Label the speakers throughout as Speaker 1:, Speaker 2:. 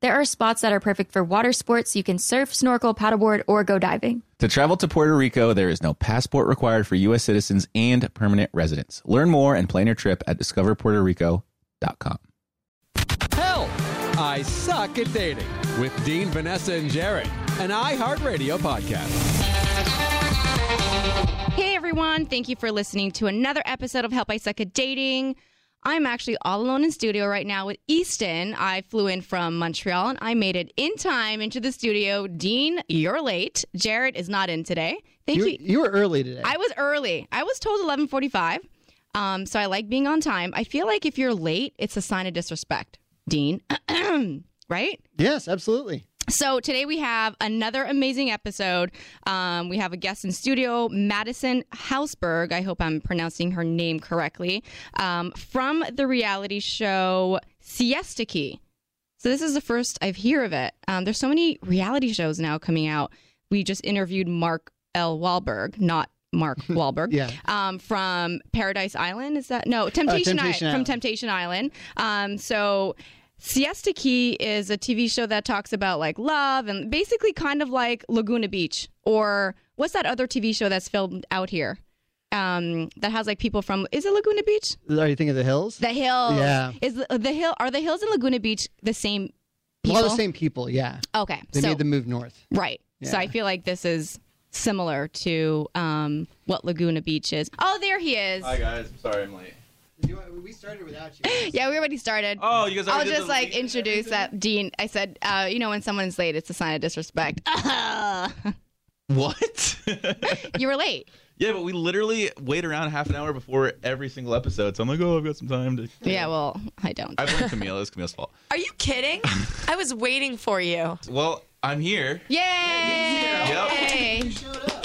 Speaker 1: There are spots that are perfect for water sports. You can surf, snorkel, paddleboard, or go diving.
Speaker 2: To travel to Puerto Rico, there is no passport required for U.S. citizens and permanent residents. Learn more and plan your trip at discoverpuertorico.com.
Speaker 3: Help! I suck at dating with Dean, Vanessa, and Jared, an iHeartRadio podcast.
Speaker 4: Hey everyone, thank you for listening to another episode of Help I Suck at Dating. I'm actually all alone in studio right now with Easton. I flew in from Montreal and I made it in time into the studio. Dean, you're late. Jared is not in today. Thank
Speaker 5: You,
Speaker 4: you.
Speaker 5: you were early today.
Speaker 4: I was early. I was told 11:45. Um, so I like being on time. I feel like if you're late, it's a sign of disrespect. Dean, right?
Speaker 5: yes, absolutely.
Speaker 4: So today we have another amazing episode. Um, we have a guest in studio, Madison Hausberg. I hope I'm pronouncing her name correctly. Um, from the reality show Siesta Key. So this is the first I've hear of it. Um, there's so many reality shows now coming out. We just interviewed Mark L. Wahlberg, not Mark Wahlberg,
Speaker 5: Yeah.
Speaker 4: um, from Paradise Island. Is that no Uh, Temptation,
Speaker 5: Temptation
Speaker 4: Island? From
Speaker 5: Island.
Speaker 4: Temptation Island. Um, so Siesta Key is a TV show that talks about like love and basically kind of like Laguna Beach or what's that other TV show that's filmed out here um, that has like people from is it Laguna Beach?
Speaker 5: Are you thinking of the hills?
Speaker 4: The hills.
Speaker 5: Yeah.
Speaker 4: Is the, the hill are the hills in Laguna Beach the same?
Speaker 5: a
Speaker 4: People?
Speaker 5: lot of the same people. Yeah,
Speaker 4: Okay.
Speaker 5: they
Speaker 4: so
Speaker 5: made the move north.
Speaker 4: Right. So I feel like this is similar to um, what Laguna Beach is. Oh, there he is.
Speaker 2: guys, I'm sorry I'm late.
Speaker 5: We started without you.
Speaker 4: Yeah, we already started.
Speaker 6: Oh, you guys
Speaker 4: I'll just like introduce that Dean. I said, uh, you know, when someone's late, it's a sign of disrespect.
Speaker 2: What?
Speaker 4: you were late.
Speaker 2: yeah, but we literally wait around half an hour before every single episode. So I'm like, oh, I've got some time to.
Speaker 4: Yeah, well, I don't.
Speaker 2: I blame Camille. It's Camille's fault.
Speaker 7: Are you kidding? I was waiting for you.
Speaker 2: Well, I'm here.
Speaker 4: Yay!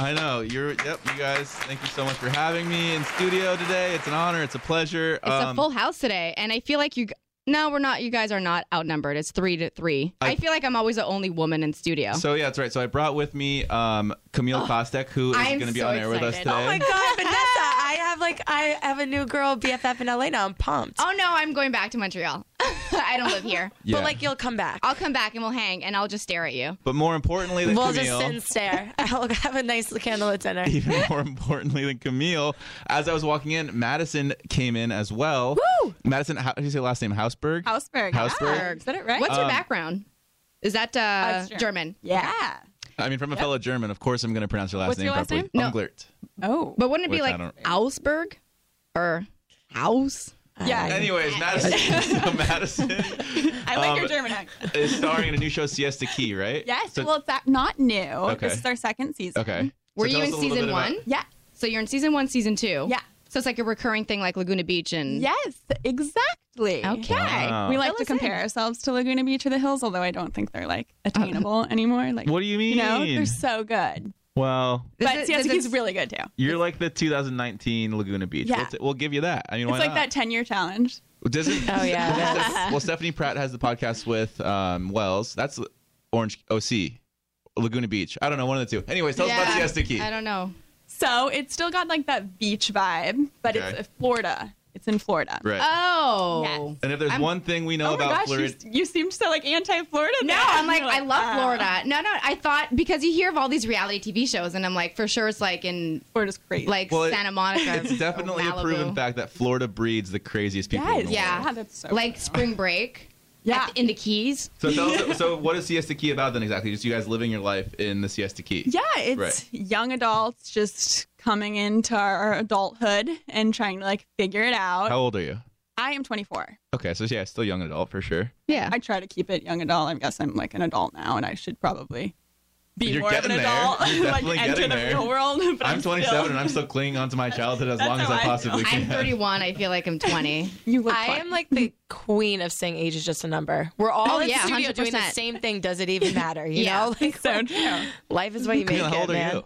Speaker 2: I know you're. Yep, you guys. Thank you so much for having me in studio today. It's an honor. It's a pleasure. Um,
Speaker 4: It's a full house today, and I feel like you. g- No, we're not. You guys are not outnumbered. It's three to three. I, feel like I'm always the only woman in studio.
Speaker 2: So yeah, that's right. So I brought with me um, Camille Kostek, who is
Speaker 4: I am
Speaker 2: going to be
Speaker 4: Oh, so
Speaker 2: on air with us
Speaker 4: excited.
Speaker 2: today.
Speaker 4: Oh
Speaker 7: Oh my God, Vanessa, I have like, I have a new girl BFF in LA now. I'm pumped.
Speaker 4: oh no, I'm going back to Montreal. I don't live here.
Speaker 2: yeah.
Speaker 7: But like, you'll come back.
Speaker 4: I'll come back and we'll hang, and I'll just stare at you.
Speaker 2: But more importantly than
Speaker 7: we'll just
Speaker 2: Camille,
Speaker 7: sit and stare. I'll have a nice candlelit dinner.
Speaker 2: even more importantly than Camille, as I was walking in, Madison came in as well. Woo! Madison, how do you say your last name? Hausberg.
Speaker 8: Hausberg. Ah,
Speaker 2: Hausberg.
Speaker 8: Is that it right? Oh,
Speaker 4: What's your
Speaker 2: Um,
Speaker 4: background? Is that uh,
Speaker 8: German.
Speaker 4: German?
Speaker 8: Yeah.
Speaker 2: I mean, from a fellow German, of course, I'm going to pronounce your last
Speaker 8: What's
Speaker 2: name
Speaker 8: your last
Speaker 2: properly.
Speaker 4: name? No.
Speaker 2: Unglert.
Speaker 8: Oh.
Speaker 4: But wouldn't it be
Speaker 2: Which I
Speaker 4: like
Speaker 2: don't-
Speaker 4: Augsburg or House?
Speaker 8: Yeah.
Speaker 2: Anyways, Madison. so Madison
Speaker 8: I like
Speaker 2: um,
Speaker 8: your German accent.
Speaker 2: is starring in a new show, Siesta Key, right?
Speaker 8: Yes.
Speaker 2: So-
Speaker 8: well, Mm-hmm. it's that- not new.
Speaker 2: Okay.
Speaker 8: This is our second season.
Speaker 2: okay.
Speaker 4: Were
Speaker 2: So
Speaker 4: you
Speaker 2: tell us
Speaker 4: in
Speaker 2: a little
Speaker 4: season
Speaker 2: bit about-
Speaker 4: one?
Speaker 8: Yeah.
Speaker 4: So you're in season one, season two.
Speaker 8: Yeah.
Speaker 4: So it's like a recurring thing, like Laguna Beach and.
Speaker 8: Yes, exactly.
Speaker 4: Okay.
Speaker 2: Wow.
Speaker 8: We like
Speaker 4: Fill
Speaker 8: to
Speaker 4: us in.
Speaker 8: compare ourselves to Laguna Beach or the Hills, although I don't think they're like
Speaker 4: Uh-huh.
Speaker 8: attainable anymore. Like,
Speaker 2: What do you mean?
Speaker 8: you know, they're so good.
Speaker 2: well,
Speaker 4: Does
Speaker 8: But
Speaker 4: it-
Speaker 8: Siesta
Speaker 4: does it-
Speaker 8: Key's really good too.
Speaker 2: You're like the 2019 Laguna Beach.
Speaker 8: Yeah.
Speaker 2: We'll, t- we'll give you that. I mean, why
Speaker 8: It's like
Speaker 2: not?
Speaker 8: that 10 year challenge.
Speaker 2: Doesn't,
Speaker 7: Oh, yeah.
Speaker 2: Well, Steph- well, Stephanie Pratt has the podcast with um, Wells. That's Orange OC, Laguna Beach. I don't know, one of the two. Anyways, tell us about
Speaker 8: Yeah.
Speaker 2: Siesta Key.
Speaker 4: I don't know.
Speaker 8: So it's still got like that beach vibe, but
Speaker 2: Okay.
Speaker 8: it's uh, Florida. It's in Florida.
Speaker 2: Right.
Speaker 4: Oh.
Speaker 2: and if there's one thing we know
Speaker 8: oh my
Speaker 2: about
Speaker 8: gosh,
Speaker 2: Florida,
Speaker 8: you, you seem so like anti-Florida.
Speaker 4: No,
Speaker 8: there.
Speaker 4: I'm like,
Speaker 8: You're
Speaker 4: I love
Speaker 8: uh,
Speaker 4: Florida. No, no, I thought because you hear of all these reality TV shows, and I'm like, for sure, it's like in
Speaker 8: Florida's crazy.
Speaker 4: like
Speaker 2: Well, it-
Speaker 4: Santa Monica.
Speaker 2: it's definitely
Speaker 4: or
Speaker 2: a proven
Speaker 4: Malibu.
Speaker 2: fact that Florida breeds the craziest people. in
Speaker 8: yes.
Speaker 2: the
Speaker 4: Yeah.
Speaker 2: World.
Speaker 8: yeah, that's so.
Speaker 4: Like spring break.
Speaker 8: Yeah.
Speaker 4: at the- in the Keys.
Speaker 2: So, tell us, so what is Siesta Key about then exactly? Just you guys living your life in the Siesta Key.
Speaker 8: Yeah, it's
Speaker 2: Right.
Speaker 8: young adults just coming into our adulthood and trying to like figure it out.
Speaker 2: How old are you?
Speaker 8: I am 24.
Speaker 2: Okay, so yeah, still young adult for sure.
Speaker 4: Yeah.
Speaker 8: I try to keep it young adult. I guess I'm like an adult now, and I should probably be
Speaker 2: You're
Speaker 8: more of an
Speaker 2: getting there.
Speaker 8: adult,
Speaker 2: You're
Speaker 8: like
Speaker 2: definitely
Speaker 8: enter
Speaker 2: getting
Speaker 8: the
Speaker 2: there.
Speaker 8: real world. But I'm,
Speaker 2: I'm 27
Speaker 8: still-
Speaker 2: and I'm still clinging onto my childhood as
Speaker 8: That's
Speaker 2: long as
Speaker 8: how
Speaker 2: I
Speaker 8: I
Speaker 2: possibly
Speaker 4: I'm
Speaker 2: can.
Speaker 4: 31. I feel like I'm 20.
Speaker 8: You look.
Speaker 9: I
Speaker 8: fine.
Speaker 9: am like the queen of saying age is just a number. We're all
Speaker 4: Oh,
Speaker 9: in
Speaker 4: yeah,
Speaker 9: the studio doing the
Speaker 4: 100%.
Speaker 9: same thing. Does it even matter? You
Speaker 4: Yeah.
Speaker 9: know, like
Speaker 8: so true.
Speaker 9: life is what you make
Speaker 2: Camila, how
Speaker 9: it,
Speaker 2: old
Speaker 9: man.
Speaker 2: are you?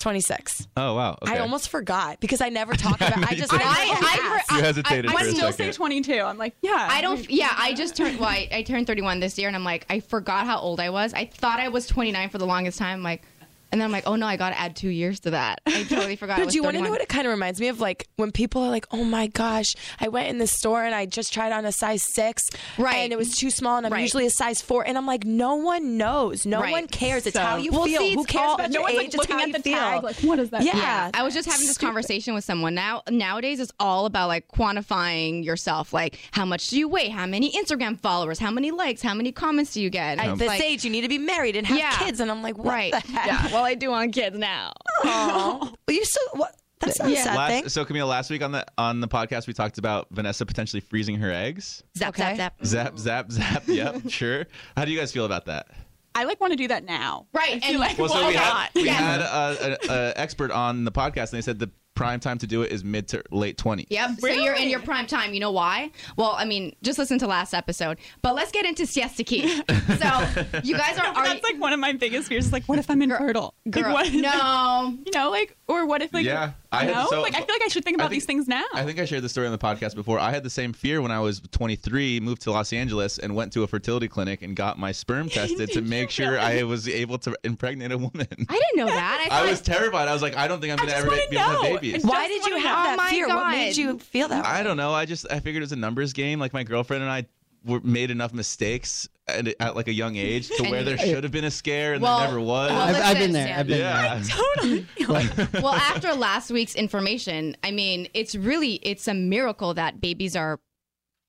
Speaker 9: 26.
Speaker 2: Oh wow. Okay.
Speaker 9: I almost forgot because I never talk about. I just.
Speaker 2: You
Speaker 9: never ask.
Speaker 2: You hesitated
Speaker 4: I,
Speaker 2: for
Speaker 8: I
Speaker 2: a
Speaker 8: still
Speaker 2: second.
Speaker 8: say 22. I'm like, yeah.
Speaker 4: I don't. Yeah, I just turned. Well, I, I turned 31 this year, and I'm like, I forgot how old I was. I thought I was 29 for the longest time. I'm like, and then I'm like, oh no, I got to add two years to that. I totally forgot. I
Speaker 9: Dude,
Speaker 4: was
Speaker 9: do you want to know
Speaker 4: 31.
Speaker 9: what it kind of reminds me of? Like when people are like, "Oh my gosh, I went in the store and I just tried on a size six,
Speaker 4: Right.
Speaker 9: And it was too small, and I'm
Speaker 4: Right.
Speaker 9: usually a size four, and I'm like, no one knows, no
Speaker 4: Right.
Speaker 9: one cares. It's
Speaker 8: So-
Speaker 9: how you
Speaker 4: Well,
Speaker 9: feel.
Speaker 4: see,
Speaker 9: Who
Speaker 4: it's
Speaker 9: cares
Speaker 4: all-
Speaker 9: about
Speaker 8: no
Speaker 9: your
Speaker 8: one's, like,
Speaker 9: age?
Speaker 8: looking
Speaker 9: it's how
Speaker 8: at
Speaker 9: you
Speaker 8: the
Speaker 9: feel.
Speaker 8: tag, like, what does that
Speaker 9: Yeah.
Speaker 8: mean?
Speaker 4: Yeah, I was just having this conversation with someone now. Nowadays, it's all about like quantifying yourself. Like, how much do you weigh? How many Instagram followers? How many likes? How many comments do you get?
Speaker 9: At
Speaker 4: It's
Speaker 9: this
Speaker 4: like-
Speaker 9: age, you need to be married and have
Speaker 4: Yeah.
Speaker 9: kids, and I'm like, what
Speaker 4: right?
Speaker 9: The heck?
Speaker 4: Yeah. Well, I do want kids now.
Speaker 9: Aw. you still what? That's not a sad
Speaker 2: Last-
Speaker 9: thing.
Speaker 2: so Camille, last week on the on the podcast, we talked about Vanessa potentially freezing her eggs.
Speaker 9: Zap
Speaker 4: Okay.
Speaker 9: zap zap.
Speaker 2: Zap, zap, zap. Yep, sure. How do you guys feel about that?
Speaker 8: I like want to do that now.
Speaker 4: Right,
Speaker 8: I feel
Speaker 4: and-
Speaker 8: like,
Speaker 2: Well, so
Speaker 8: why
Speaker 2: we had,
Speaker 8: not?
Speaker 2: we had a, a, a expert on the podcast, and they said the prime time to do it is mid to late 20s.
Speaker 4: Yep. So you're in your prime time. You know why? Well, I mean, just listen to last episode. But let's get into siesta key. So you guys are, are
Speaker 8: That's like one of my biggest fears. Is like, what if I'm infertile? Like,
Speaker 4: girl,
Speaker 8: what-
Speaker 4: no.
Speaker 8: You know, like, or what if like,
Speaker 2: Yeah, I
Speaker 8: I
Speaker 2: had-
Speaker 8: know,
Speaker 2: so-
Speaker 8: like I feel like I should think
Speaker 2: I
Speaker 8: about
Speaker 2: think-
Speaker 8: these things now.
Speaker 2: I think I shared the story on the podcast before. I had the same fear when I was 23, moved to Los Angeles, and went to a fertility clinic and got my sperm tested to make sure I was able to impregnate a woman.
Speaker 4: I didn't know that. I
Speaker 2: I
Speaker 4: thought
Speaker 2: was terrified. I was like, I don't think I'm going to
Speaker 8: just
Speaker 2: ever be
Speaker 8: wanna
Speaker 2: able to have
Speaker 8: know.
Speaker 2: babies.
Speaker 9: Why
Speaker 8: Just
Speaker 9: did you
Speaker 8: wanna
Speaker 9: have
Speaker 8: know.
Speaker 9: that
Speaker 4: Oh my
Speaker 9: fear? What made
Speaker 4: God.
Speaker 9: you feel that? way?
Speaker 2: I don't know. I just I figured it was a numbers game. Like my girlfriend and I were made enough mistakes at, at like a young age to where there should have been a scare and
Speaker 4: Well,
Speaker 2: there never was.
Speaker 4: well,
Speaker 5: I've, I've
Speaker 4: listen,
Speaker 5: been there. I've been there.
Speaker 2: yeah.
Speaker 8: totally.
Speaker 4: well, after last week's information, I mean, it's really it's a miracle that babies are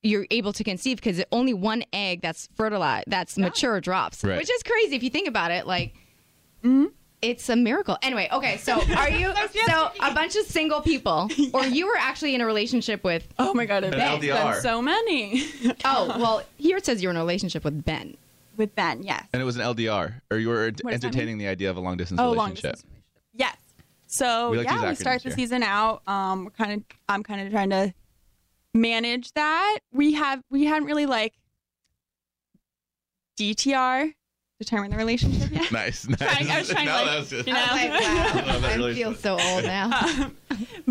Speaker 4: you're able to conceive because only one egg that's fertilized, that's mature, drops,
Speaker 2: Right.
Speaker 4: which is crazy if you think about it. Like, it's a miracle. Anyway, okay, so are you so a bunch of single people, or you were actually in a relationship with?
Speaker 8: Oh my god, I've
Speaker 2: An LDR.
Speaker 8: done so many.
Speaker 4: Oh, well, here it says you're in a relationship with Ben.
Speaker 8: With Ben, yes.
Speaker 2: And it was an LDR, or you were
Speaker 8: that
Speaker 2: entertaining the idea of a long distance
Speaker 8: Oh, long
Speaker 2: relationship.
Speaker 8: distance Yes. So
Speaker 2: We like these
Speaker 8: yeah, we
Speaker 2: acronyms
Speaker 8: start the
Speaker 2: here.
Speaker 8: season out. Um, we're kind of I'm kind of trying to manage that. We have we hadn't really like DTR determine the relationship yet.
Speaker 2: Nice, nice.
Speaker 8: Trying- I was trying to,
Speaker 2: No, that
Speaker 8: like,
Speaker 2: was good.
Speaker 8: you know.
Speaker 4: I was like,
Speaker 2: love
Speaker 4: wow,
Speaker 2: that
Speaker 4: I feel
Speaker 2: relationship.
Speaker 4: so old now.
Speaker 8: Um,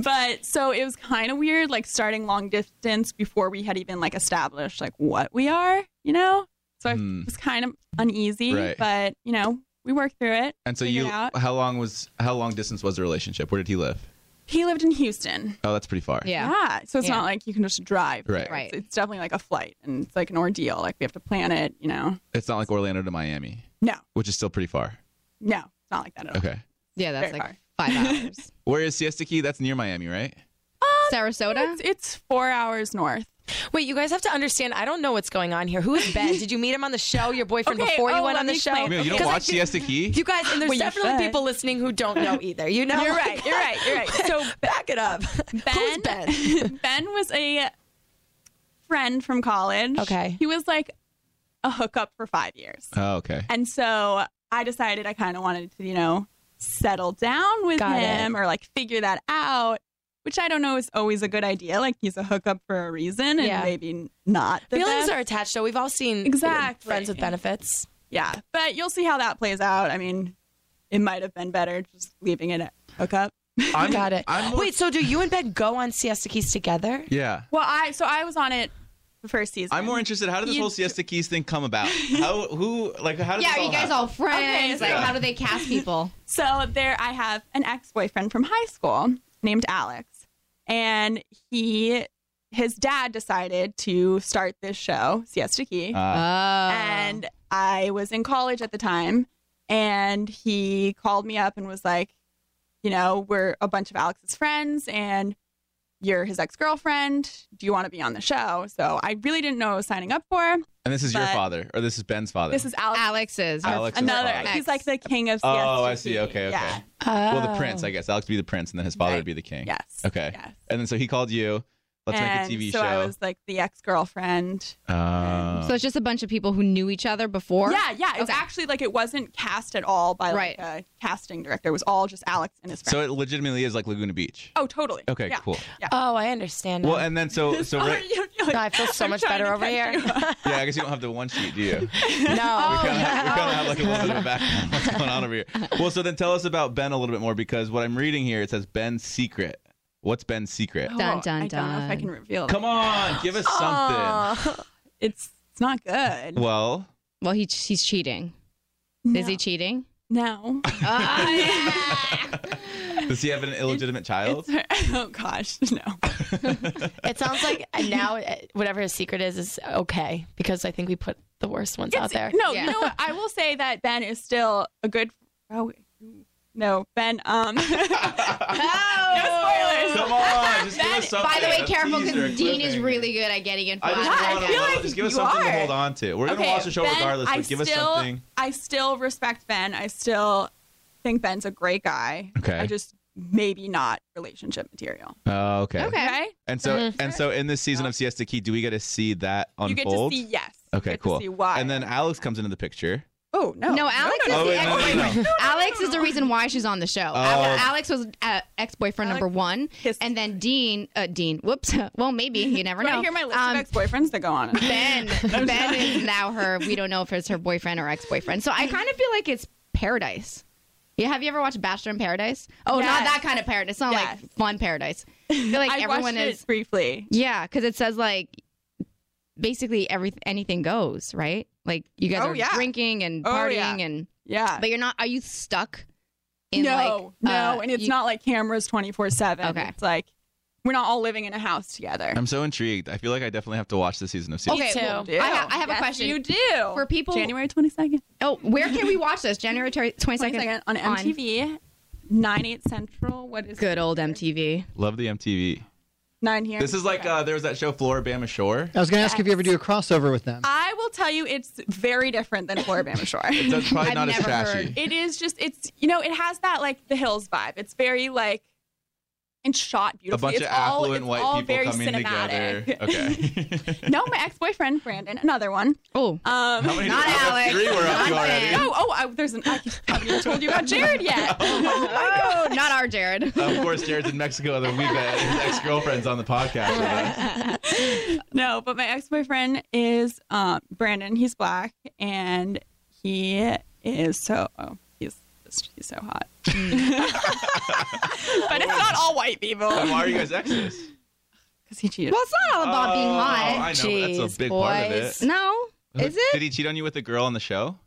Speaker 8: but so it was kind of weird, like starting long distance before we had even like established like what we are, you know. So
Speaker 2: Hmm.
Speaker 8: I was kind of uneasy,
Speaker 2: Right.
Speaker 8: but you know we worked through it.
Speaker 2: And so
Speaker 8: figured
Speaker 2: you,
Speaker 8: it out.
Speaker 2: how long was how long distance was the relationship? Where did he live?
Speaker 8: He lived in Houston.
Speaker 2: Oh, that's pretty far.
Speaker 8: Yeah.
Speaker 4: Yeah.
Speaker 8: So it's
Speaker 4: Yeah.
Speaker 8: not like you can just drive.
Speaker 2: Right.
Speaker 8: there.
Speaker 4: Right.
Speaker 8: It's, it's definitely like a flight and it's like an ordeal. Like we have to plan it, you know?
Speaker 2: It's not like Orlando to Miami,
Speaker 8: No,
Speaker 2: which is still pretty far.
Speaker 8: no, it's not like that at all.
Speaker 2: Okay.
Speaker 4: Yeah, that's
Speaker 8: Very
Speaker 4: like five hours.
Speaker 2: Where is Siesta Key? That's near Miami, right?
Speaker 8: Um,
Speaker 4: Sarasota.
Speaker 8: It's, it's four hours north.
Speaker 9: Wait, you guys have to understand. I don't know what's going on here. Who is Ben? Did you meet him on the show? Your boyfriend
Speaker 8: Okay,
Speaker 9: before you
Speaker 8: oh,
Speaker 9: went
Speaker 8: let
Speaker 9: on the
Speaker 8: me
Speaker 9: show?
Speaker 8: explain.
Speaker 2: Camille, you don't
Speaker 9: Because I
Speaker 2: watch
Speaker 9: feel-
Speaker 2: Siesta Key?
Speaker 9: You guys, and there's
Speaker 8: Well, you
Speaker 9: definitely
Speaker 8: should.
Speaker 9: people listening who don't know either. You know,
Speaker 8: You're right. You're right. You're right. So
Speaker 9: Back it up.
Speaker 8: Ben,
Speaker 9: Who's Ben?
Speaker 8: Ben was a friend from college.
Speaker 9: Okay.
Speaker 8: He was like a hookup for five years.
Speaker 2: Oh, okay.
Speaker 8: And so I decided I kind of wanted to, you know, settle down with
Speaker 9: Got it.
Speaker 8: him or like figure that out, which I don't know is always a good idea. Like he's a hookup for a reason and
Speaker 9: Yeah.
Speaker 8: maybe not. The
Speaker 9: Feelings
Speaker 8: best.
Speaker 9: are attached, though. We've all seen
Speaker 8: Exactly.
Speaker 9: friends with benefits.
Speaker 8: Yeah. But you'll see how that plays out. I mean, it might have been better just leaving it at hookup.
Speaker 2: I'm,
Speaker 9: Got it.
Speaker 2: I'm more-
Speaker 9: Wait, so do you and Ben go on siesta keys together?
Speaker 2: Yeah.
Speaker 8: Well, I so I was on it the first season.
Speaker 2: I'm more interested. How did this
Speaker 8: You
Speaker 2: whole siesta keys thing come about? How who like how did
Speaker 4: Yeah,
Speaker 2: this
Speaker 4: are you
Speaker 2: all
Speaker 4: guys
Speaker 2: happen?
Speaker 4: all friends?
Speaker 8: Okay,
Speaker 4: like,
Speaker 8: so-
Speaker 4: how do they cast people?
Speaker 8: So there, I have an ex-boyfriend from high school named Alex, and he, his dad decided to start this show, Siesta Key,
Speaker 2: Ah.
Speaker 4: Oh.
Speaker 8: and I was in college at the time, and he called me up and was like, you know, we're a bunch of Alex's friends, and you're his ex-girlfriend. Do you want to be on the show? So I really didn't know what I was signing up for.
Speaker 2: And this is your
Speaker 8: But-
Speaker 2: father, or this is Ben's father.
Speaker 8: This is Alex.
Speaker 4: Alex's.
Speaker 2: Alex's
Speaker 8: another.
Speaker 2: father.
Speaker 8: He's like the king of Siesta
Speaker 2: Oh, I
Speaker 8: Key.
Speaker 2: see. Okay, okay.
Speaker 8: Yeah.
Speaker 2: Well, the prince, I guess. Alex would be the prince, and then his father would be the king.
Speaker 8: oh. Yes,
Speaker 2: Okay. And then so he called you. Let's
Speaker 8: and
Speaker 2: make a TV
Speaker 8: so
Speaker 2: show.
Speaker 8: I was like the ex girlfriend.
Speaker 2: Oh.
Speaker 4: so it's just a bunch of people who knew each other before.
Speaker 8: Yeah, yeah. It's actually like it wasn't cast at all by like a casting director. It was all just Alex and his friend.
Speaker 2: So it legitimately is like Laguna Beach.
Speaker 8: oh, totally.
Speaker 2: Okay,
Speaker 8: Yeah.
Speaker 2: cool.
Speaker 8: Yeah.
Speaker 9: Oh, I understand.
Speaker 8: um,
Speaker 2: Well, and then so so right,
Speaker 9: No, I feel so
Speaker 8: I'm
Speaker 9: much
Speaker 8: trying
Speaker 9: better
Speaker 8: to
Speaker 9: over here.
Speaker 2: yeah. I guess you don't have the one sheet, do you?
Speaker 9: no.
Speaker 2: we kind of have, we kinda have like a little bit of a background. What's going on over here? Well, so then tell us about Ben a little bit more because what I'm reading here it says Ben's secret. What's Ben's secret?
Speaker 8: Oh,
Speaker 4: Dun, dun,
Speaker 8: I don't know if I
Speaker 4: dun.
Speaker 8: can reveal.
Speaker 2: Come on, give us something.
Speaker 8: It's it's not good.
Speaker 2: Well,
Speaker 4: Well, he he's cheating. Is he cheating?
Speaker 8: No.
Speaker 2: does he have an illegitimate child?
Speaker 8: oh gosh, no.
Speaker 9: It sounds like now uh, whatever his secret is is okay because I think we put the worst ones out there.
Speaker 8: No,
Speaker 4: Yeah.
Speaker 8: you know what? I will say that Ben is still a good. Oh, no, Ben. Um, no spoilers.
Speaker 2: Come on, just give us something.
Speaker 4: By the way,
Speaker 2: a
Speaker 4: careful
Speaker 2: teaser, a
Speaker 4: because Dean is
Speaker 2: cliffhanger.
Speaker 4: really good at getting
Speaker 2: I
Speaker 4: information.
Speaker 2: just
Speaker 8: I
Speaker 2: want to
Speaker 8: feel
Speaker 2: hold-
Speaker 8: like
Speaker 2: just give us
Speaker 8: you
Speaker 2: something to
Speaker 8: are.
Speaker 2: hold on to. We're gonna watch the show
Speaker 8: Ben,
Speaker 2: regardless, but
Speaker 8: I
Speaker 2: give us
Speaker 8: still-
Speaker 2: something.
Speaker 8: I still respect Ben. I still think Ben's a great guy.
Speaker 2: Okay.
Speaker 8: I just maybe not relationship material.
Speaker 2: Oh, okay.
Speaker 4: Okay.
Speaker 8: Okay. Mm-hmm.
Speaker 2: And so and so in this season of Siesta Key, do we get to see that
Speaker 8: You
Speaker 2: unfold?
Speaker 8: get to see yes. You
Speaker 2: okay,
Speaker 8: get to
Speaker 2: cool.
Speaker 8: see why.
Speaker 2: And then Alex comes into the picture.
Speaker 8: oh no.
Speaker 4: No, Alex
Speaker 2: no,
Speaker 4: is the
Speaker 2: wait, no, no,
Speaker 4: ex-boyfriend.
Speaker 2: no.
Speaker 4: Alex is the reason why she's on the show.
Speaker 2: Oh.
Speaker 4: Alex was uh, ex-boyfriend number one,
Speaker 8: His-
Speaker 4: and then Dean. Uh, Dean. Whoops. Well, maybe you never
Speaker 8: You
Speaker 4: know.
Speaker 8: wanna hear my list
Speaker 4: Um,
Speaker 8: of ex-boyfriends that go on. it?
Speaker 4: Ben. Ben is now her. We don't know if it's her boyfriend or ex-boyfriend. So I kind of feel like it's paradise. Yeah, have you ever watched Bachelor in Paradise? Oh, not
Speaker 8: Yes.
Speaker 4: that kind of paradise. Not
Speaker 8: Yes.
Speaker 4: like fun paradise. I feel like
Speaker 8: I
Speaker 4: everyone
Speaker 8: watched it
Speaker 4: is
Speaker 8: briefly.
Speaker 4: Yeah, because it says like basically every anything goes, right? Like you guys
Speaker 8: Oh,
Speaker 4: are
Speaker 8: yeah.
Speaker 4: drinking and
Speaker 8: Oh,
Speaker 4: partying
Speaker 8: yeah.
Speaker 4: and
Speaker 8: Yeah.
Speaker 4: but you're not are you stuck in
Speaker 8: no,
Speaker 4: like
Speaker 8: no,
Speaker 4: uh,
Speaker 8: and it's
Speaker 4: you-
Speaker 8: not like cameras twenty four seven.
Speaker 4: Okay.
Speaker 8: It's like we're not all living in a house together.
Speaker 2: I'm so intrigued. I feel like I definitely have to watch the season of Siesta.
Speaker 4: Okay,
Speaker 9: too.
Speaker 4: well,
Speaker 8: Do.
Speaker 4: I, ha- I have
Speaker 8: Yes,
Speaker 4: a question.
Speaker 8: You do
Speaker 4: For people-
Speaker 8: January twenty second.
Speaker 4: Oh, where can we watch this? January twenty second
Speaker 8: 22nd on MTV, 9, 8 central. What is
Speaker 4: Good old MTV.
Speaker 2: Love the MTV.
Speaker 8: 9 here?
Speaker 2: This is like uh, there was that show Floribama Shore.
Speaker 5: I was going to ask if you ever do a crossover with them.
Speaker 8: I will tell you, it's very different than Floribama Shore.
Speaker 2: That's probably
Speaker 4: I've
Speaker 2: not as
Speaker 4: never
Speaker 2: trashy.
Speaker 4: heard.
Speaker 8: it is just, it's, you know, it has that like the hills vibe. It's very like, and shot
Speaker 2: A
Speaker 8: beautifully.
Speaker 2: bunch
Speaker 8: it's
Speaker 2: of
Speaker 8: all,
Speaker 2: affluent
Speaker 8: it's all
Speaker 2: white people
Speaker 8: very
Speaker 2: coming
Speaker 8: cinematic.
Speaker 2: together. Okay.
Speaker 8: no, my ex boyfriend, Brandon, another one.
Speaker 4: Oh,
Speaker 8: Um,
Speaker 2: How many
Speaker 4: Not
Speaker 2: do we have?
Speaker 4: Alex.
Speaker 2: Three were up
Speaker 4: Not
Speaker 2: to already.
Speaker 4: Ben.
Speaker 8: Oh, oh, I, there's an, I haven't even told you about Jared yet. Oh my God.
Speaker 4: oh, not our Jared.
Speaker 2: Of course, Jared's in Mexico the week that his ex girlfriend's on the podcast with us.
Speaker 8: no, but my ex boyfriend is um, Brandon. He's black, and he is so oh, he's just, he's so hot. but it's not all white people
Speaker 2: And
Speaker 8: because
Speaker 2: why are you guys exes?
Speaker 8: he cheated.
Speaker 4: well, it's not all about being
Speaker 2: Oh,
Speaker 4: hot.
Speaker 2: I know, but that's a
Speaker 9: Jeez,
Speaker 2: big part of
Speaker 9: boys.
Speaker 2: it.
Speaker 4: No, is it?
Speaker 2: Did he cheat on you with a girl on the show?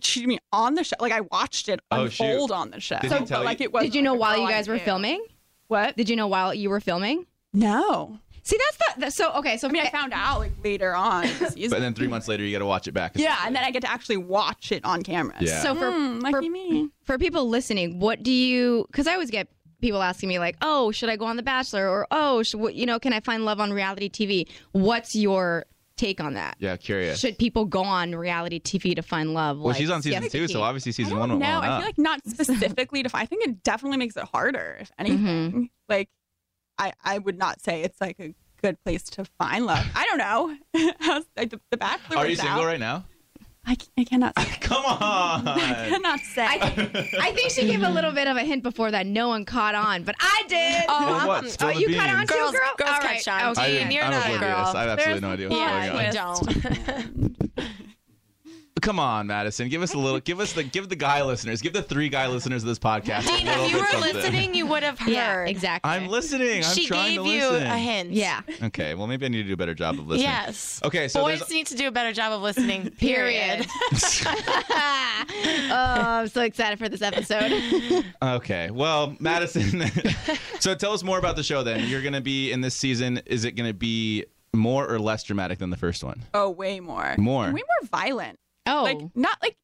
Speaker 8: cheated me on the show. Like I watched it
Speaker 2: Oh, shoot.
Speaker 8: unfold on the show.
Speaker 2: Did he
Speaker 8: but,
Speaker 2: tell
Speaker 8: like
Speaker 2: you-
Speaker 8: it was.
Speaker 4: Did you know while you guys were filming?
Speaker 8: What?
Speaker 4: Did you know while you were filming?
Speaker 8: No.
Speaker 4: See, that's the that's so okay. So
Speaker 8: I mean, I found out like later on. in the season.
Speaker 2: But then three months later, you got to watch it back.
Speaker 8: yeah, and then I get to actually watch it on camera.
Speaker 2: Yeah.
Speaker 4: so for
Speaker 8: Hmm,
Speaker 4: for,
Speaker 8: lucky me.
Speaker 4: for people listening, what do you? Because I always get people asking me like, "Oh, should I go on The Bachelor?" or "Oh, should, what- you know, can I find love on reality TV?" What's your take on that?
Speaker 2: Yeah, curious.
Speaker 4: Should people go on reality TV to find love?
Speaker 2: well,
Speaker 4: like
Speaker 2: she's on season
Speaker 4: Siesta
Speaker 2: two,
Speaker 4: Key?
Speaker 2: so obviously season one went
Speaker 8: No,
Speaker 2: well
Speaker 8: I
Speaker 2: enough.
Speaker 8: feel like not specifically to. I think it definitely makes it harder, if
Speaker 4: Mm-hmm.
Speaker 8: anything. Like, I I would not say it's like a good place to find love. I don't know. How's, like, the, the Bachelor.
Speaker 2: Are you
Speaker 8: was
Speaker 2: single
Speaker 8: out.
Speaker 2: right now?
Speaker 8: I, c- I cannot. Say.
Speaker 2: Come
Speaker 8: I
Speaker 2: on.
Speaker 8: cannot say.
Speaker 4: I, I think she gave a little bit of a hint before that no one caught on, but I did.
Speaker 2: Well,
Speaker 9: I'm-
Speaker 2: what? Spill
Speaker 4: oh,
Speaker 2: the
Speaker 4: you caught on
Speaker 2: beans.
Speaker 4: too,
Speaker 9: Girls-
Speaker 4: girl.
Speaker 9: girls
Speaker 4: All
Speaker 9: catch
Speaker 4: right,
Speaker 9: on.
Speaker 2: I
Speaker 4: okay.
Speaker 2: didn't-
Speaker 9: you're
Speaker 2: I'm
Speaker 9: not a
Speaker 2: oblivious.
Speaker 9: girl.
Speaker 2: I have absolutely
Speaker 8: There's
Speaker 2: no idea what's
Speaker 8: one
Speaker 2: going on.
Speaker 9: you don't.
Speaker 2: Come on, Madison. Give us a little. Give us the. Give the guy listeners. Give the three guy listeners of this podcast.
Speaker 9: Dean,
Speaker 2: a little
Speaker 9: if you
Speaker 2: bit
Speaker 9: were
Speaker 2: something.
Speaker 9: listening, you would have heard.
Speaker 4: Yeah, exactly.
Speaker 2: I'm listening. I'm
Speaker 9: she
Speaker 2: trying
Speaker 9: gave
Speaker 2: to
Speaker 9: you
Speaker 2: listen.
Speaker 9: a hint.
Speaker 4: yeah.
Speaker 2: Okay. Well, maybe I need to do a better job of listening.
Speaker 9: Yes.
Speaker 2: Okay. So
Speaker 9: boys
Speaker 2: there's.
Speaker 9: need to do a better job of listening. Period.
Speaker 4: oh, I'm so excited for this episode.
Speaker 2: Okay. Well, Madison. so tell us more about the show. Then you're going to be in this season. Is it going to be more or less dramatic than the first one?
Speaker 8: Oh, way more.
Speaker 2: More.
Speaker 8: Way more violent.
Speaker 4: oh,
Speaker 8: Like not like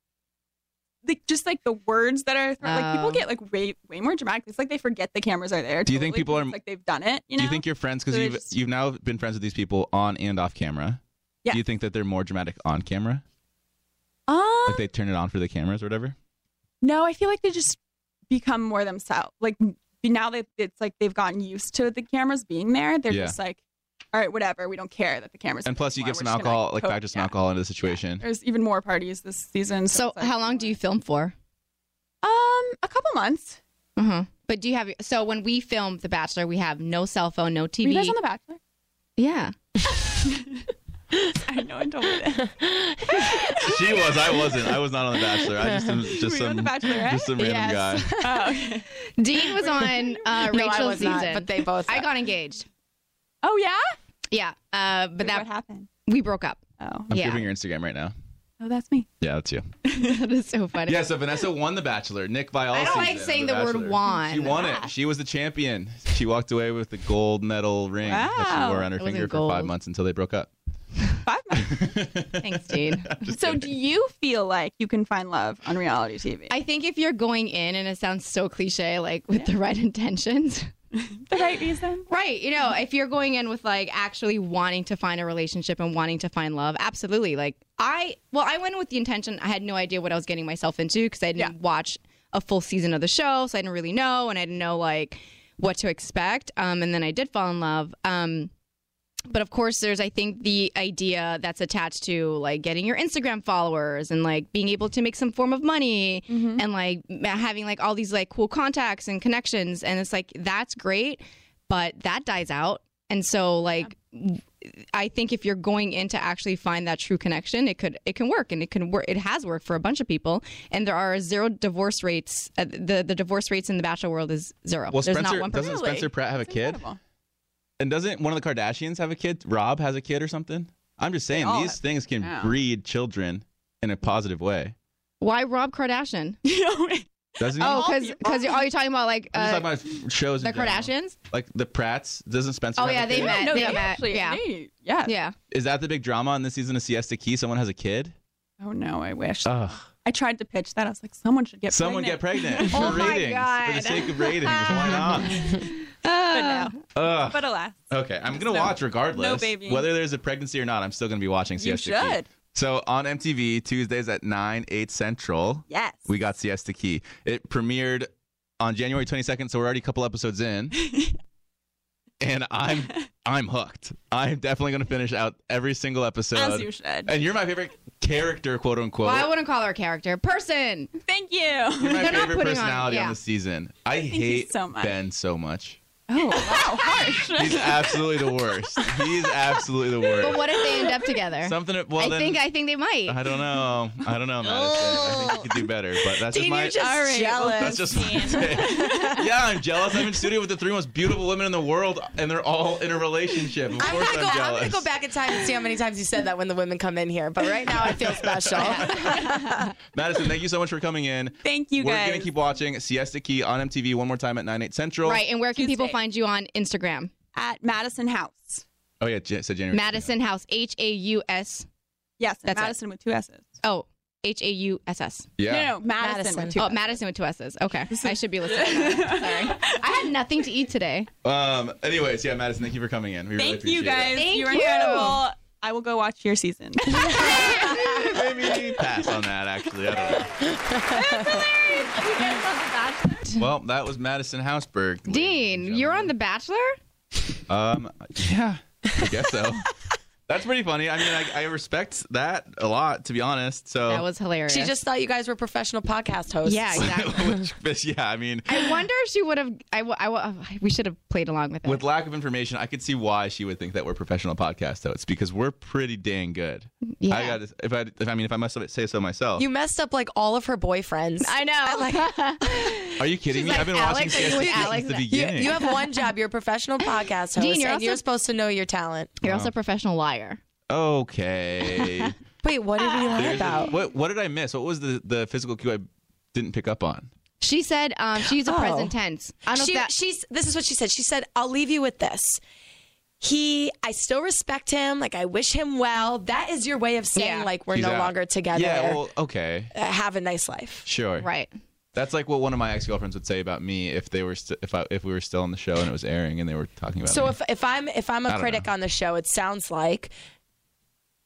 Speaker 8: like just like the words that are thrown. like people
Speaker 4: Oh.
Speaker 8: get like way way more dramatic. It's like they forget the cameras are there.
Speaker 2: Do you think
Speaker 8: totally,
Speaker 2: people are-
Speaker 8: because, like they've done it? You know.
Speaker 2: Do you think you're friends because
Speaker 8: So they
Speaker 2: you've
Speaker 8: just-
Speaker 2: you've now been friends with these people on and off camera?
Speaker 8: Yeah.
Speaker 2: Do you think that they're more dramatic on camera?
Speaker 8: Um,
Speaker 2: Like they turn it on for the cameras or whatever?
Speaker 8: no, I feel like they just become more themselves. Like m- now that it's like they've gotten used to the cameras being there, they're
Speaker 2: Yeah.
Speaker 8: just like, all right, whatever. We don't care that the cameras.
Speaker 2: And plus, you give
Speaker 8: give
Speaker 2: some alcohol, like factor some alcohol into the situation.
Speaker 8: There's even more parties this season.
Speaker 4: so
Speaker 8: it's like-
Speaker 4: how long do you film for?
Speaker 8: Um, a couple months.
Speaker 4: Uh-huh. But do you have so when we film The Bachelor, we have no cell phone, no TV.
Speaker 8: Were you guys on The Bachelor?
Speaker 4: yeah.
Speaker 8: I know I don't. Know
Speaker 2: She was, I wasn't. I was not on The Bachelor. I just am just
Speaker 8: Were you on
Speaker 2: some
Speaker 8: The Bachelorette?
Speaker 2: just some random
Speaker 9: Yes.
Speaker 2: guy.
Speaker 8: oh, okay.
Speaker 4: Dean was on uh,
Speaker 9: No, I
Speaker 4: Rachel's
Speaker 9: was not,
Speaker 4: season,
Speaker 9: but they both-
Speaker 4: I got engaged.
Speaker 8: oh yeah.
Speaker 4: Yeah, uh, but
Speaker 8: Wait,
Speaker 4: that
Speaker 8: what happened?
Speaker 4: we broke up.
Speaker 8: Oh,
Speaker 2: I'm
Speaker 4: Yeah.
Speaker 2: giving your Instagram right now.
Speaker 8: oh, that's me.
Speaker 2: Yeah, that's you.
Speaker 4: that is so funny.
Speaker 2: Yeah, so Vanessa won The Bachelor. Nick by all
Speaker 4: I don't like
Speaker 2: season of
Speaker 4: saying the word
Speaker 2: Bachelor.
Speaker 4: won.
Speaker 2: She won it. She was the champion. She walked away with the gold medal ring that she
Speaker 8: Wow.
Speaker 2: wore on her
Speaker 4: It wasn't
Speaker 2: finger for five
Speaker 4: gold.
Speaker 2: months until they broke up.
Speaker 8: Five months.
Speaker 4: Thanks, Dean.
Speaker 8: so, do you feel like you can find love on reality TV?
Speaker 4: I think if you're going in, and it sounds so cliche, like with the right intentions,
Speaker 8: the right reason.
Speaker 4: right? You know, if you're going in with like actually wanting to find a relationship and wanting to find love, absolutely. Like I, well, I went with the intention. I had no idea what I was getting myself into because I didn't watch a full season of the show, so I didn't really know, and I didn't know like what to expect. Um, and then I did fall in love. Um. but of course there's i think the idea that's attached to like getting your instagram followers and like being able to make some form of money and like m- having like all these like cool contacts and connections and it's like that's great but that dies out and so like w- i think if you're going in to actually find that true connection it could it can work and it can work it has worked for a bunch of people and there are zero divorce rates uh, the the divorce rates in the bachelor world is zero
Speaker 2: Well,
Speaker 4: there's
Speaker 2: Spencer
Speaker 4: not one person
Speaker 2: doesn't Spencer Pratt have a kid?
Speaker 8: Incredible.
Speaker 2: And doesn't one of the Kardashians have a kid? Rob has a kid or something? I'm just saying
Speaker 8: all
Speaker 2: these
Speaker 8: have-
Speaker 2: things can
Speaker 8: yeah.
Speaker 2: breed children in a positive way.
Speaker 4: why rob kardashian
Speaker 2: Doesn't he?
Speaker 4: oh because because you're, all you're talking about like
Speaker 2: I'm
Speaker 4: uh,
Speaker 2: just talking about shows.
Speaker 4: the
Speaker 2: in general.
Speaker 4: Kardashians.
Speaker 2: Like the Pratts. Doesn't Spencer
Speaker 4: Oh,
Speaker 2: have a
Speaker 4: yeah, they
Speaker 2: kid?
Speaker 4: met.
Speaker 8: no,
Speaker 4: they
Speaker 8: they
Speaker 4: met,
Speaker 8: actually,
Speaker 4: yeah.
Speaker 8: they- yeah.
Speaker 4: Yeah,
Speaker 2: Is that the big drama on this season of Siesta Key? Someone has a kid?
Speaker 8: Oh no, I wish.
Speaker 2: Ugh.
Speaker 8: I tried to pitch that. I was like, someone should get
Speaker 2: Someone
Speaker 8: pregnant.
Speaker 2: get pregnant for
Speaker 4: Oh my
Speaker 2: ratings. For the
Speaker 4: God.
Speaker 2: sake of ratings. Why
Speaker 8: Oh, But no.
Speaker 2: not? Ugh.
Speaker 8: But alas,
Speaker 2: Okay, I'm gonna
Speaker 8: No.
Speaker 2: watch regardless.
Speaker 8: No baby.
Speaker 2: Whether there's a pregnancy or not, I'm still gonna be watching
Speaker 8: You
Speaker 2: Siesta Key.
Speaker 8: should.
Speaker 2: So on MTV Tuesdays at nine eight central.
Speaker 8: yes.
Speaker 2: We got Siesta Key. It premiered on January 22nd, so we're already a couple episodes in. and I'm I'm hooked. I'm definitely going to finish out every single episode.
Speaker 8: as you should.
Speaker 2: And you're my favorite character, quote unquote.
Speaker 4: well, I wouldn't call her a character. Person.
Speaker 8: Thank you.
Speaker 2: you're my
Speaker 4: They're not
Speaker 2: favorite
Speaker 4: putting on-
Speaker 2: personality on,
Speaker 4: yeah.
Speaker 2: the season. I
Speaker 8: you
Speaker 2: hate
Speaker 8: so much.
Speaker 2: Ben so much.
Speaker 8: Oh wow, harsh.
Speaker 2: He's absolutely the worst. He's absolutely the worst.
Speaker 4: But what if they end up together?
Speaker 2: Something. Well,
Speaker 4: I
Speaker 2: then,
Speaker 4: think I think they might.
Speaker 2: I don't know. I don't know, Madison. I think you could do better, but that's just
Speaker 9: Dean,
Speaker 2: my.
Speaker 9: you're just
Speaker 8: All right,
Speaker 2: That's
Speaker 9: jealous.
Speaker 2: just my take. Yeah, I'm jealous. I'm in studio with the three most beautiful women in the world, and they're all in a relationship. Of
Speaker 9: I'm
Speaker 2: course,
Speaker 9: gonna, go,
Speaker 2: I'm
Speaker 9: I'm
Speaker 2: jealous.
Speaker 9: gonna go back in time and see how many times you said that when the women come in here. But right now, I feel special.
Speaker 2: Madison, thank you so much for coming in.
Speaker 8: Thank you
Speaker 2: We're
Speaker 8: guys.
Speaker 2: gonna keep watching Siesta Key on MTV one more time at 9, 8 central.
Speaker 4: Right. And where can people
Speaker 8: Tuesday.
Speaker 4: find you on Instagram?
Speaker 8: At Madison House.
Speaker 2: Oh yeah, Jan- said January.
Speaker 4: Madison House. H a u s.
Speaker 8: Yes, and
Speaker 4: That's it.
Speaker 8: Madison with two S's.
Speaker 4: Oh, H a u s s.
Speaker 2: Yeah.
Speaker 8: No, no, Madison.
Speaker 9: Madison.
Speaker 8: With two
Speaker 4: Oh, Madison with two s's. Okay, I should be listening. to that. Sorry, I had nothing to eat today.
Speaker 2: Um. Anyways, yeah, Madison, thank you for coming in. We really
Speaker 8: Thank
Speaker 2: appreciate
Speaker 8: you guys.
Speaker 4: Thank
Speaker 8: You're
Speaker 4: you.
Speaker 8: incredible. I will go watch your season.
Speaker 2: it. Maybe pass on that. Actually, I don't know. Well, that was Madison Hausberg. ladies and
Speaker 4: Dean,
Speaker 2: gentlemen.
Speaker 4: you're on The Bachelor.
Speaker 2: Um. Yeah. I guess so. That
Speaker 1: That's pretty funny. I mean, I, I respect that a lot, to be honest. So
Speaker 4: That was hilarious.
Speaker 9: She just thought you guys were professional podcast hosts.
Speaker 4: Yeah, exactly.
Speaker 1: But yeah, I mean,
Speaker 4: I wonder if she would have. I, w- I w- we should have played along with it.
Speaker 1: with lack of information, I could see why she would think that we're professional podcast hosts because we're pretty dang good.
Speaker 4: Yeah.
Speaker 1: I got to if I if I mean if I must say so
Speaker 2: Oh.
Speaker 1: myself.
Speaker 9: You messed up like all of her boyfriends.
Speaker 4: I know.
Speaker 1: are you kidding me? I've been watching
Speaker 4: "Alex, are you
Speaker 1: CSP
Speaker 4: with
Speaker 1: since
Speaker 4: Alex?"
Speaker 1: the
Speaker 4: You-
Speaker 9: You,
Speaker 1: beginning.
Speaker 9: you have one job. You're a professional podcast host,
Speaker 4: Dean, you're
Speaker 9: and
Speaker 4: also-
Speaker 9: you're supposed to know your talent.
Speaker 4: You're also a professional liar.
Speaker 1: okay.
Speaker 9: Wait, what did we lie
Speaker 1: There's a-
Speaker 9: about?
Speaker 1: what what did I miss? What was the the physical cue I didn't pick up on?
Speaker 4: She said um, she used a
Speaker 9: Oh.
Speaker 4: present tense. I don't know if
Speaker 9: She,
Speaker 4: that.
Speaker 9: she's. This is what she said. She said, "I'll leave you with this. He, I still respect him. Like I wish him well. That is your way of saying
Speaker 4: Yeah.
Speaker 9: like we're
Speaker 1: He's
Speaker 9: no
Speaker 1: out.
Speaker 9: longer together.
Speaker 1: Yeah. Well, okay.
Speaker 9: Uh, have a nice life.
Speaker 1: Sure.
Speaker 4: right.
Speaker 1: That's like what one of my ex girlfriends would say about me if they were st- if I if we were still on the show and it was airing and they were talking about.
Speaker 9: So
Speaker 1: me.
Speaker 9: if if I'm if I'm
Speaker 1: I
Speaker 9: a
Speaker 1: don't
Speaker 9: critic
Speaker 1: know.
Speaker 9: on the show, it sounds like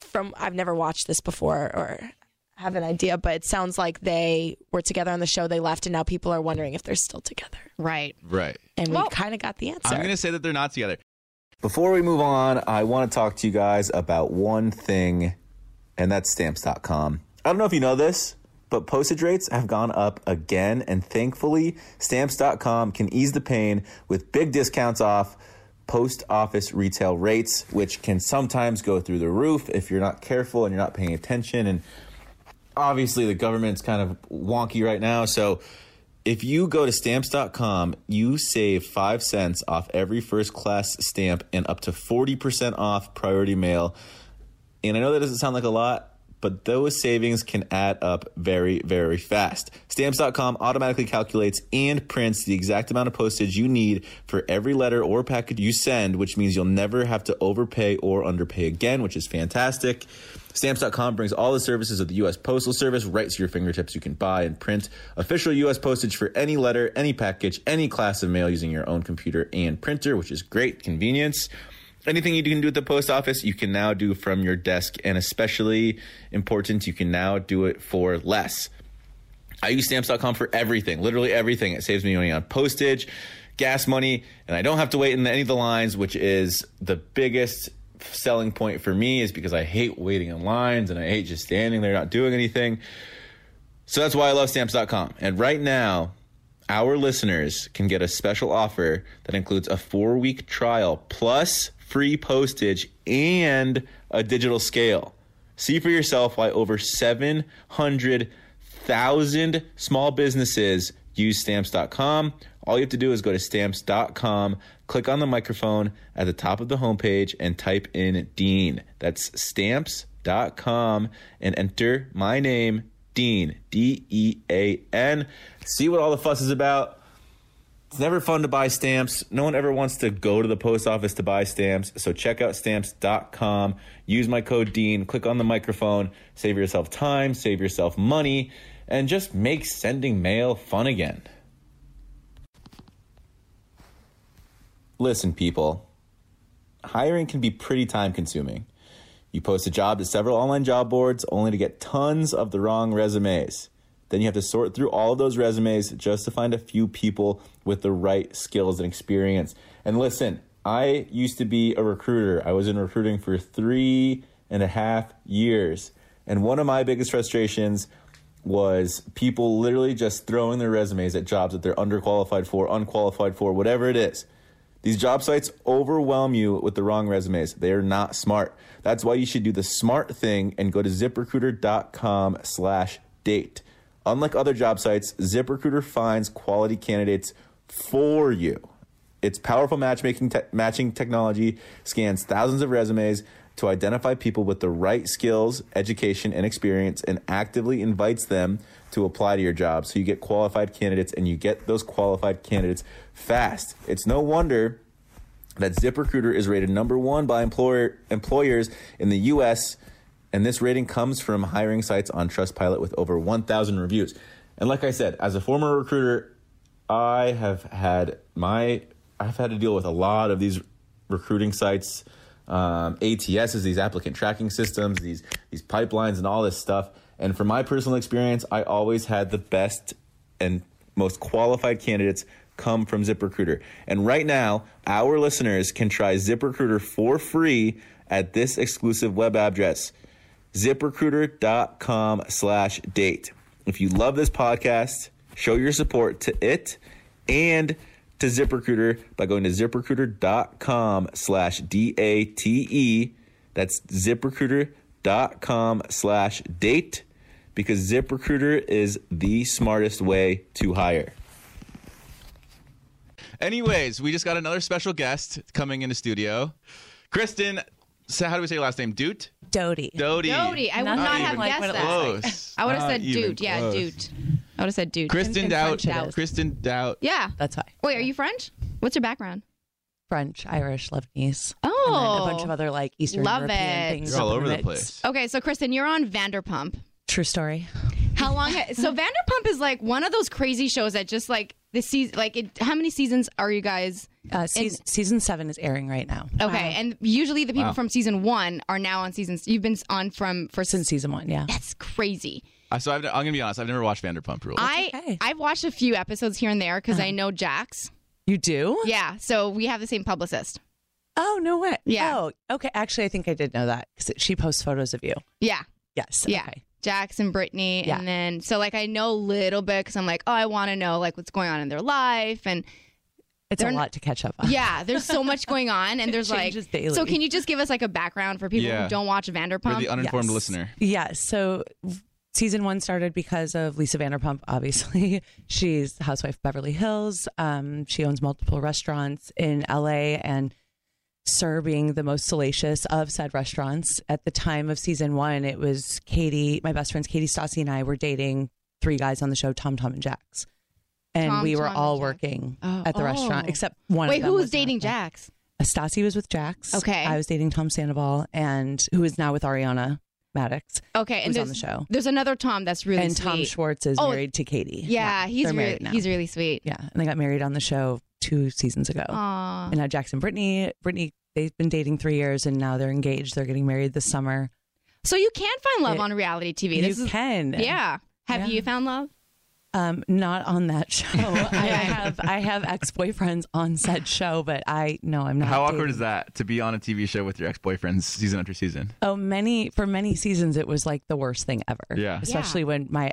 Speaker 9: from I've never watched this before or have an idea, but it sounds like they were together on the show, they left, and now people are wondering if they're still together.
Speaker 4: Right.
Speaker 1: right,
Speaker 9: And we
Speaker 4: Well-
Speaker 9: kind of got the answer.
Speaker 1: I'm gonna say that they're not together.
Speaker 2: Before we move on, I want to talk to you guys about one thing, and that's stamps.com. I don't know if you know this, but postage rates have gone up again, and thankfully, stamps.com can ease the pain with big discounts off post office retail rates, which can sometimes go through the roof if you're not careful and you're not paying attention and obviously the government's kind of wonky right now. So if you go to stamps.com, you save five cents off every first class stamp and up to 40% off priority mail. And I know that doesn't sound like a lot, but those savings can add up very, very fast. Stamps.com automatically calculates and prints the exact amount of postage you need for every letter or package you send, which means you'll never have to overpay or underpay again, which is fantastic. Stamps.com brings all the services of the U.S. Postal Service right to your fingertips. You can buy and print official U.S. postage for any letter, any package, any class of mail using your own computer and printer, which is great convenience. Anything you can do at the post office, you can now do from your desk. And especially important, you can now do it for less. I use stamps.com for everything, literally everything. It saves me money on postage, gas money, and I don't have to wait in any of the lines, which is the biggest selling point for me, is because I hate waiting in lines and I hate just standing there not doing anything. So that's why I love stamps.com. And right now, our listeners can get a special offer that includes a four week trial plus free postage and a digital scale. See for yourself why over 700,000 small businesses use stamps.com. All you have to do is go to stamps.com, click on the microphone at the top of the homepage, and type in Dean. That's stamps.com and enter my name, Dean, D E A N. See what all the fuss is about. It's never fun to buy stamps. No one ever wants to go to the post office to buy stamps. So check out stamps.com. Use my code Dean. Click on the microphone. Save yourself time, save yourself money, and just make sending mail fun again. Listen, people, hiring can be pretty time consuming. You post a job to several online job boards only to get tons of the wrong resumes. Then you have to sort through all of those resumes just to find a few people with the right skills and experience. And listen, I used to be a recruiter. I was in recruiting for three and a half years. And one of my biggest frustrations was people literally just throwing their resumes at jobs that they're underqualified for, unqualified for, whatever it is. These job sites overwhelm you with the wrong resumes. They are not smart. That's why you should do the smart thing and go to ziprecruiter.com slash date. Unlike other job sites, ZipRecruiter finds quality candidates for you. Its powerful matchmaking te- matching technology scans thousands of resumes to identify people with the right skills, education, and experience and actively invites them to apply to your job. So you get qualified candidates and you get those qualified candidates fast. It's no wonder that ZipRecruiter is rated number one by employer employers in the U.S. And this rating comes from hiring sites on Trustpilot with over 1,000 reviews. And like I said, as a former recruiter, I have had my I've had to deal with a lot of these recruiting sites, um, ATSs, these applicant tracking systems, these these pipelines, and all this stuff. And from my personal experience, I always had the best and most qualified candidates come from ZipRecruiter. And right now, our listeners can try ZipRecruiter for free
Speaker 10: at this exclusive web address, ziprecruiter.com slash date. If you love this podcast, show your support to it and to ZipRecruiter by going to ziprecruiter.com slash D-A-T-E. E. That's ziprecruiter.com slash date because ZipRecruiter is the smartest way to hire.
Speaker 2: Anyways, we just got another special guest coming into studio. Kristen, so how do we say your last name? Doot?
Speaker 9: Doty.
Speaker 2: Doty.
Speaker 4: Doty. I would
Speaker 2: Not
Speaker 4: not,
Speaker 2: even
Speaker 4: have guessed that.
Speaker 2: close.
Speaker 4: I would have
Speaker 2: Not
Speaker 4: said
Speaker 2: even
Speaker 4: dude. Yeah,
Speaker 2: close.
Speaker 4: dude. I would have said dude.
Speaker 2: Kristen
Speaker 4: In
Speaker 2: Doubt.
Speaker 4: French, Doubt.
Speaker 2: Kristen Doubt.
Speaker 4: Yeah.
Speaker 11: That's why.
Speaker 4: Wait, are you French? What's your background?
Speaker 11: French, Irish, Lebanese.
Speaker 4: Oh.
Speaker 11: And then a bunch of other like Eastern
Speaker 4: Love
Speaker 11: European
Speaker 4: it.
Speaker 11: things.
Speaker 2: You're all
Speaker 11: up in
Speaker 2: over the
Speaker 11: mix.
Speaker 2: place.
Speaker 4: Okay, so Kristen, you're on Vanderpump.
Speaker 11: True story.
Speaker 4: How long? so Vanderpump is like one of those crazy shows that just like the season. Like, it, how many seasons are you guys?
Speaker 11: Uh, season, season seven is airing right now.
Speaker 4: Okay, and usually the people
Speaker 11: Wow.
Speaker 4: from season one are now on seasons. You've been on from for
Speaker 11: since season one. Yeah,
Speaker 4: that's crazy.
Speaker 2: I so I've, I'm gonna be honest. I've never watched Vanderpump Rules.
Speaker 4: I I've watched a few episodes here and there because I know Jax.
Speaker 11: Uh-huh. You do?
Speaker 4: Yeah, so we have the same publicist.
Speaker 11: Oh no way.
Speaker 4: Yeah.
Speaker 11: Oh, okay. Actually, I think I did know that because she posts photos of you.
Speaker 4: Yeah.
Speaker 11: Yes.
Speaker 4: Yeah.
Speaker 11: Okay.
Speaker 4: Jax and Brittany,
Speaker 11: Yeah.
Speaker 4: and then so like I know a little bit because I'm like, oh, I want to know like what's going on in their life, and
Speaker 11: It's
Speaker 4: they're
Speaker 11: a
Speaker 4: n-
Speaker 11: lot to catch up on.
Speaker 4: Yeah, there's so much going on, and
Speaker 11: It
Speaker 4: there's like
Speaker 11: changes daily.
Speaker 4: so. Can you just give us like a background for people
Speaker 11: Yeah.
Speaker 4: who don't watch Vanderpump?
Speaker 2: For the uninformed listener.
Speaker 11: Yeah. So season one started because of Lisa Vanderpump, obviously. She's housewife of Beverly Hills. Um, she owns multiple restaurants in LA and Sir being the most salacious of said restaurants. At the time of season one, it was Katie, my best friends Katie Stassi and I were dating three guys on the show, Tom, Tom, and Jax. And
Speaker 4: Tom,
Speaker 11: we were
Speaker 4: Tom, and
Speaker 11: all
Speaker 4: Jax.
Speaker 11: working
Speaker 4: Oh.
Speaker 11: at the
Speaker 4: Oh.
Speaker 11: restaurant, except one
Speaker 4: Wait,
Speaker 11: of them
Speaker 4: who
Speaker 11: was
Speaker 4: was dating Jax?
Speaker 11: Stasi was with Jax.
Speaker 4: Okay.
Speaker 11: I was dating Tom Sandoval, and who is now with Ariana Maddox.
Speaker 4: Okay, and
Speaker 11: who's on the
Speaker 4: there's-
Speaker 11: show.
Speaker 4: There's another Tom that's Oh, really
Speaker 11: and Tom
Speaker 4: sweet.
Speaker 11: Schwartz is
Speaker 4: Oh,
Speaker 11: married to Katie.
Speaker 4: Yeah, he's
Speaker 11: they're
Speaker 4: really,
Speaker 11: married now.
Speaker 4: he's really sweet.
Speaker 11: Yeah, and they got married on the show two seasons ago.
Speaker 4: Aw.
Speaker 11: And now Jackson, Brittany, Brittany, they've been dating three years, and now they're engaged. They're getting married this summer.
Speaker 4: So you can find love
Speaker 11: It-
Speaker 4: on reality TV.
Speaker 11: you
Speaker 4: This is,
Speaker 11: can.
Speaker 4: Yeah. Have
Speaker 11: Yeah.
Speaker 4: you found love?
Speaker 11: Um, not on that show.
Speaker 4: Oh,
Speaker 11: I have I have ex boyfriends on said show, but I no, I'm not.
Speaker 2: How
Speaker 11: dating.
Speaker 2: awkward is that to be on a TV show with your ex-boyfriends season after season?
Speaker 11: Oh, many for many seasons, it was like the worst thing ever.
Speaker 2: Yeah.
Speaker 11: especially when my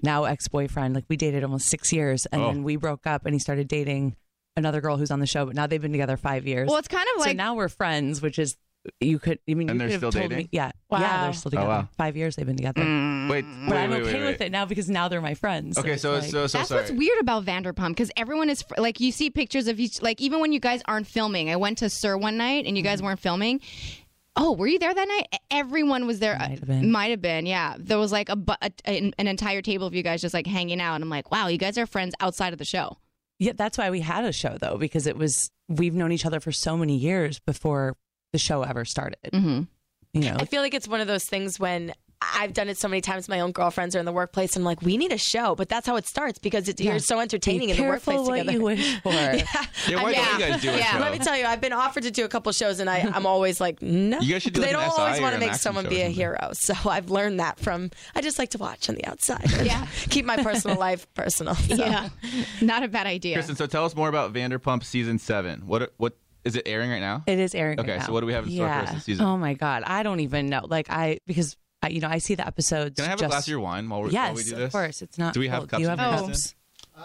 Speaker 11: now ex boyfriend, like we dated almost six years, and
Speaker 2: Oh.
Speaker 11: then we broke up, and he started dating another girl who's on the show, but now they've been together five years.
Speaker 4: Well, it's kind of
Speaker 11: so
Speaker 4: like-
Speaker 11: now we're friends, which is you could. I mean,
Speaker 2: And
Speaker 11: you
Speaker 2: they're
Speaker 11: could have
Speaker 2: still
Speaker 11: told me-
Speaker 2: dating?
Speaker 11: yeah, yeah,
Speaker 2: Wow.
Speaker 11: they're still
Speaker 2: Oh,
Speaker 11: together.
Speaker 2: wow.
Speaker 11: Five years they've been together.
Speaker 4: Mm.
Speaker 2: Wait,
Speaker 11: But
Speaker 2: wait,
Speaker 11: I'm
Speaker 2: wait,
Speaker 11: okay
Speaker 2: wait,
Speaker 11: with
Speaker 2: wait.
Speaker 11: it now because now they're my friends.
Speaker 2: Okay,
Speaker 11: it's
Speaker 2: so-
Speaker 11: like-
Speaker 2: so- so
Speaker 4: That's what's weird about Vanderpump because everyone is fr- like you see pictures of each like even when you guys aren't filming. I went to Sir one night and you
Speaker 11: Mm-hmm.
Speaker 4: guys weren't filming. Oh, were you there that night? E- Everyone was there. Might have been. yeah. There was like a, bu- a, a- an entire table of you guys just like hanging out, and I'm like, wow, you guys are friends outside of the show.
Speaker 11: Yeah, that's why we had a show though, because it was we've known each other for so many years before the show ever started.
Speaker 4: Mm-hmm.
Speaker 11: You know,
Speaker 9: I feel like it's one of those things when I've done it so many times. My own girlfriends are in the workplace, and I'm like, we need a show. But that's how it starts because it, you're so entertaining
Speaker 11: Be
Speaker 9: in the
Speaker 11: careful
Speaker 9: workplace
Speaker 11: what
Speaker 9: together.
Speaker 11: you wish for.
Speaker 9: yeah.
Speaker 2: Yeah, why don't you guys do a show?
Speaker 9: Let me tell you, I've been offered to do a couple shows, and I, I'm always like, no.
Speaker 2: You guys should do,
Speaker 9: They
Speaker 2: like, an
Speaker 9: don't
Speaker 2: SI
Speaker 9: always
Speaker 2: or
Speaker 9: want to
Speaker 2: an
Speaker 9: make
Speaker 2: action
Speaker 9: someone
Speaker 2: show or
Speaker 9: be a
Speaker 2: something.
Speaker 9: hero. So I've learned that from. I just like to watch on the outside. Yeah, keep my personal life personal. so.
Speaker 4: Yeah, not a bad idea.
Speaker 2: Kristen, so tell us more about Vanderpump season seven. What what is it airing right now?
Speaker 11: It is airing.
Speaker 2: Okay,
Speaker 11: right
Speaker 2: so
Speaker 11: now.
Speaker 2: what do we have in store for us this season?
Speaker 11: Oh my god, I don't even know. Like I because I, you know I see the episodes.
Speaker 2: Can I have
Speaker 11: just-
Speaker 2: a glass of your wine while, we're,
Speaker 11: yes,
Speaker 2: while we do this?
Speaker 11: of course. It's not.
Speaker 2: Do we have
Speaker 11: cold.
Speaker 2: cups?
Speaker 11: Do you have
Speaker 2: in here,
Speaker 11: cups?
Speaker 2: Kristen?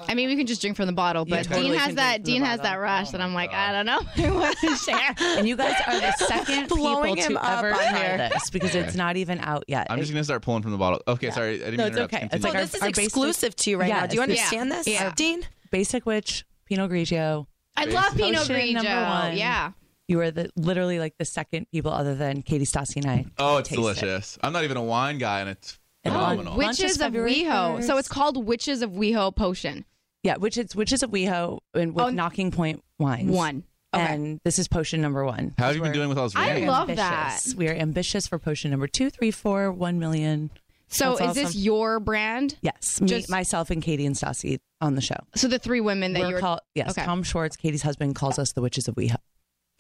Speaker 4: I mean, we can just drink from the bottle, but
Speaker 11: totally
Speaker 4: Dean
Speaker 11: can
Speaker 4: has
Speaker 11: drink
Speaker 4: that
Speaker 11: from the Oh
Speaker 4: Dean has that rush that I'm like, I don't know. I want to share.
Speaker 11: And you guys are the second
Speaker 9: Blowing
Speaker 11: people
Speaker 9: him
Speaker 11: to
Speaker 9: up
Speaker 11: ever
Speaker 9: on
Speaker 11: try
Speaker 9: here.
Speaker 11: this because it's not even out yet.
Speaker 2: I'm just gonna start pulling from the bottle. Okay, sorry, I didn't
Speaker 11: No,
Speaker 2: mean
Speaker 11: it's
Speaker 2: to interrupt.
Speaker 11: okay. It's
Speaker 2: Continue.
Speaker 11: like our-
Speaker 9: Oh, this is
Speaker 11: our basic-
Speaker 9: exclusive to you right now. Do you
Speaker 11: Yes, it's-
Speaker 9: understand this,
Speaker 11: Yeah.
Speaker 9: Dean?
Speaker 11: Basic witch Pinot Grigio.
Speaker 4: I love Pinot
Speaker 11: Potion number
Speaker 4: Grigio,
Speaker 11: one.
Speaker 4: yeah.
Speaker 11: You are the literally like the second people other than Katie Stassi and I.
Speaker 2: Oh, it's
Speaker 11: Taste it.
Speaker 2: delicious. I'm not even a wine guy, and it's
Speaker 11: And on
Speaker 2: phenomenal.
Speaker 11: Launches
Speaker 4: Witches of
Speaker 11: February
Speaker 4: WeHo. So
Speaker 11: 1st.
Speaker 4: it's called Witches of WeHo Potion. Oh,
Speaker 11: Yeah, which is which is a WeHo and with Knocking Point wines.
Speaker 4: One. Okay.
Speaker 11: And this is potion number one.
Speaker 2: How have you been doing with all this?
Speaker 4: I
Speaker 2: wine?
Speaker 4: love that.
Speaker 11: Ambitious. We are ambitious for potion number two, three, four, one million.
Speaker 4: So
Speaker 11: That's
Speaker 4: is
Speaker 11: awesome.
Speaker 4: this your brand?
Speaker 11: Yes, me,
Speaker 4: Just-
Speaker 11: myself, and Katie and Stassi on the show.
Speaker 4: So the three women that
Speaker 11: We're
Speaker 4: you're
Speaker 11: called, yes,
Speaker 4: okay.
Speaker 11: Tom Schwartz, Katie's husband, calls us the witches of WeHo.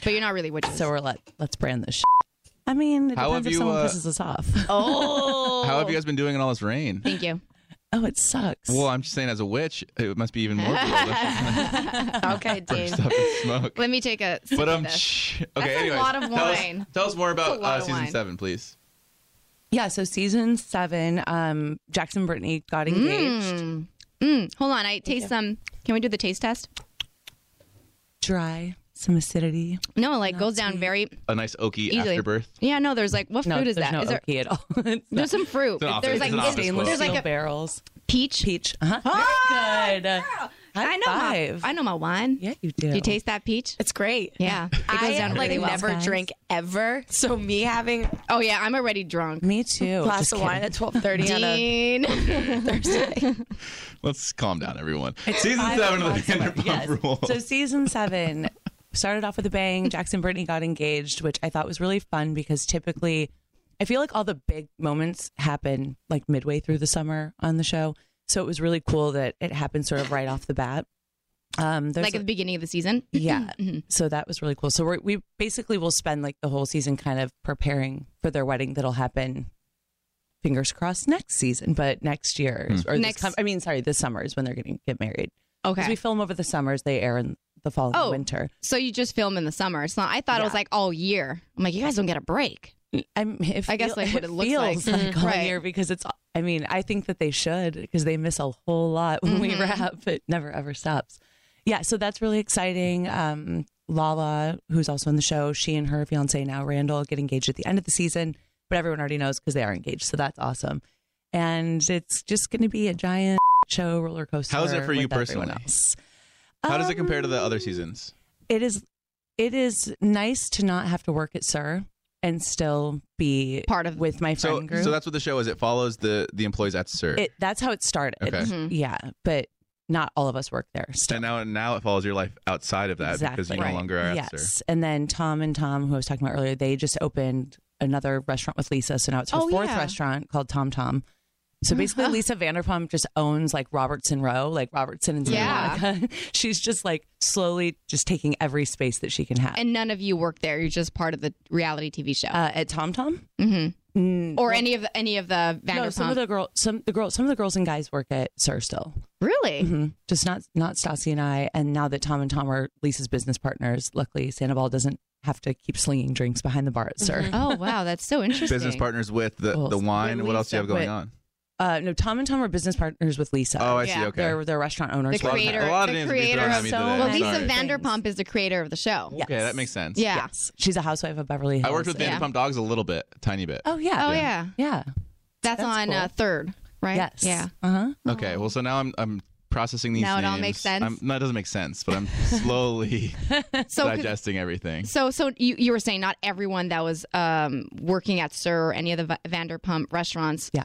Speaker 4: but you're not really witches.
Speaker 11: So we're let let's brand this. Shit. I mean, it
Speaker 2: How have
Speaker 11: depends if
Speaker 2: you,
Speaker 11: someone
Speaker 2: uh,
Speaker 11: pisses us off.
Speaker 4: oh,
Speaker 2: How have you guys been doing in all this rain?
Speaker 4: thank you.
Speaker 11: Oh, it sucks.
Speaker 2: Well, I'm just saying, as a witch, it must be even more delicious.
Speaker 4: okay, Dean.
Speaker 2: Stuff and smoke.
Speaker 4: Let me take a. sip
Speaker 2: But
Speaker 4: of
Speaker 2: um,
Speaker 4: this.
Speaker 2: shh.
Speaker 4: That's
Speaker 2: okay.
Speaker 4: a
Speaker 2: anyways,
Speaker 4: lot of
Speaker 2: tell us-
Speaker 4: wine.
Speaker 2: Tell us more
Speaker 4: That's
Speaker 2: about
Speaker 4: a lot
Speaker 2: uh,
Speaker 4: of
Speaker 2: season
Speaker 4: wine.
Speaker 2: seven, please.
Speaker 11: Yeah, so season seven, um, Jackson Brittany got engaged.
Speaker 4: Mm. Mm. Hold on, I taste some. Can we do the taste test?
Speaker 11: Dry, some acidity.
Speaker 4: No, like goes down very.
Speaker 2: A nice oaky
Speaker 4: Easily.
Speaker 2: afterbirth.
Speaker 4: Yeah, no. There's like what
Speaker 11: No,
Speaker 4: fruit is
Speaker 11: there's
Speaker 4: that?
Speaker 11: no
Speaker 4: Is there,
Speaker 11: oaky at all. It's
Speaker 4: there's some fruit.
Speaker 11: It's an
Speaker 4: there's
Speaker 11: office-
Speaker 4: like
Speaker 11: it's an
Speaker 4: it's-
Speaker 11: office
Speaker 4: there's
Speaker 11: close.
Speaker 4: like a
Speaker 11: barrels.
Speaker 4: Peach.
Speaker 11: Peach. Uh-huh.
Speaker 4: Oh,
Speaker 11: Good. High
Speaker 4: I know
Speaker 11: five.
Speaker 4: my I know my wine.
Speaker 11: Yeah, you do.
Speaker 4: Do you taste that peach?
Speaker 9: It's great.
Speaker 4: Yeah, it goes
Speaker 9: I
Speaker 4: down
Speaker 9: like
Speaker 4: really well.
Speaker 9: never drink ever, so me having
Speaker 4: Oh yeah, I'm already drunk.
Speaker 11: Me too.
Speaker 9: glass of wine at twelve thirty on a
Speaker 4: Dean.
Speaker 9: Thursday.
Speaker 2: Let's calm down, everyone.
Speaker 11: It's
Speaker 2: season
Speaker 11: five
Speaker 2: seven of the
Speaker 11: o'clock
Speaker 2: Vanderpump
Speaker 11: yes.
Speaker 2: Rules.
Speaker 11: So season seven started off with a bang. Jackson Brittany got engaged, which I thought was really fun because typically I feel like all the big moments happen like midway through the summer on the show. So it was really cool that it happened sort of right off the bat. Um, there's
Speaker 4: like at the beginning of the season.
Speaker 11: yeah.
Speaker 4: Mm-hmm.
Speaker 11: So that was really cool. So we're, we basically will spend like the whole season kind of preparing for their wedding that'll happen. Fingers crossed next season, but next year is- or
Speaker 4: Next-
Speaker 11: This com- I mean, sorry, this summer is when they're going to get married. 'Cause
Speaker 4: Okay.
Speaker 11: we film over the summers; they air in the fall and
Speaker 4: Oh.
Speaker 11: the winter.
Speaker 4: So you just film in the summer. It's not. I thought it was
Speaker 11: Yeah.
Speaker 4: like all year. I'm like, you guys don't get a break.
Speaker 11: I'm, it
Speaker 4: I guess,
Speaker 11: feel-
Speaker 4: like, what it looks
Speaker 11: feels
Speaker 4: like. Mhm.
Speaker 11: all
Speaker 4: Right.
Speaker 11: year because it's. I mean, I think that they should because they miss a whole lot when we
Speaker 4: Mhm.
Speaker 11: wrap. It never ever stops. Yeah, so that's really exciting. Um, Lala, who's also in the show, she and her fiance now Randall get engaged at the end of the season, but everyone already knows because they are engaged, so that's awesome. And it's just going to be a giant show roller coaster.
Speaker 2: How's it for you
Speaker 11: with everyone
Speaker 2: personally?
Speaker 11: else. Um,
Speaker 2: How does it compare to the other seasons?
Speaker 11: it is it is nice to not have to work at Sir and still be part of with my friend
Speaker 2: So,
Speaker 11: group.
Speaker 2: so that's what the show is. It follows the the employees at Sir.
Speaker 11: it, that's how it started.
Speaker 2: Okay. Mhm.
Speaker 4: Mm-hmm.
Speaker 11: Yeah, but not all of us work there.
Speaker 2: and now now it follows your life outside of that because you no
Speaker 11: Right.
Speaker 2: longer are
Speaker 11: yes.
Speaker 2: at Sir.
Speaker 11: And then Tom and Tom, who I was talking about earlier, they just opened another restaurant with Lisa. So now it's her
Speaker 4: Oh,
Speaker 11: fourth
Speaker 4: yeah.
Speaker 11: restaurant called Tom Tom. So basically, Lisa Vanderpump just owns like Robertson Row, like Robertson and Santa
Speaker 4: Yeah.
Speaker 11: Monica. She's just like slowly just taking every space that she can have.
Speaker 4: And none of you work there. You're just part of the reality TV show.
Speaker 11: Uh, at Tom Tom,
Speaker 4: mm-hmm.
Speaker 11: Mm,
Speaker 4: or
Speaker 11: well-
Speaker 4: any of the, any of the Vanderpump.
Speaker 11: No, some of the girl, some the girl, some of the girls and guys work at Sir still.
Speaker 4: really.
Speaker 12: Mm-hmm.
Speaker 11: hmm Just not not Stassi and I. And now that Tom and Tom are Lisa's business partners, luckily Sandoval doesn't have to keep slinging drinks behind the bar at Sir.
Speaker 4: Oh wow, that's so interesting.
Speaker 2: Mm-hmm. Business partners with the, the wine. What else do you have
Speaker 11: Lisa,
Speaker 2: going
Speaker 11: but-
Speaker 2: on?
Speaker 11: Uh, no, Tom and Tom are business partners with Lisa.
Speaker 2: Oh, I see, Yeah. okay.
Speaker 11: They're, they're restaurant owners.
Speaker 4: the
Speaker 2: lot of-
Speaker 4: creator,
Speaker 2: a lot of
Speaker 4: the
Speaker 2: names being
Speaker 4: creator
Speaker 2: thrown at
Speaker 4: of
Speaker 2: me
Speaker 4: so
Speaker 2: today.
Speaker 4: well,
Speaker 2: I'm
Speaker 4: Lisa
Speaker 2: sorry.
Speaker 4: Vanderpump is the creator of the show.
Speaker 2: Okay, that makes sense.
Speaker 4: Yeah.
Speaker 11: Yes. She's a housewife of Beverly Hills.
Speaker 2: I worked with
Speaker 11: and-
Speaker 2: Vanderpump Dogs a little bit, tiny bit.
Speaker 11: Oh yeah.
Speaker 4: Oh yeah.
Speaker 11: Yeah.
Speaker 4: That's,
Speaker 11: That's
Speaker 4: on
Speaker 11: cool.
Speaker 4: uh, third, right?
Speaker 11: Yes.
Speaker 4: Yeah.
Speaker 11: Uh huh.
Speaker 2: Okay, well, so now I'm I'm processing these.
Speaker 4: Now it all
Speaker 2: names.
Speaker 4: makes sense?
Speaker 2: I'm, no, it doesn't make sense, but I'm slowly
Speaker 4: So 'cause-
Speaker 2: digesting everything.
Speaker 4: So, so you, you were saying not everyone that was um, working at Sir or any of the Va- Vanderpump restaurants,
Speaker 11: yeah.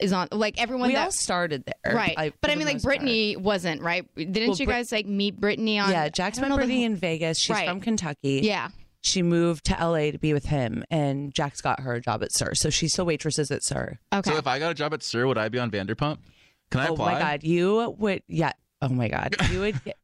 Speaker 4: is on like everyone.
Speaker 11: We
Speaker 4: that,
Speaker 11: all started there,
Speaker 4: right?
Speaker 11: I-
Speaker 4: but
Speaker 11: for
Speaker 4: I
Speaker 11: the
Speaker 4: mean, like
Speaker 11: most part.
Speaker 4: Brittany wasn't right. Didn't
Speaker 11: Well,
Speaker 4: you
Speaker 11: Brit-
Speaker 4: guys like meet Brittany on?
Speaker 11: Yeah, Jack's
Speaker 4: I don't know
Speaker 11: met
Speaker 4: the
Speaker 11: Brittany
Speaker 4: whole-
Speaker 11: in Vegas. She's
Speaker 4: Right.
Speaker 11: from Kentucky.
Speaker 4: Yeah.
Speaker 11: She moved to LA to be with him, and Jack's got her a job at Sir. So she still waitresses at Sir.
Speaker 2: So if I got a job at Sir, would I be on Vanderpump? Can I
Speaker 11: oh
Speaker 2: apply?
Speaker 11: my God. You would, yeah. Oh my God. You would get.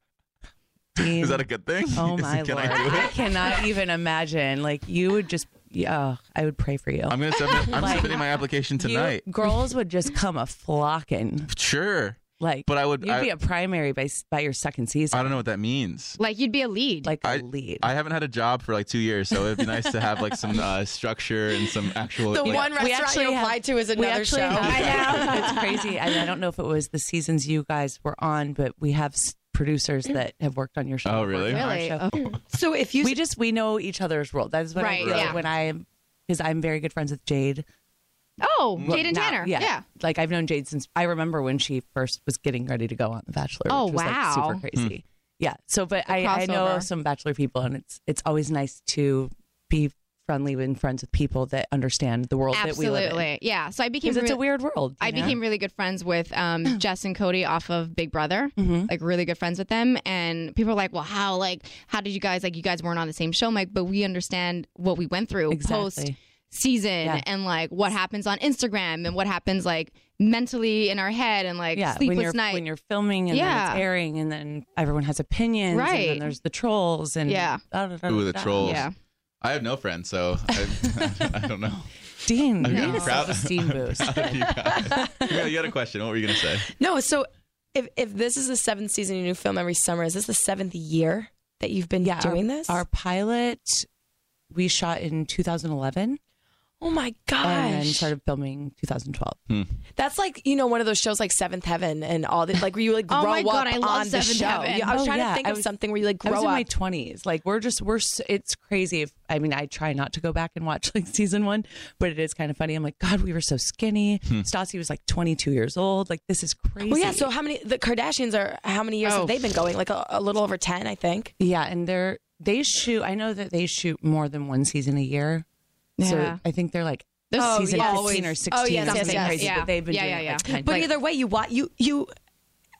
Speaker 2: Is that a good thing?
Speaker 11: Oh
Speaker 2: Is-
Speaker 11: my
Speaker 2: Can
Speaker 11: Lord.
Speaker 2: I do it?
Speaker 11: cannot even imagine. Like, you would just, yeah, I would pray for you.
Speaker 2: I'm gonna submit. I'm
Speaker 11: Like,
Speaker 2: submitting my application
Speaker 11: you-
Speaker 2: tonight.
Speaker 11: girls would just come a flocking.
Speaker 2: Sure.
Speaker 11: Like,
Speaker 2: But I would-
Speaker 11: You'd
Speaker 2: I-
Speaker 11: be a primary by, s- by your second season.
Speaker 2: I don't know what that means.
Speaker 4: Like you'd be a lead.
Speaker 11: Like a
Speaker 2: I-
Speaker 11: lead.
Speaker 2: I haven't had a job for like two years, so it'd be nice to have like some uh, structure and some actual.
Speaker 9: The
Speaker 2: like-
Speaker 9: one restaurant
Speaker 11: actually
Speaker 9: you
Speaker 11: have-
Speaker 9: applied to is
Speaker 11: we
Speaker 9: another show.
Speaker 11: actually have- it's crazy. I, mean, I don't know if it was the seasons you guys were on, but we have s- producers that have worked on your show.
Speaker 2: Oh,
Speaker 11: worked
Speaker 2: really?
Speaker 11: on our
Speaker 2: Really?
Speaker 11: show.
Speaker 9: So if you
Speaker 11: we just we know each other's world. That's what
Speaker 4: Right,
Speaker 11: I really
Speaker 4: yeah.
Speaker 11: when I because I'm very good friends with Jade.
Speaker 4: Oh,
Speaker 11: Well,
Speaker 4: Jade and
Speaker 11: now-
Speaker 4: Tanner. Yeah.
Speaker 11: like I've known Jade since I remember when she first was getting ready to go on The Bachelor.
Speaker 4: Oh,
Speaker 11: which was, like,
Speaker 4: wow.
Speaker 2: Hmm.
Speaker 11: super crazy. Yeah, so but
Speaker 4: The
Speaker 11: I, I know
Speaker 4: crossover.
Speaker 11: some Bachelor people, and it's it's always nice to be friendly and friends with people that understand the world that we live in.
Speaker 4: Absolutely. Yeah. So I became
Speaker 11: 'Cause it's a
Speaker 4: real-
Speaker 11: weird world, you
Speaker 4: I
Speaker 11: know?
Speaker 4: became really good friends with um, Jess and Cody off of Big Brother.
Speaker 11: Mhm.
Speaker 4: Like really good friends with them, and people are like, "Well, how? Like, how did you guys? Like, you guys weren't on the same show, I'm like, but we understand what we went through post
Speaker 11: Exactly.
Speaker 4: season,
Speaker 11: Yeah.
Speaker 4: and like what happens on Instagram, and what happens like mentally in our head, and like
Speaker 11: yeah,
Speaker 4: sleepless
Speaker 11: when you're,
Speaker 4: night.
Speaker 11: when you're filming and then
Speaker 4: Yeah.
Speaker 11: it's airing and then everyone has opinions
Speaker 4: Right.
Speaker 11: and then there's the trolls and
Speaker 4: Yeah.
Speaker 11: da, da, da,
Speaker 2: Ooh, the
Speaker 11: da, da.
Speaker 2: trolls. I have no friends, so I, I don't know.
Speaker 11: self-esteem.
Speaker 2: Okay,
Speaker 11: You
Speaker 2: I'm
Speaker 11: need a
Speaker 2: proud- I'm
Speaker 11: self-esteem boost.
Speaker 2: proud of you guys. Camille, you had a question. What were you going to say?
Speaker 9: No, so if if this is the seventh season of your new film every summer, is this the seventh year that you've been
Speaker 11: Yeah,
Speaker 9: doing
Speaker 11: our,
Speaker 9: this?
Speaker 11: Our pilot we shot in 2011.
Speaker 9: oh my
Speaker 11: And
Speaker 9: gosh.
Speaker 11: started filming 2012.
Speaker 9: That's like, you know, one of those shows like Seventh Heaven and all that. Like, where you like grow
Speaker 11: Oh my God,
Speaker 9: up
Speaker 11: I love
Speaker 9: on the
Speaker 11: Seventh
Speaker 9: show.
Speaker 11: Heaven.
Speaker 9: Yeah, I was
Speaker 11: Oh,
Speaker 9: trying
Speaker 11: yeah,
Speaker 9: to think
Speaker 11: I
Speaker 9: of
Speaker 11: was-
Speaker 9: something where you like
Speaker 11: I
Speaker 9: grow
Speaker 11: was in
Speaker 9: up.
Speaker 11: my 20s. Like we're just we're s- it's crazy. If I mean, I try not to go back and watch like season 1, but it is kind of funny. I'm like, god, we were so skinny. Stassi was like 22 years old. Like this is crazy.
Speaker 9: well, Oh, yeah. So how many the Kardashians are? How many years
Speaker 11: Oh.
Speaker 9: have they been going? Like a, a little over ten, I think.
Speaker 11: Yeah, and they're they shoot. I know that they shoot more than one season a year.
Speaker 9: Yeah.
Speaker 11: So I think they're like
Speaker 9: This
Speaker 11: oh, season
Speaker 9: yes.
Speaker 11: 15 or
Speaker 9: Always.
Speaker 11: 16
Speaker 9: Oh, yes,
Speaker 11: or
Speaker 9: yes,
Speaker 11: something
Speaker 9: yes,
Speaker 11: crazy.
Speaker 9: yeah.
Speaker 11: But they've been
Speaker 9: Yeah,
Speaker 11: doing
Speaker 9: yeah,
Speaker 11: it,
Speaker 9: yeah.
Speaker 11: like, kind of-
Speaker 9: But
Speaker 11: like,
Speaker 9: either way, you watch you you.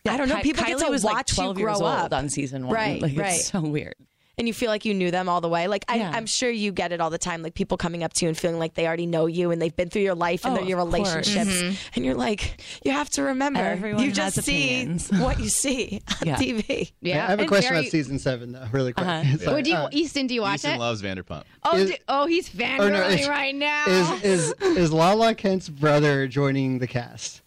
Speaker 9: I don't know.
Speaker 11: Ky-
Speaker 9: people
Speaker 11: Kylie
Speaker 9: get to
Speaker 11: was
Speaker 9: watch
Speaker 11: like 12
Speaker 9: you grow
Speaker 11: years
Speaker 9: up
Speaker 11: old on season one.
Speaker 9: Right,
Speaker 11: Like,
Speaker 9: right.
Speaker 11: It's so weird.
Speaker 9: and you feel like you knew them all the way. Like I,
Speaker 11: Yeah.
Speaker 9: I'm sure you get it all the time. Like people coming up to you and feeling like they already know you and they've been through your life and
Speaker 11: Oh,
Speaker 9: their- your
Speaker 11: of course.
Speaker 9: relationships,
Speaker 11: Mhm.
Speaker 9: and you're like, you have to remember,
Speaker 11: Everyone
Speaker 9: you
Speaker 11: has
Speaker 9: just see
Speaker 11: opinions.
Speaker 9: what you see on
Speaker 11: Yeah.
Speaker 9: TV.
Speaker 5: I have a question about season seven, though, really quick. It's
Speaker 4: Oh,
Speaker 5: like,
Speaker 4: do you,
Speaker 5: uh,
Speaker 4: Easton, do you watch
Speaker 2: Easton
Speaker 4: it?
Speaker 2: loves Vanderpump.
Speaker 4: oh,
Speaker 5: Is-
Speaker 4: do- oh, he's
Speaker 5: or no,
Speaker 4: fangirling
Speaker 5: is-
Speaker 4: right now.
Speaker 5: is is is Lala Kent's brother joining the cast?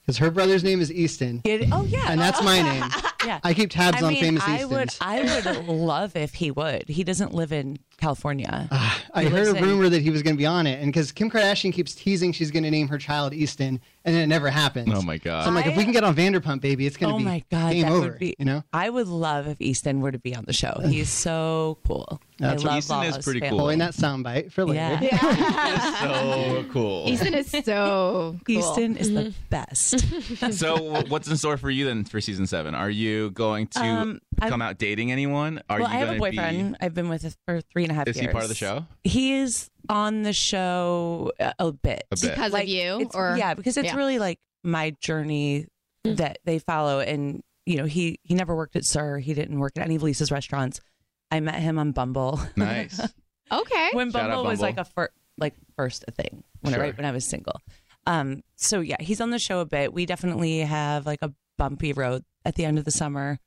Speaker 5: Because her brother's name is Easton.
Speaker 11: oh yeah,
Speaker 5: and that's my name.
Speaker 11: Yeah.
Speaker 5: I keep tabs
Speaker 11: I
Speaker 5: on
Speaker 11: mean,
Speaker 5: famous
Speaker 11: I
Speaker 5: Eastons.
Speaker 11: would, I would love if he would. He doesn't live in California.
Speaker 5: Ah, I
Speaker 11: He
Speaker 5: heard
Speaker 11: lives
Speaker 5: a
Speaker 11: in-
Speaker 5: rumor that he was going to be on it, and because Kim Kardashian keeps teasing she's going to name her child Easton, and then it never happens.
Speaker 2: Oh my god!
Speaker 5: So I'm like, if we can get on Vanderpump, baby, it's going to
Speaker 11: oh
Speaker 5: be
Speaker 11: my god,
Speaker 5: game
Speaker 11: that
Speaker 5: over.
Speaker 11: would be.
Speaker 5: you know,
Speaker 11: I would love if Easton were to be on the show. He's so cool. I love Lala's family.
Speaker 5: Pulling that soundbite for later.
Speaker 11: Yeah.
Speaker 2: So cool.
Speaker 4: Easton is so cool.
Speaker 11: Easton is the best.
Speaker 2: so wh- what's in store for you then for season seven? Are you going to
Speaker 11: Um, I've-
Speaker 2: come out dating anyone? Are
Speaker 11: well,
Speaker 2: you
Speaker 11: I have a
Speaker 2: gonna be-
Speaker 11: boyfriend. I've been with for three and a half
Speaker 2: Is
Speaker 11: years.
Speaker 2: he part of the show?
Speaker 11: He is on the show a- a bit.
Speaker 2: A bit. Because
Speaker 4: of you,
Speaker 11: it's-
Speaker 4: or-
Speaker 11: yeah, because it's
Speaker 4: yeah. Mm.
Speaker 11: really like my journey that they follow. And you know, he he never worked at Sir. He didn't work at any of Lisa's restaurants. I met him on Bumble.
Speaker 2: Nice.
Speaker 4: Okay.
Speaker 11: when
Speaker 2: Shout
Speaker 11: Bumble,
Speaker 2: out
Speaker 11: was like
Speaker 2: Bumble.
Speaker 11: a fir- like first thing when
Speaker 2: Sure.
Speaker 11: I, right when I was single. Um, so yeah, he's on the show a bit. We definitely have like a bumpy road at the end of the summer,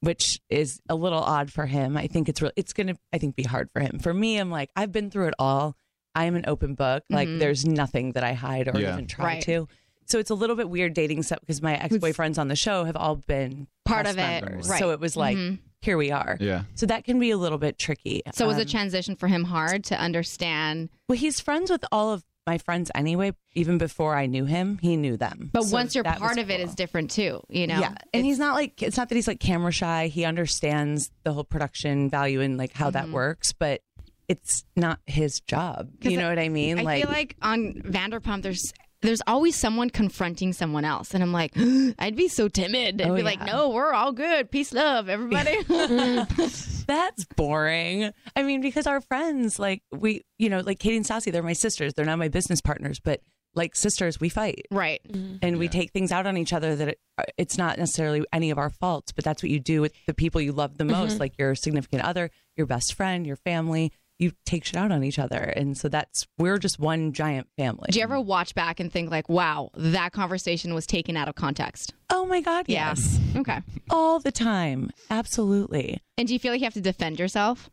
Speaker 11: which is a little odd for him. I think it's real. It's gonna I think be hard for him. For me, I'm like I've been through it all. I'm an open book. Like
Speaker 4: Mhm.
Speaker 11: there's nothing that I hide or
Speaker 2: Yeah.
Speaker 11: even try
Speaker 4: Right.
Speaker 11: to. So it's a little bit weird dating stuff because my ex boyfriends on the show have all been
Speaker 4: Part
Speaker 11: cast
Speaker 4: of it,
Speaker 11: members.
Speaker 4: right.
Speaker 11: So it was like
Speaker 4: Mhm.
Speaker 11: here we are.
Speaker 2: Yeah.
Speaker 11: So that can be a little bit tricky.
Speaker 4: So was
Speaker 11: Um,
Speaker 4: the transition for him hard to understand?
Speaker 11: well, he's friends with all of my friends anyway. Even before I knew him, he knew them.
Speaker 4: But
Speaker 11: So
Speaker 4: once you're
Speaker 11: that
Speaker 4: part
Speaker 11: was
Speaker 4: of it,
Speaker 11: cool.
Speaker 4: it's different too. You know.
Speaker 11: yeah. And he's not like it's not that he's like camera shy. He understands the whole production value and like how
Speaker 4: Mm-hmm.
Speaker 11: that works, but it's not his job.
Speaker 4: 'Cause
Speaker 11: You know what I mean?
Speaker 4: I feel like on Vanderpump, there's there's always someone confronting someone else, and I'm like, I'd be so timid. I'd
Speaker 11: Oh,
Speaker 4: be like,
Speaker 11: yeah.
Speaker 4: No, we're all good. Peace, love, everybody.
Speaker 11: that's boring. I mean, because our friends, like we, you know, like Katie and Stassi, they're my sisters. They're not my business partners, but like sisters, we fight.
Speaker 4: right.
Speaker 11: and we take things out on each other that it, uh, it's not necessarily any of our faults, but that's what you do with the people you love
Speaker 4: Mm-hmm.
Speaker 11: the most, like your significant other, your best friend, your family. You take shit out on each other, and so that's we're just one giant family.
Speaker 4: Do you ever watch back and think like, Wow, that conversation was taken out of context?
Speaker 11: oh my god,
Speaker 4: Yeah.
Speaker 11: yes,
Speaker 4: Okay.
Speaker 11: all the time, absolutely.
Speaker 4: And do you feel like you have to defend yourself,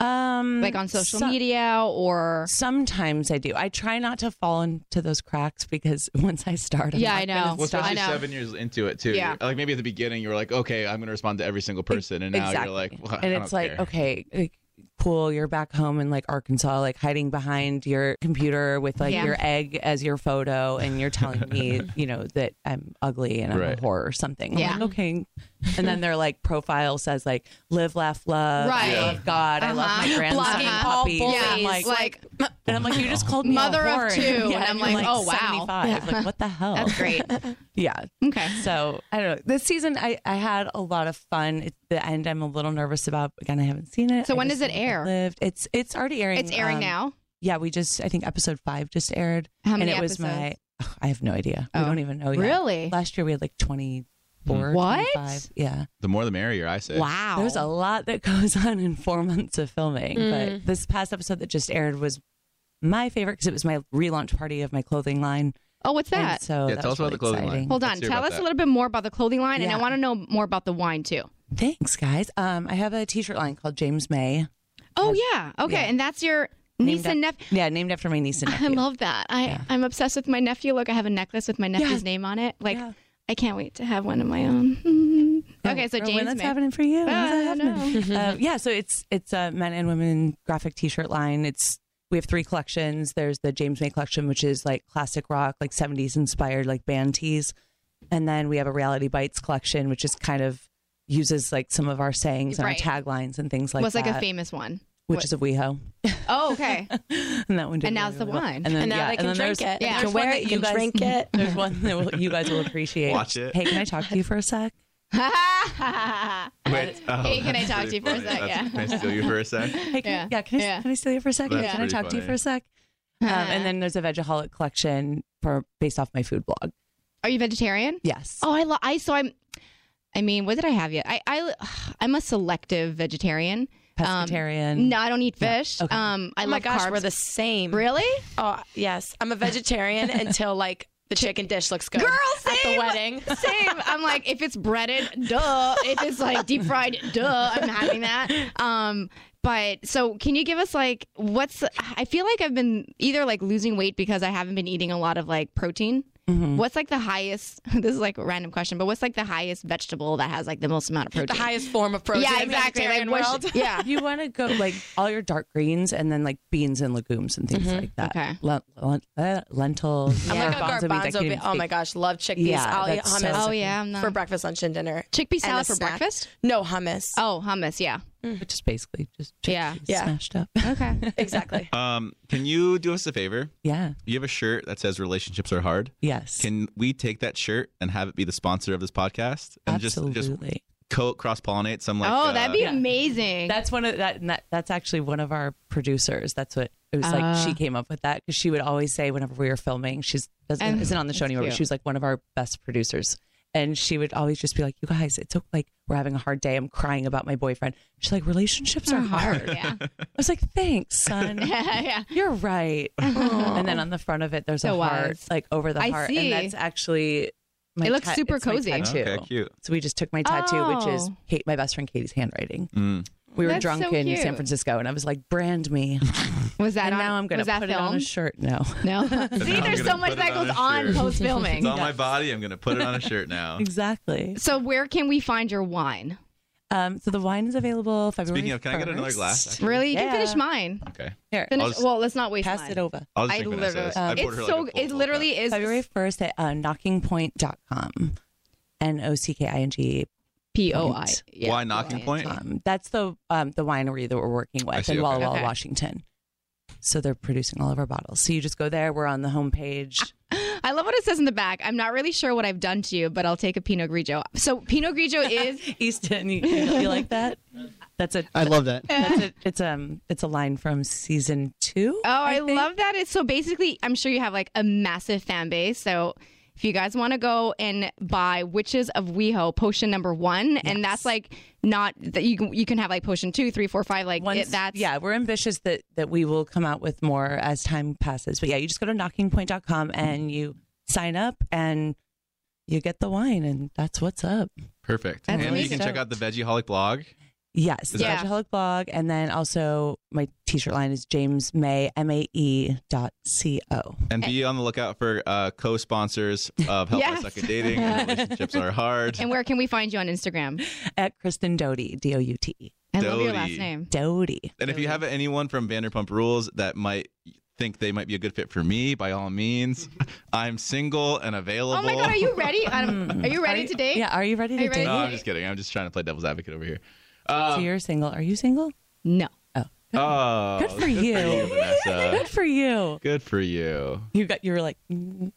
Speaker 11: Um,
Speaker 4: like on social
Speaker 11: so-
Speaker 4: media or?
Speaker 11: Sometimes I do. I try not to fall into those cracks because once I start, I'm
Speaker 4: Yeah,
Speaker 11: not
Speaker 4: I
Speaker 11: gonna
Speaker 4: know.
Speaker 2: Well,
Speaker 11: stop.
Speaker 2: especially
Speaker 4: I know.
Speaker 2: seven years into it too.
Speaker 4: Yeah. E-,
Speaker 2: Like maybe at the beginning you were like, okay, I'm gonna respond to every single person, and now
Speaker 11: exactly.
Speaker 2: you're like, well, I
Speaker 11: and
Speaker 2: don't
Speaker 11: it's like,
Speaker 2: care.
Speaker 11: okay, like, cool, you're back home in like Arkansas, like hiding behind your computer with like
Speaker 4: Yeah.
Speaker 11: your egg as your photo, and you're telling me, you know, that I'm ugly and I'm
Speaker 2: Right.
Speaker 11: a whore or something. I'm
Speaker 4: Yeah.
Speaker 11: like, okay. And then their like profile says like, live, laugh, love.
Speaker 4: Right.
Speaker 11: I love God. I love my
Speaker 4: Uh-huh.
Speaker 11: grandson.
Speaker 4: Blocking
Speaker 11: and
Speaker 4: all
Speaker 11: puppies.
Speaker 4: bullies,
Speaker 11: I'm like,
Speaker 4: like-
Speaker 11: and I'm like, you
Speaker 13: Oh.
Speaker 11: just called me a
Speaker 4: Mother of
Speaker 11: whore.
Speaker 4: two.
Speaker 11: Yeah,
Speaker 4: And I'm
Speaker 11: you're
Speaker 4: like, oh, wow.
Speaker 11: 75.
Speaker 4: Yeah.
Speaker 11: Like, what the hell?
Speaker 4: That's great.
Speaker 11: Yeah.
Speaker 4: Okay.
Speaker 11: So I don't know. This season, I, I had a lot of fun. It's the end. I'm a little nervous about. Again, I haven't seen it.
Speaker 4: So
Speaker 11: I
Speaker 4: when
Speaker 11: just
Speaker 4: does it
Speaker 11: haven't
Speaker 4: air?
Speaker 11: Lived. It's it's already airing.
Speaker 4: It's airing
Speaker 11: um,
Speaker 4: now.
Speaker 11: Yeah, we just I think episode five just aired.
Speaker 4: How many
Speaker 11: And it was my. ugh, I have no idea. I
Speaker 4: Oh.
Speaker 11: don't even know yet.
Speaker 4: Really? Hmm.
Speaker 11: Last year we had like 24.
Speaker 4: What?
Speaker 11: 25. Yeah.
Speaker 2: The more the merrier, I say.
Speaker 4: Wow.
Speaker 11: There's a lot that goes on in four months of filming.
Speaker 4: Mm.
Speaker 11: But this past episode that just aired was my favorite because it was my relaunch party of my clothing line.
Speaker 4: oh, what's
Speaker 11: And
Speaker 4: that?
Speaker 11: so
Speaker 2: Yeah,
Speaker 11: that
Speaker 2: tell us about
Speaker 11: was really
Speaker 2: the clothing line.
Speaker 11: exciting.
Speaker 4: Hold on.
Speaker 2: Let's hear
Speaker 4: Tell
Speaker 2: about
Speaker 4: us
Speaker 2: that.
Speaker 4: a little bit more about the clothing line, and I
Speaker 11: Yeah.
Speaker 4: want to know more about the wine too.
Speaker 11: Thanks, guys. Um, I have a T-shirt line called James May.
Speaker 4: Oh yeah. Okay.
Speaker 11: Yeah.
Speaker 4: And that's your Niece and nephew.
Speaker 11: Yeah, named after my niece and
Speaker 4: I
Speaker 11: nephew.
Speaker 4: love that. I, I'm obsessed with my nephew. Look, I have a necklace with my nephew's
Speaker 11: Yeah.
Speaker 4: name on it. Like, I can't wait to have one of my
Speaker 11: Yeah.
Speaker 4: own. Okay, so
Speaker 11: Or
Speaker 4: James
Speaker 11: when that's
Speaker 4: may-
Speaker 11: happening for you. When's
Speaker 4: Ah,
Speaker 11: that
Speaker 4: I don't
Speaker 11: happening?
Speaker 4: know.
Speaker 11: Uh, yeah, so it's it's a men and women graphic T-shirt line. It's we have three collections. There's the James May collection, which is like classic rock, like '70s inspired, like band tees, and then we have a Reality Bites collection, which is kind of uses like some of our sayings and
Speaker 4: Right.
Speaker 11: our taglines and things like
Speaker 4: was
Speaker 11: that.
Speaker 4: like a famous one.
Speaker 11: which is a WeHo.
Speaker 4: Oh, okay.
Speaker 11: And that one did
Speaker 4: And now's
Speaker 11: really
Speaker 4: the
Speaker 11: well.
Speaker 4: wine.
Speaker 11: And then,
Speaker 4: And now
Speaker 11: yeah,
Speaker 4: they can
Speaker 11: and then
Speaker 4: drink
Speaker 11: there's,
Speaker 4: it. Yeah.
Speaker 11: You
Speaker 4: There's one
Speaker 11: can wear
Speaker 4: that you
Speaker 11: it. You
Speaker 4: can
Speaker 11: guys,
Speaker 4: drink it.
Speaker 11: There's one that will, you guys will appreciate. Watch it. Hey, can
Speaker 9: Oh.
Speaker 11: I talk to you for a sec?
Speaker 2: Wait, oh,
Speaker 4: Hey, can I
Speaker 2: that's
Speaker 4: talk to you for a
Speaker 2: funny.
Speaker 4: sec?
Speaker 2: That's-
Speaker 4: Yeah.
Speaker 2: Can I steal you for a sec?
Speaker 11: Hey, can, yeah. can, I, can I steal you for a second?
Speaker 2: That's
Speaker 11: can I
Speaker 2: pretty
Speaker 11: talk to you
Speaker 2: funny.
Speaker 11: for a sec?
Speaker 4: Uh,
Speaker 11: Um,
Speaker 9: Uh-huh.
Speaker 11: and then there's a Vegaholic collection for based off my food blog.
Speaker 4: Are you vegetarian?
Speaker 11: Yes.
Speaker 4: Oh, I lo- I so I'm. I mean, what did I have yet? I I I'm a selective vegetarian.
Speaker 11: Pescatarian.
Speaker 4: Um, no, I don't eat fish. Um, I
Speaker 9: Oh
Speaker 4: love
Speaker 9: my gosh,
Speaker 4: carbs.
Speaker 9: we're the same.
Speaker 4: Really?
Speaker 9: Oh yes, I'm a vegetarian until like the chicken dish looks good.
Speaker 4: Girl,
Speaker 9: at
Speaker 4: same!
Speaker 9: the wedding.
Speaker 4: Same. I'm like, if it's breaded, duh. If it's like deep fried, duh. I'm having that. Um, but so can you give us like what's? I feel like I've been either like losing weight because I haven't been eating a lot of like protein. What's like the highest? This is like a random question, but what's like the highest vegetable that has like the most amount of protein?
Speaker 9: The highest form of protein.
Speaker 4: Yeah,
Speaker 9: in the
Speaker 4: exactly. Like,
Speaker 9: vegetarian
Speaker 4: what
Speaker 9: world.
Speaker 4: should- yeah.
Speaker 11: You want to go like all your dark greens and then like beans and legumes and things
Speaker 9: Mhm.
Speaker 11: like that.
Speaker 9: Okay.
Speaker 11: Len- len- uh, lentils.
Speaker 9: I'm like a
Speaker 11: garbanzo
Speaker 9: garbanzo.
Speaker 11: beans, I can't
Speaker 9: bean.
Speaker 11: even
Speaker 9: Oh my
Speaker 11: speak.
Speaker 9: gosh, love chickpeas.
Speaker 11: Yeah,
Speaker 9: I'll eat
Speaker 11: that's so
Speaker 9: hummus.
Speaker 11: Oh, yeah,
Speaker 4: I'm not-
Speaker 9: for breakfast, lunch, and dinner.
Speaker 4: Chickpea
Speaker 9: And a
Speaker 4: salad for
Speaker 9: snack.
Speaker 4: breakfast?
Speaker 9: No hummus.
Speaker 4: Oh, hummus. Yeah.
Speaker 11: But just basically just
Speaker 4: yeah,
Speaker 9: yeah.
Speaker 11: smashed up.
Speaker 4: Okay,
Speaker 9: exactly.
Speaker 2: Um, can you do us a favor?
Speaker 11: Yeah.
Speaker 2: You have a shirt that says relationships are hard.
Speaker 11: Yes.
Speaker 2: Can we take that shirt and have it be the sponsor of this podcast and just just
Speaker 11: Absolutely.
Speaker 2: co- cross pollinate some like
Speaker 4: oh, that'd be
Speaker 2: uh,
Speaker 4: amazing.
Speaker 11: That's one of that, and that. That's actually one of our producers. That's what it was like.
Speaker 4: Ah.
Speaker 11: she came up with that because she would always say whenever we were filming, she's doesn't
Speaker 4: And-
Speaker 11: isn't on the show
Speaker 4: that's
Speaker 11: anymore. But
Speaker 4: cute.
Speaker 11: she was like one of our best producers, and she would always just be like, "You guys, it's okay. like we're having a hard day. I'm crying about my boyfriend." She's like, "Relationships are hard."
Speaker 4: Yeah.
Speaker 11: I was like, "Thanks, son.
Speaker 4: Yeah, yeah.
Speaker 11: You're right." And then on the front of it, there's
Speaker 4: So
Speaker 11: a heart
Speaker 4: wise.
Speaker 11: like over the
Speaker 4: I
Speaker 11: heart,
Speaker 4: see.
Speaker 11: and that's actually.
Speaker 4: It looks super
Speaker 11: it's my
Speaker 4: cozy.
Speaker 11: tattoo.
Speaker 2: Okay, cute.
Speaker 11: So we just took my tattoo, which is
Speaker 4: Oh.
Speaker 11: Kate, my best friend Katie's handwriting.
Speaker 2: Mm.
Speaker 11: We were
Speaker 4: That's
Speaker 11: drunk
Speaker 4: so
Speaker 11: in
Speaker 4: cute.
Speaker 11: San Francisco, and I was like, "Brand me."
Speaker 4: Was that
Speaker 11: and
Speaker 4: on-
Speaker 11: now I'm gonna
Speaker 4: was that
Speaker 11: put it on a
Speaker 4: filmed?
Speaker 11: shirt. No,
Speaker 4: No.
Speaker 2: and
Speaker 4: See,
Speaker 2: now I'm
Speaker 4: there's
Speaker 2: gonna
Speaker 4: so much
Speaker 2: put it
Speaker 4: that goes
Speaker 2: a
Speaker 4: on
Speaker 2: shirt.
Speaker 4: post filming.
Speaker 2: It's on my body. I'm gonna put it on a shirt now.
Speaker 11: exactly.
Speaker 4: So where can we find your wine?
Speaker 11: Um, so the wine is available February.
Speaker 2: Speaking of, can I get another glass,
Speaker 11: 1st.
Speaker 2: actually?
Speaker 4: Really? You
Speaker 11: Yeah.
Speaker 4: can finish mine.
Speaker 2: Okay.
Speaker 11: Here,
Speaker 4: Finish,
Speaker 11: I'll just-
Speaker 4: well, let's not waste
Speaker 11: pass
Speaker 4: mine. uh,
Speaker 11: it over.
Speaker 2: I'll just drink Vanessa's. I poured
Speaker 4: it's
Speaker 2: her, like,
Speaker 4: so
Speaker 2: a full
Speaker 4: it literally is
Speaker 11: February first at uh, knockingpoint.com. N o c k i n g
Speaker 4: P O I.
Speaker 11: point.
Speaker 4: Yeah.
Speaker 2: Why knocking point?
Speaker 11: Um, that's the um, the winery that we're working
Speaker 2: I
Speaker 11: with
Speaker 2: see,
Speaker 11: in
Speaker 2: okay.
Speaker 11: Walla Walla,
Speaker 4: Okay.
Speaker 11: Washington. So they're producing all of our bottles. So you just go there. We're on the homepage.
Speaker 4: I love what it says in the back. I'm not really sure what I've done to you, but I'll take a Pinot Grigio. So Pinot Grigio is
Speaker 11: Easton, you, you like that? That's a.
Speaker 5: I love that.
Speaker 11: That's a, it's um. It's a line from season two.
Speaker 4: Oh, I, love that. It's so basically, I'm sure you have like a massive fan base. So if you guys want to go and buy Witches of WeHo potion number one, and that's like not that you can you can have like potion two, three, four, five. Like
Speaker 11: Once,
Speaker 4: it, that's
Speaker 11: yeah, we're ambitious that that we will come out with more as time passes. But yeah, you just go to knockingpoint.com and you sign up and you get the wine and that's what's up.
Speaker 2: Perfect.
Speaker 11: That's
Speaker 2: and you
Speaker 11: amazing.
Speaker 2: can check out the Veggieholic blog.
Speaker 11: Yes,
Speaker 2: Is
Speaker 11: the
Speaker 2: that-
Speaker 11: Vegaholic blog, and then also my T-shirt line is James May M A E dot C O.
Speaker 2: And be on the lookout for uh, co-sponsors of Help
Speaker 4: Yes.
Speaker 2: I Suck at Dating and Relationships Are Hard.
Speaker 4: And where can we find you on Instagram?
Speaker 11: at Kristen Doty D O U T E
Speaker 4: I love your
Speaker 2: Doty.
Speaker 4: last name.
Speaker 11: Doty.
Speaker 2: And if you have anyone from Vanderpump Rules that might think they might be a good fit for me, by all means, I'm single and
Speaker 4: Oh
Speaker 2: available.
Speaker 4: my god, are you ready? Adam, are you ready to date?
Speaker 11: Yeah, Mm. are you ready
Speaker 4: Are
Speaker 11: to
Speaker 4: you ready?
Speaker 11: date?
Speaker 2: No, I'm just kidding. I'm just trying to play devil's advocate over here.
Speaker 11: so
Speaker 2: Um,
Speaker 11: you're single. Are you single?
Speaker 4: No.
Speaker 2: oh,
Speaker 11: Good for you.
Speaker 2: Vanessa.
Speaker 11: Good for you.
Speaker 2: Good for you.
Speaker 11: You got. You were like, mm,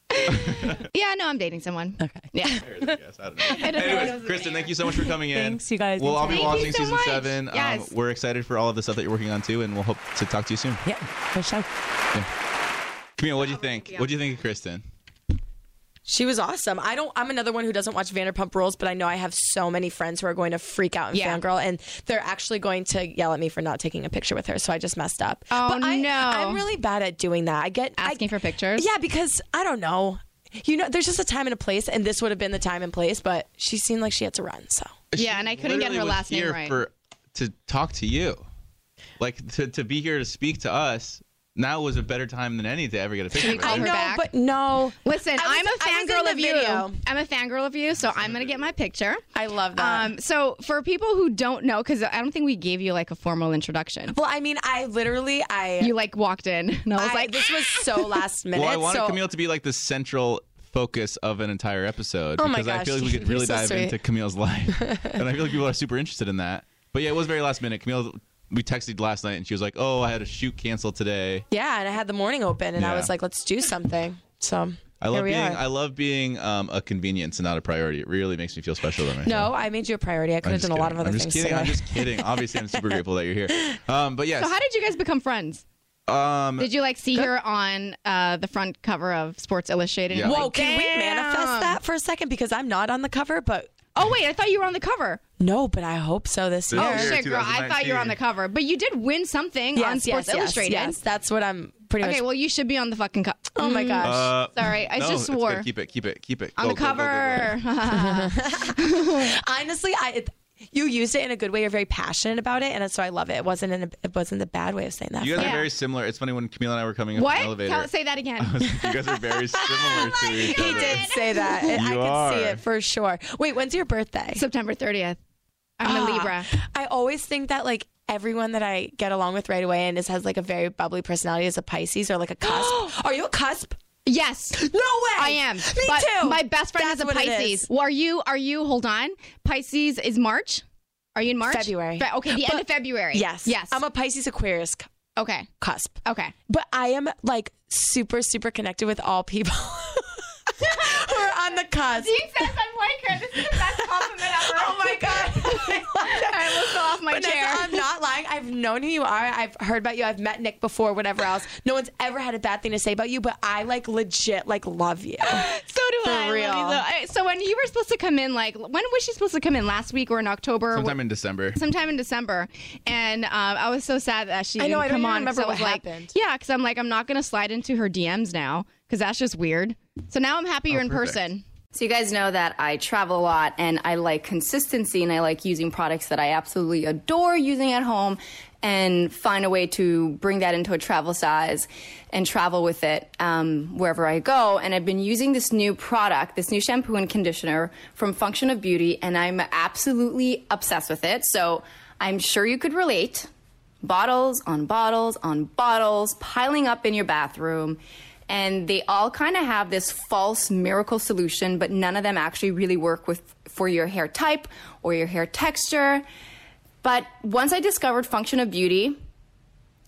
Speaker 4: Yeah, no, I'm dating someone.
Speaker 11: okay.
Speaker 4: Yeah.
Speaker 2: Yes, I don't know.
Speaker 4: I don't know what
Speaker 2: Anyways,
Speaker 4: else to
Speaker 2: Kristen,
Speaker 4: say.
Speaker 2: thank you so much for coming in.
Speaker 11: Thanks, you guys.
Speaker 2: We'll all be
Speaker 11: Thanks,
Speaker 4: everyone.
Speaker 2: watching
Speaker 4: Thank you so
Speaker 2: season
Speaker 4: much.
Speaker 2: seven. Um,
Speaker 4: Yes.
Speaker 2: we're excited for all of the stuff that you're working on too, and we'll hope to talk to you soon.
Speaker 11: Yeah, for sure.
Speaker 2: Camille, what'd you think? What'd you think of Kristen?
Speaker 9: She was awesome. I don't. I'm another one who doesn't watch Vanderpump Rules, but I know I have so many friends who are going to freak out and
Speaker 4: Yeah.
Speaker 9: fangirl, and they're actually going to yell at me for not taking a picture with her. So I just messed up.
Speaker 4: Oh,
Speaker 9: But I,
Speaker 4: no.
Speaker 9: I'm really bad at doing that. I get I-
Speaker 4: Asking for pictures?
Speaker 9: Yeah, because I don't know. You know, there's just a time and a place, and this would have been the time and place, but she seemed like she had to run. So
Speaker 4: Yeah, and I couldn't get
Speaker 2: Literally
Speaker 4: her
Speaker 2: was
Speaker 4: last name
Speaker 2: here
Speaker 4: right.
Speaker 2: For, to talk to you, like to, to be here to speak to us now was a better time than any to ever get a picture.
Speaker 1: Can we call
Speaker 2: with
Speaker 1: her
Speaker 2: her.
Speaker 1: back?
Speaker 9: but no.
Speaker 1: Listen,
Speaker 9: I was-
Speaker 1: I'm
Speaker 9: I was in
Speaker 1: a
Speaker 9: the
Speaker 1: fangirl of you.
Speaker 9: video.
Speaker 1: I'm a fangirl of you, so I'm gonna get my picture.
Speaker 9: I love that.
Speaker 1: Um, so for people who don't know, because I don't think we gave you like a formal introduction.
Speaker 9: Well, I mean, I literally, I
Speaker 1: you like walked in, and I was
Speaker 9: I-
Speaker 1: like,
Speaker 9: this was so last minute.
Speaker 2: Well, I wanted
Speaker 9: so
Speaker 2: Camille to be like the central focus of an entire episode
Speaker 9: Oh my
Speaker 2: because I
Speaker 9: gosh,
Speaker 2: feel like we could
Speaker 9: you're
Speaker 2: really
Speaker 9: so
Speaker 2: dive
Speaker 9: sweet.
Speaker 2: into Camille's life, and I feel like people are super interested in that. But yeah, it was very last minute. Camille, we texted last night, and she was like, "Oh, I had a shoot canceled today."
Speaker 9: yeah, and I had the morning open, and I
Speaker 2: Yeah.
Speaker 9: was like, let's do something. So
Speaker 2: I love
Speaker 9: here we
Speaker 2: being
Speaker 9: are.
Speaker 2: I love being um, a convenience and not a priority. It really makes me feel special. About myself.
Speaker 9: no, I made you a priority. I could
Speaker 2: I'm
Speaker 9: have
Speaker 2: just
Speaker 9: done a lot of
Speaker 2: kidding.
Speaker 9: other
Speaker 2: I'm
Speaker 9: things.
Speaker 2: Just kidding. I'm
Speaker 9: today.
Speaker 2: just kidding. Obviously, I'm super grateful that you're here. Um, but yes.
Speaker 1: so how did you guys become friends?
Speaker 2: um,
Speaker 1: Did you like see her on uh, the front cover of Sports Illustrated?
Speaker 2: Yeah.
Speaker 9: Whoa, can we manifest that for a second? Because I'm not on the cover, but
Speaker 1: Oh wait, I thought you were on the cover.
Speaker 9: no, oh, but I hope so this year.
Speaker 1: oh shit, girl! I thought you were on the cover, but you did win something on
Speaker 9: Yes,
Speaker 1: Sports
Speaker 9: yes, yes,
Speaker 1: Illustrated.
Speaker 9: yes. That's what I'm pretty
Speaker 1: okay,
Speaker 9: much.
Speaker 1: well, you should be on the fucking Mm. cover.
Speaker 9: Oh my gosh.
Speaker 2: Uh,
Speaker 1: Sorry, I
Speaker 2: no,
Speaker 1: just
Speaker 2: it's
Speaker 1: swore.
Speaker 2: good. Keep it. Keep it. Keep it.
Speaker 1: on
Speaker 2: Go,
Speaker 1: the
Speaker 2: go, go, go, go.
Speaker 1: cover.
Speaker 9: Honestly, I it, you used it in a good way. You're very passionate about it, and so I love it. It wasn't in a, it wasn't the bad way of saying that.
Speaker 2: You guys
Speaker 9: Fran.
Speaker 2: are very similar. It's funny when Camille and I were coming up
Speaker 1: what?
Speaker 2: the elevator.
Speaker 1: Tell- say that again.
Speaker 2: you guys are very similar to each other.
Speaker 9: He did say that. and I
Speaker 2: You
Speaker 9: could see
Speaker 2: are.
Speaker 9: it for sure. Wait, when's your birthday?
Speaker 1: September 30th. I'm a
Speaker 9: Ah.
Speaker 1: Libra.
Speaker 9: I always think that like everyone that I get along with right away and is, has like a very bubbly personality is a Pisces or like a cusp. are you a cusp?
Speaker 1: Yes. No
Speaker 9: way.
Speaker 1: I am.
Speaker 9: Me
Speaker 1: But
Speaker 9: too.
Speaker 1: My best friend
Speaker 9: That's
Speaker 1: is a
Speaker 9: what it
Speaker 1: Pisces.
Speaker 9: is.
Speaker 1: Well, are you? Are you? Hold on. Pisces is March. Are you in March?
Speaker 9: February.
Speaker 1: Fe- okay, the end
Speaker 9: But-
Speaker 1: of February.
Speaker 9: Yes.
Speaker 1: Yes.
Speaker 9: I'm a Pisces Aquarius cu-
Speaker 1: okay.
Speaker 9: cusp.
Speaker 1: Okay.
Speaker 9: But I am like super, super connected with all people who are on the cusp.
Speaker 1: Dean says I'm like her. This is the best compliment ever.
Speaker 9: Oh my God.
Speaker 1: I almost fell off my
Speaker 9: But
Speaker 1: chair.
Speaker 9: Nessa, I'm not lying. I've known who you are. I've heard about you. I've met Nick before, whatever else. No one's ever had a bad thing to say about you, but I like legit like love you.
Speaker 1: So do
Speaker 9: For
Speaker 1: I.
Speaker 9: real.
Speaker 1: Love you, though. I- So when you were supposed to come in, like, when was she supposed to come in? Last week or in October?
Speaker 2: Sometime in December.
Speaker 1: sometime in December, and um, I was so sad that she
Speaker 9: I
Speaker 1: didn't
Speaker 9: know, I don't
Speaker 1: come
Speaker 9: even
Speaker 1: on.
Speaker 9: remember
Speaker 1: so I was
Speaker 9: what
Speaker 1: like,
Speaker 9: happened.
Speaker 1: Yeah, because I'm like, I'm not gonna slide into her DMs now because that's just weird. So now I'm happy you're in
Speaker 2: perfect.
Speaker 1: person.
Speaker 4: So you guys know that I travel a lot and I like consistency and I like using products that I absolutely adore using at home and find a way to bring that into a travel size and travel with it um, wherever I go. And I've been using this new product, this new shampoo and conditioner from Function of Beauty, and I'm absolutely obsessed with it. So I'm sure you could relate bottles on bottles on bottles piling up in your bathroom. And they all kind of have this false miracle solution, but none of them actually really work with for your hair type or your hair texture. But once I discovered Function of Beauty,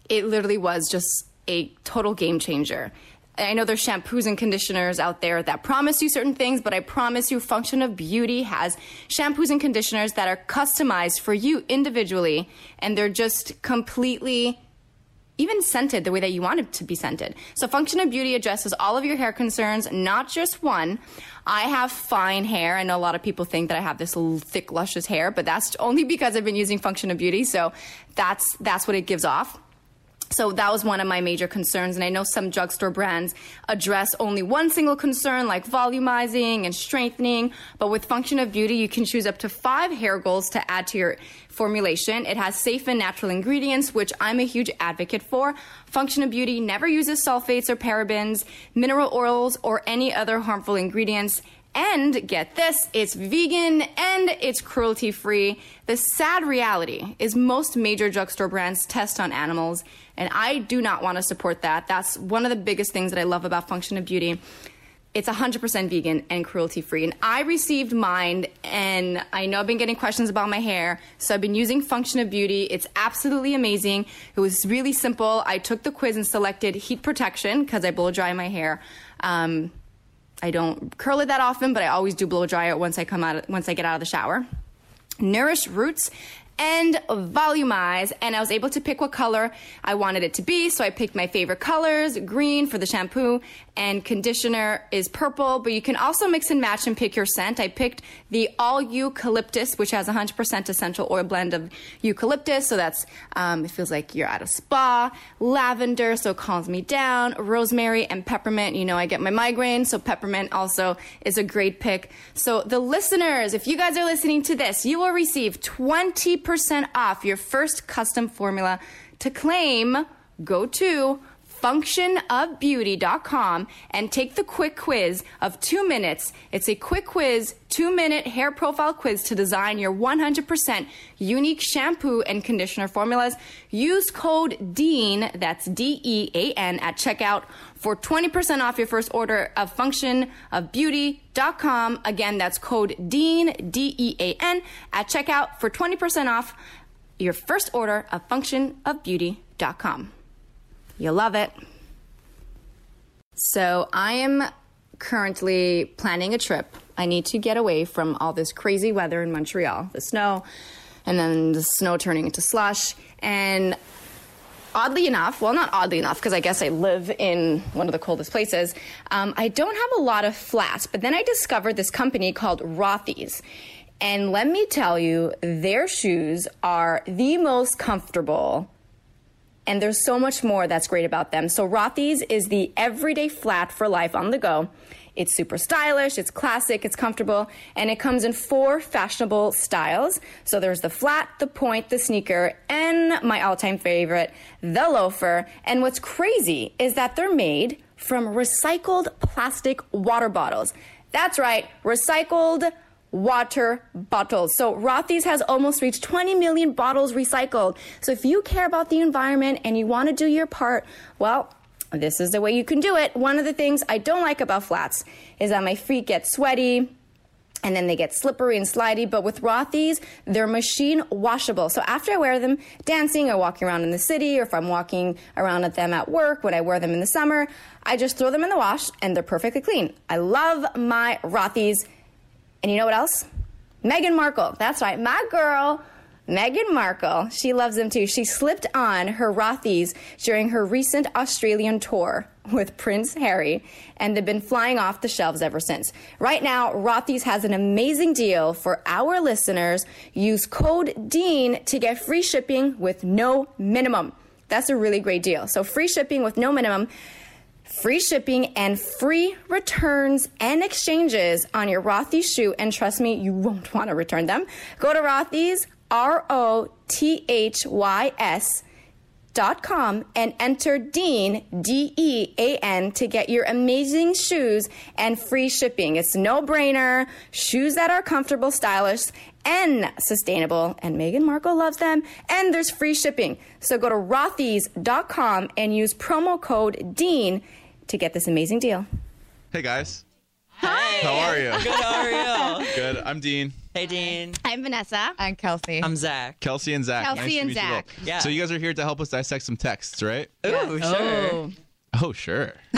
Speaker 4: it literally was just a total game changer. I know there's shampoos and conditioners out there that promise you certain things, but I promise you, Function of Beauty has shampoos and conditioners that are customized for you individually, and they're just completely even scented the way that you want it to be scented. So Function of Beauty addresses all of your hair concerns, not just one. I have fine hair. I know a lot of people think that I have this l- thick, luscious hair, but that's only because I've been using Function of Beauty. So that's that's what it gives off. So that was one of my major concerns. And I know some drugstore brands address only one single concern, like volumizing and strengthening. But with Function of Beauty, you can choose up to five hair goals to add to your formulation. It has safe and natural ingredients, which I'm a huge advocate for. Function of Beauty never uses sulfates or parabens, mineral oils, or any other harmful ingredients. And get this, it's vegan and it's cruelty free. The sad reality is most major drugstore brands test on animals, and I do not want to support that. That's one of the biggest things that I love about Function of Beauty. It's 100% vegan and cruelty free. And I received mine, and I know I've been getting questions about my hair, so I've been using Function of Beauty. It's absolutely amazing. It was really simple. I took the quiz and selected heat protection because I blow dry my hair. Um, I don't curl it that often, but I always do blow dry it once I come out once I get out of the shower. Nourish roots and volumize and I was able to pick what color I wanted it to be, so I picked my favorite colors, green for the shampoo and conditioner is purple, but you can also mix and match and pick your scent. I picked the all eucalyptus which has 100% essential oil blend of eucalyptus, so that's um, it feels like you're at a spa, lavender so it calms me down, rosemary and peppermint, you know I get my migraine, so peppermint also is a great pick. So the listeners, if you guys are listening to this, you will receive 20% off your first custom formula. To claim, go to functionofbeauty.com and take the quick quiz of two minutes. It's a quick quiz, two minute hair profile quiz to design your 100% unique shampoo and conditioner formulas. Use code DEAN, that's D E A N, at checkout for 20% off your first order of functionofbeauty.com. Again, that's code DEAN, D E A N, at checkout for 20% off your first order of functionofbeauty.com. You'll love it. So, I am currently planning a trip. I need to get away from all this crazy weather in Montreal, the snow, and then the snow turning into slush. And oddly enough, well, not oddly enough, because I guess I live in one of the coldest places, um, I don't have a lot of flats. But then I discovered this company called Rothy's. And let me tell you, their shoes are the most comfortable and there's so much more that's great about them. So Rothy's is the everyday flat for life on the go. It's super stylish, it's classic, it's comfortable, and it comes in four fashionable styles. So there's the flat, the point, the sneaker, and my all time favorite, the loafer. And what's crazy is that they're made from recycled plastic water bottles. That's right, recycled water bottles. So Rothy's has almost reached 20 million bottles recycled. So if you care about the environment and you want to do your part, well, this is the way you can do it. One of the things I don't like about flats is that my feet get sweaty and then they get slippery and slidey. But with Rothy's, they're machine washable. So after I wear them dancing or walking around in the city, or if I'm walking around with them at work when I wear them in the summer, I just throw them in the wash and they're perfectly clean. I love my Rothy's. And you know what else? Meghan Markle. That's right. My girl, Meghan Markle. She loves them too. She slipped on her Rothy's during her recent Australian tour with Prince Harry, and they've been flying off the shelves ever since. Right now, Rothy's has an amazing deal for our listeners. Use code DEAN to get free shipping with no minimum. That's a really great deal. So, free shipping with no minimum free shipping and free returns and exchanges on your Rothy shoe. And trust me, you won't want to return them. Go to Rothy's, R O T H Y S dot com and enter Dean, D E A N, to get your amazing shoes and free shipping. It's no brainer. Shoes that are comfortable, stylish, and sustainable. And Meghan Markle loves them. And there's free shipping. So go to Rothys.com and use promo code Dean to get this amazing deal.
Speaker 2: Hey guys. Hi. How are you?
Speaker 12: Good, how are you?
Speaker 2: Good. I'm Dean.
Speaker 12: Hey, Dean.
Speaker 14: I'm Vanessa.
Speaker 12: I'm Kelsey. I'm Zach.
Speaker 2: Kelsey and Zach.
Speaker 12: Kelsey
Speaker 2: nice to
Speaker 12: and
Speaker 2: meet you
Speaker 12: Zach.
Speaker 2: both.
Speaker 12: Yeah.
Speaker 2: So you guys are here to help us dissect some texts, right?
Speaker 12: Ooh, sure.
Speaker 2: Oh sure.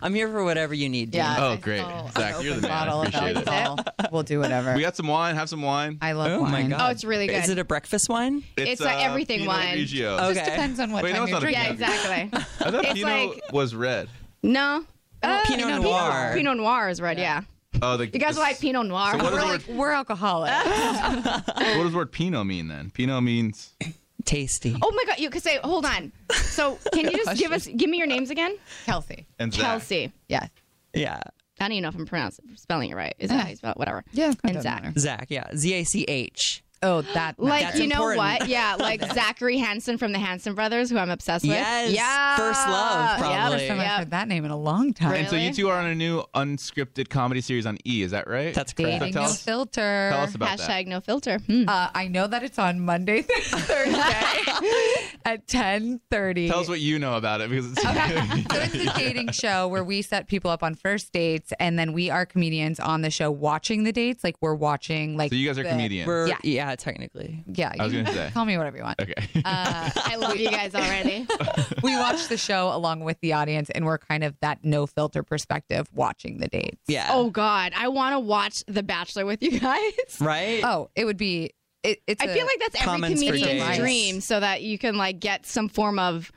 Speaker 12: I'm here for whatever you need. Dean.
Speaker 2: Yeah, oh great, Zach, you're the man. I appreciate it.
Speaker 12: We'll do whatever.
Speaker 2: We got some wine. Have some wine.
Speaker 12: I love
Speaker 2: oh,
Speaker 12: wine.
Speaker 2: My God.
Speaker 14: Oh, it's really good.
Speaker 12: Is it a breakfast wine?
Speaker 2: It's, It's, uh, uh, everything Pinot wine. Grigio.
Speaker 12: Okay.
Speaker 2: Just depends on what
Speaker 12: Wait,
Speaker 2: time
Speaker 12: no, it's
Speaker 2: you're
Speaker 12: not a
Speaker 2: drinking.
Speaker 14: Yeah, exactly.
Speaker 2: I thought
Speaker 14: It's
Speaker 2: Pinot
Speaker 14: like-
Speaker 2: was red.
Speaker 14: No. Uh,
Speaker 12: Pinot Noir.
Speaker 14: Pinot Noir is red, yeah.
Speaker 2: Oh, the
Speaker 14: You guys like Pinot Noir.
Speaker 2: So what is the
Speaker 14: we're alcoholics.
Speaker 2: what does the word Pinot mean then? Pinot means
Speaker 12: tasty.
Speaker 14: Oh my god, you could say hold on. So can you just give us give me your names again? Kelsey.
Speaker 2: And Zach.
Speaker 14: Kelsey. Yeah.
Speaker 12: Yeah.
Speaker 14: I don't even know if I'm pronouncing spelling it right. Is that how you spell it? Whatever.
Speaker 12: Yeah.
Speaker 14: And Zach.
Speaker 12: Zach. Yeah. Z A C H. Oh, that.
Speaker 14: Like you know what? Yeah, like Zachary Hansen from the Hansen brothers, who I'm obsessed with.
Speaker 12: Yes.
Speaker 14: Yeah.
Speaker 12: First love, probably.
Speaker 14: Yep.
Speaker 12: I've
Speaker 14: Yep.
Speaker 12: heard that name in a long
Speaker 13: Oh,
Speaker 12: time.
Speaker 2: And so you two are on a new unscripted comedy series on E. Is that right? That's
Speaker 13: Dating
Speaker 2: tell
Speaker 13: no
Speaker 2: us,
Speaker 13: filter.
Speaker 2: tell us about that.
Speaker 14: Hashtag no filter.
Speaker 13: Uh, I know that it's on Monday, through Thursday at ten thirty.
Speaker 2: Tell us what you know about it because it's
Speaker 13: So it's a dating show where we set people up on first dates, and then we are comedians on the show watching the dates. Like we're watching. Like
Speaker 2: So you guys are
Speaker 13: the-
Speaker 2: comedians.
Speaker 13: Yeah,
Speaker 12: yeah. yeah, technically.
Speaker 13: yeah.
Speaker 2: I was
Speaker 13: you
Speaker 2: gonna
Speaker 13: can
Speaker 2: say.
Speaker 13: Call me whatever you want.
Speaker 2: Okay.
Speaker 13: Uh,
Speaker 14: I love you guys already.
Speaker 13: we watch the show along with the audience, and we're kind of that no filter perspective watching the dates.
Speaker 12: Yeah.
Speaker 14: Oh God, I want to watch The Bachelor with you guys.
Speaker 12: Right?
Speaker 13: Oh, it would be. It, it's.
Speaker 14: I
Speaker 13: a-
Speaker 14: feel like that's every
Speaker 13: Commons for
Speaker 14: comedian's
Speaker 13: days.
Speaker 14: dream, so that you can like get some form of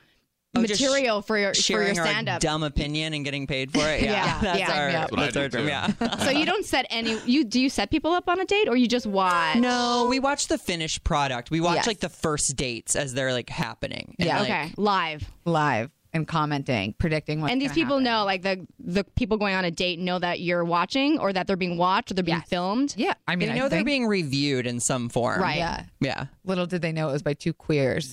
Speaker 12: Oh, just
Speaker 14: material for your for
Speaker 12: Sharing
Speaker 14: your stand
Speaker 12: our
Speaker 14: up.
Speaker 12: dumb opinion and getting paid for it. Yeah.
Speaker 14: Yeah.
Speaker 12: That's
Speaker 14: Yeah.
Speaker 12: our,
Speaker 14: That's
Speaker 2: what I
Speaker 12: that's
Speaker 2: do
Speaker 12: our dream.
Speaker 2: too.
Speaker 12: Yeah.
Speaker 14: so you don't set any. You do you set people up on a date or you just watch?
Speaker 12: No, we watch the finished product. We watch
Speaker 14: Yes.
Speaker 12: like the first dates as they're like happening. And,
Speaker 14: Yeah.
Speaker 12: like,
Speaker 14: okay. Live.
Speaker 13: Live. and commenting, predicting what.
Speaker 4: and these people know, like the the people going on a date know that you're watching or that they're being watched or they're being filmed.
Speaker 13: Yeah, I mean,
Speaker 12: they
Speaker 13: I
Speaker 12: know they're
Speaker 13: think-
Speaker 12: being reviewed in some form.
Speaker 13: Right. Yeah.
Speaker 12: Yeah.
Speaker 13: Little did they know it was by two queers.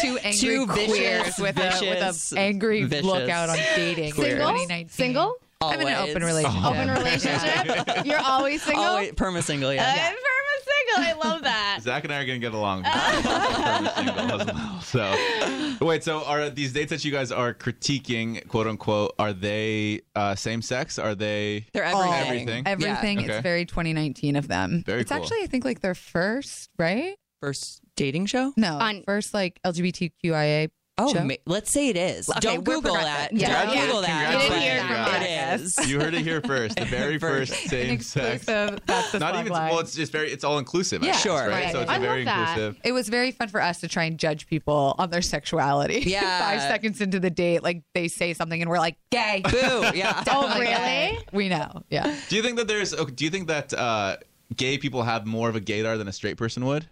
Speaker 13: two angry
Speaker 12: Two vicious,
Speaker 13: queers with a with
Speaker 12: vicious,
Speaker 13: an angry
Speaker 12: vicious
Speaker 13: look out on dating.
Speaker 12: queers. Single?
Speaker 13: Single? I'm in an open
Speaker 12: Always.
Speaker 13: relationship.
Speaker 12: Open
Speaker 4: relationship? You're always single?
Speaker 12: Always, perma single, yeah.
Speaker 4: I'm perma single. I love that.
Speaker 2: Uh, Zach and I are gonna get along single as well. So wait, so are these dates that you guys are critiquing, quote unquote, are they uh, same sex? Are they
Speaker 13: They're everything.
Speaker 2: Everything.
Speaker 13: Everything.
Speaker 2: Okay.
Speaker 13: It's very 2019 of them.
Speaker 2: Very
Speaker 13: it's
Speaker 2: cool.
Speaker 13: actually, I think, like their first, right?
Speaker 12: First dating show?
Speaker 13: No, first like LGBTQIA.
Speaker 12: Oh,
Speaker 13: show.
Speaker 12: ma- let's say it is.
Speaker 13: Okay,
Speaker 12: Don't
Speaker 13: we're
Speaker 12: Google that.
Speaker 13: progressive. Yeah.
Speaker 12: Don't
Speaker 13: Yeah.
Speaker 12: Google that.
Speaker 13: You didn't hear
Speaker 12: But
Speaker 13: from
Speaker 12: it is.
Speaker 2: You heard it here first. The very first same sex. Not even well, it's just very it's all inclusive. I
Speaker 13: Yeah,
Speaker 2: guess, right? So it's a very inclusive.
Speaker 13: It was very fun for us to try and judge people on their sexuality.
Speaker 12: Yeah.
Speaker 13: Five seconds into the date, like they say something and we're like, gay.
Speaker 12: Boo, yeah.
Speaker 13: Definitely
Speaker 12: Oh, really?
Speaker 13: gay. We know. Yeah.
Speaker 2: Do you think that there's? oh, Do you think that uh, gay people have more of a gaydar than a straight person would?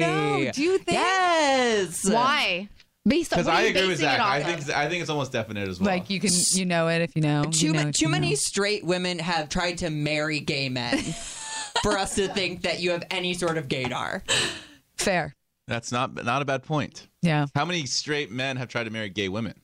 Speaker 2: I don't
Speaker 13: Do you think?
Speaker 12: Yes.
Speaker 4: Why? Based on
Speaker 2: Because
Speaker 4: what
Speaker 2: I
Speaker 4: are you
Speaker 2: agree with
Speaker 4: basing it
Speaker 2: Zach.
Speaker 4: off
Speaker 2: I
Speaker 4: of?
Speaker 2: think I think it's almost definite as well.
Speaker 13: Like you can, you know it if you know.
Speaker 12: Too,
Speaker 13: you know
Speaker 12: ma-
Speaker 13: if
Speaker 12: too
Speaker 13: you
Speaker 12: many
Speaker 13: know.
Speaker 12: straight women have tried to marry gay men for us to think that you have any sort of gaydar.
Speaker 13: Fair.
Speaker 2: That's not not a bad point.
Speaker 13: Yeah.
Speaker 2: How many straight men have tried to marry gay women?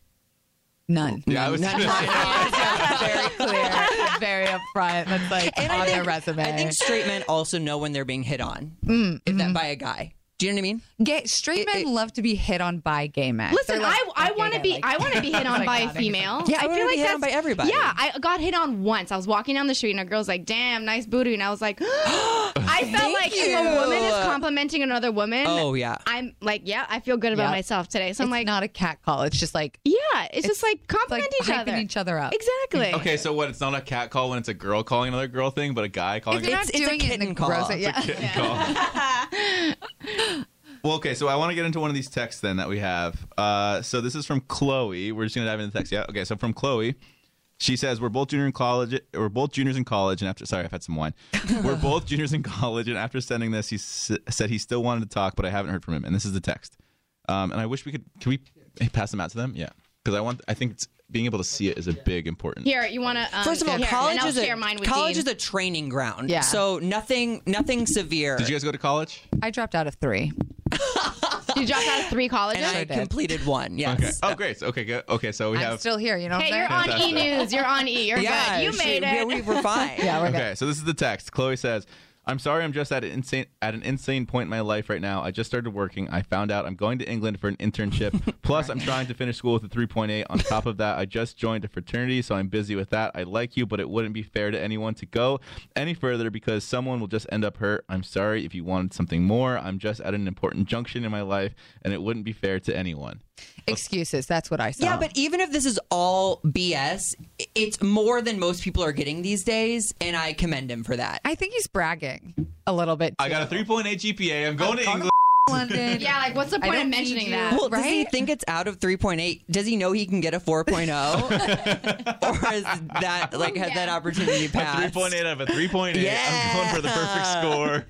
Speaker 13: None.
Speaker 2: Yeah, I was gonna say.
Speaker 13: very clear, very upfront. That's like on
Speaker 12: I
Speaker 13: their
Speaker 12: think-
Speaker 13: resume.
Speaker 12: I think straight men also know when they're being hit on
Speaker 13: Mm,
Speaker 12: if that by a guy. Do you know what I mean?
Speaker 13: Gay straight men love to be hit on by gay men.
Speaker 4: Listen,
Speaker 13: They're like,
Speaker 4: I I
Speaker 13: "Fuck
Speaker 4: want
Speaker 13: it,
Speaker 4: to be
Speaker 13: like
Speaker 4: I
Speaker 13: it."
Speaker 4: want to be hit
Speaker 13: It's
Speaker 4: on
Speaker 13: like,
Speaker 4: by a
Speaker 13: God, I hate
Speaker 4: female.
Speaker 13: it. Yeah, I
Speaker 4: I
Speaker 13: wanna
Speaker 4: feel
Speaker 13: be
Speaker 4: like
Speaker 13: hit on
Speaker 4: that's-
Speaker 13: by everybody.
Speaker 4: Yeah, I got hit on once. I was walking down the street and a girl's like, "Damn, nice booty," and I was like, "I felt
Speaker 12: Thank
Speaker 4: like if a woman is
Speaker 12: you.
Speaker 4: complimenting another woman."
Speaker 12: Oh, yeah.
Speaker 4: I'm like, yeah, I feel good about
Speaker 13: Yep.
Speaker 4: myself today. So I'm like,
Speaker 13: not a cat call. It's just like
Speaker 4: yeah, it's, just like compliment
Speaker 13: like
Speaker 4: each
Speaker 13: hyping
Speaker 4: other,
Speaker 13: each other up.
Speaker 4: Exactly.
Speaker 2: Okay, so what? It's not a cat call when it's a girl calling another girl thing, but a guy calling.
Speaker 13: If you're not doing it in a gross, yeah.
Speaker 2: It's a kitten call. well, okay, so I want to get into one of these texts then that we have. Uh, so this is from Chloe. We're just gonna dive into the text. Yeah. Okay, so from Chloe. She says we're both junior in college. We're both juniors in college, and after sorry, I've had some wine. We're both juniors in college, and after sending this, he s- said he still wanted to talk, but I haven't heard from him. And this is the text. Um, and I wish we could. Can we pass them out to them? Yeah, because I want. I think it's, being able to see it is a big important.
Speaker 4: Here, you want to um,
Speaker 12: First of all,
Speaker 4: here, and
Speaker 12: college
Speaker 4: I'll
Speaker 12: is
Speaker 4: share
Speaker 12: a
Speaker 4: mine with
Speaker 12: college
Speaker 4: Dean.
Speaker 12: is a training ground.
Speaker 4: Yeah.
Speaker 12: So nothing nothing severe. Did
Speaker 2: you guys go to college?
Speaker 13: I dropped out of three.
Speaker 4: you dropped out of three colleges.
Speaker 12: And I completed one. Yes.
Speaker 2: Okay. Oh, great. Okay, good. Okay, so we have.
Speaker 13: Still here, you know.
Speaker 4: Hey,
Speaker 13: what
Speaker 4: you're
Speaker 13: I'm
Speaker 4: on
Speaker 13: saying?
Speaker 4: E News. You're on E. You're
Speaker 12: Yeah,
Speaker 4: good. You
Speaker 12: she-
Speaker 4: made it.
Speaker 12: yeah, we were fine.
Speaker 13: Yeah, we're
Speaker 2: okay, so this is the text. Chloe says, "I'm sorry, I'm just at an insane at an insane point in my life right now. I just started working. I found out I'm going to England for an internship. Plus, I'm trying to finish school with a 3.8. On top of that, I just joined a fraternity, so I'm busy with that. I like you, but it wouldn't be fair to anyone to go any further because someone will just end up hurt. I'm sorry if you wanted something more. I'm just at an important junction in my life, and it wouldn't be fair to anyone."
Speaker 13: Excuses. That's what I saw.
Speaker 12: Yeah, but even if this is all BS, i- it's more than most people are getting these days, and I commend him for that.
Speaker 13: I think he's bragging a little bit.
Speaker 2: I got a 3.8 GPA. I'm going to England.
Speaker 13: London.
Speaker 4: Yeah, like what's the
Speaker 12: I
Speaker 4: point of
Speaker 12: don't
Speaker 4: mentioning
Speaker 12: need you.
Speaker 4: that?
Speaker 12: Well, does he think it's out of 3.8? Does he know he can get a oh? 4.0? or is that like has that opportunity
Speaker 2: A
Speaker 12: passed?
Speaker 2: 3.8 out of a 3.8. I'm going for the perfect score.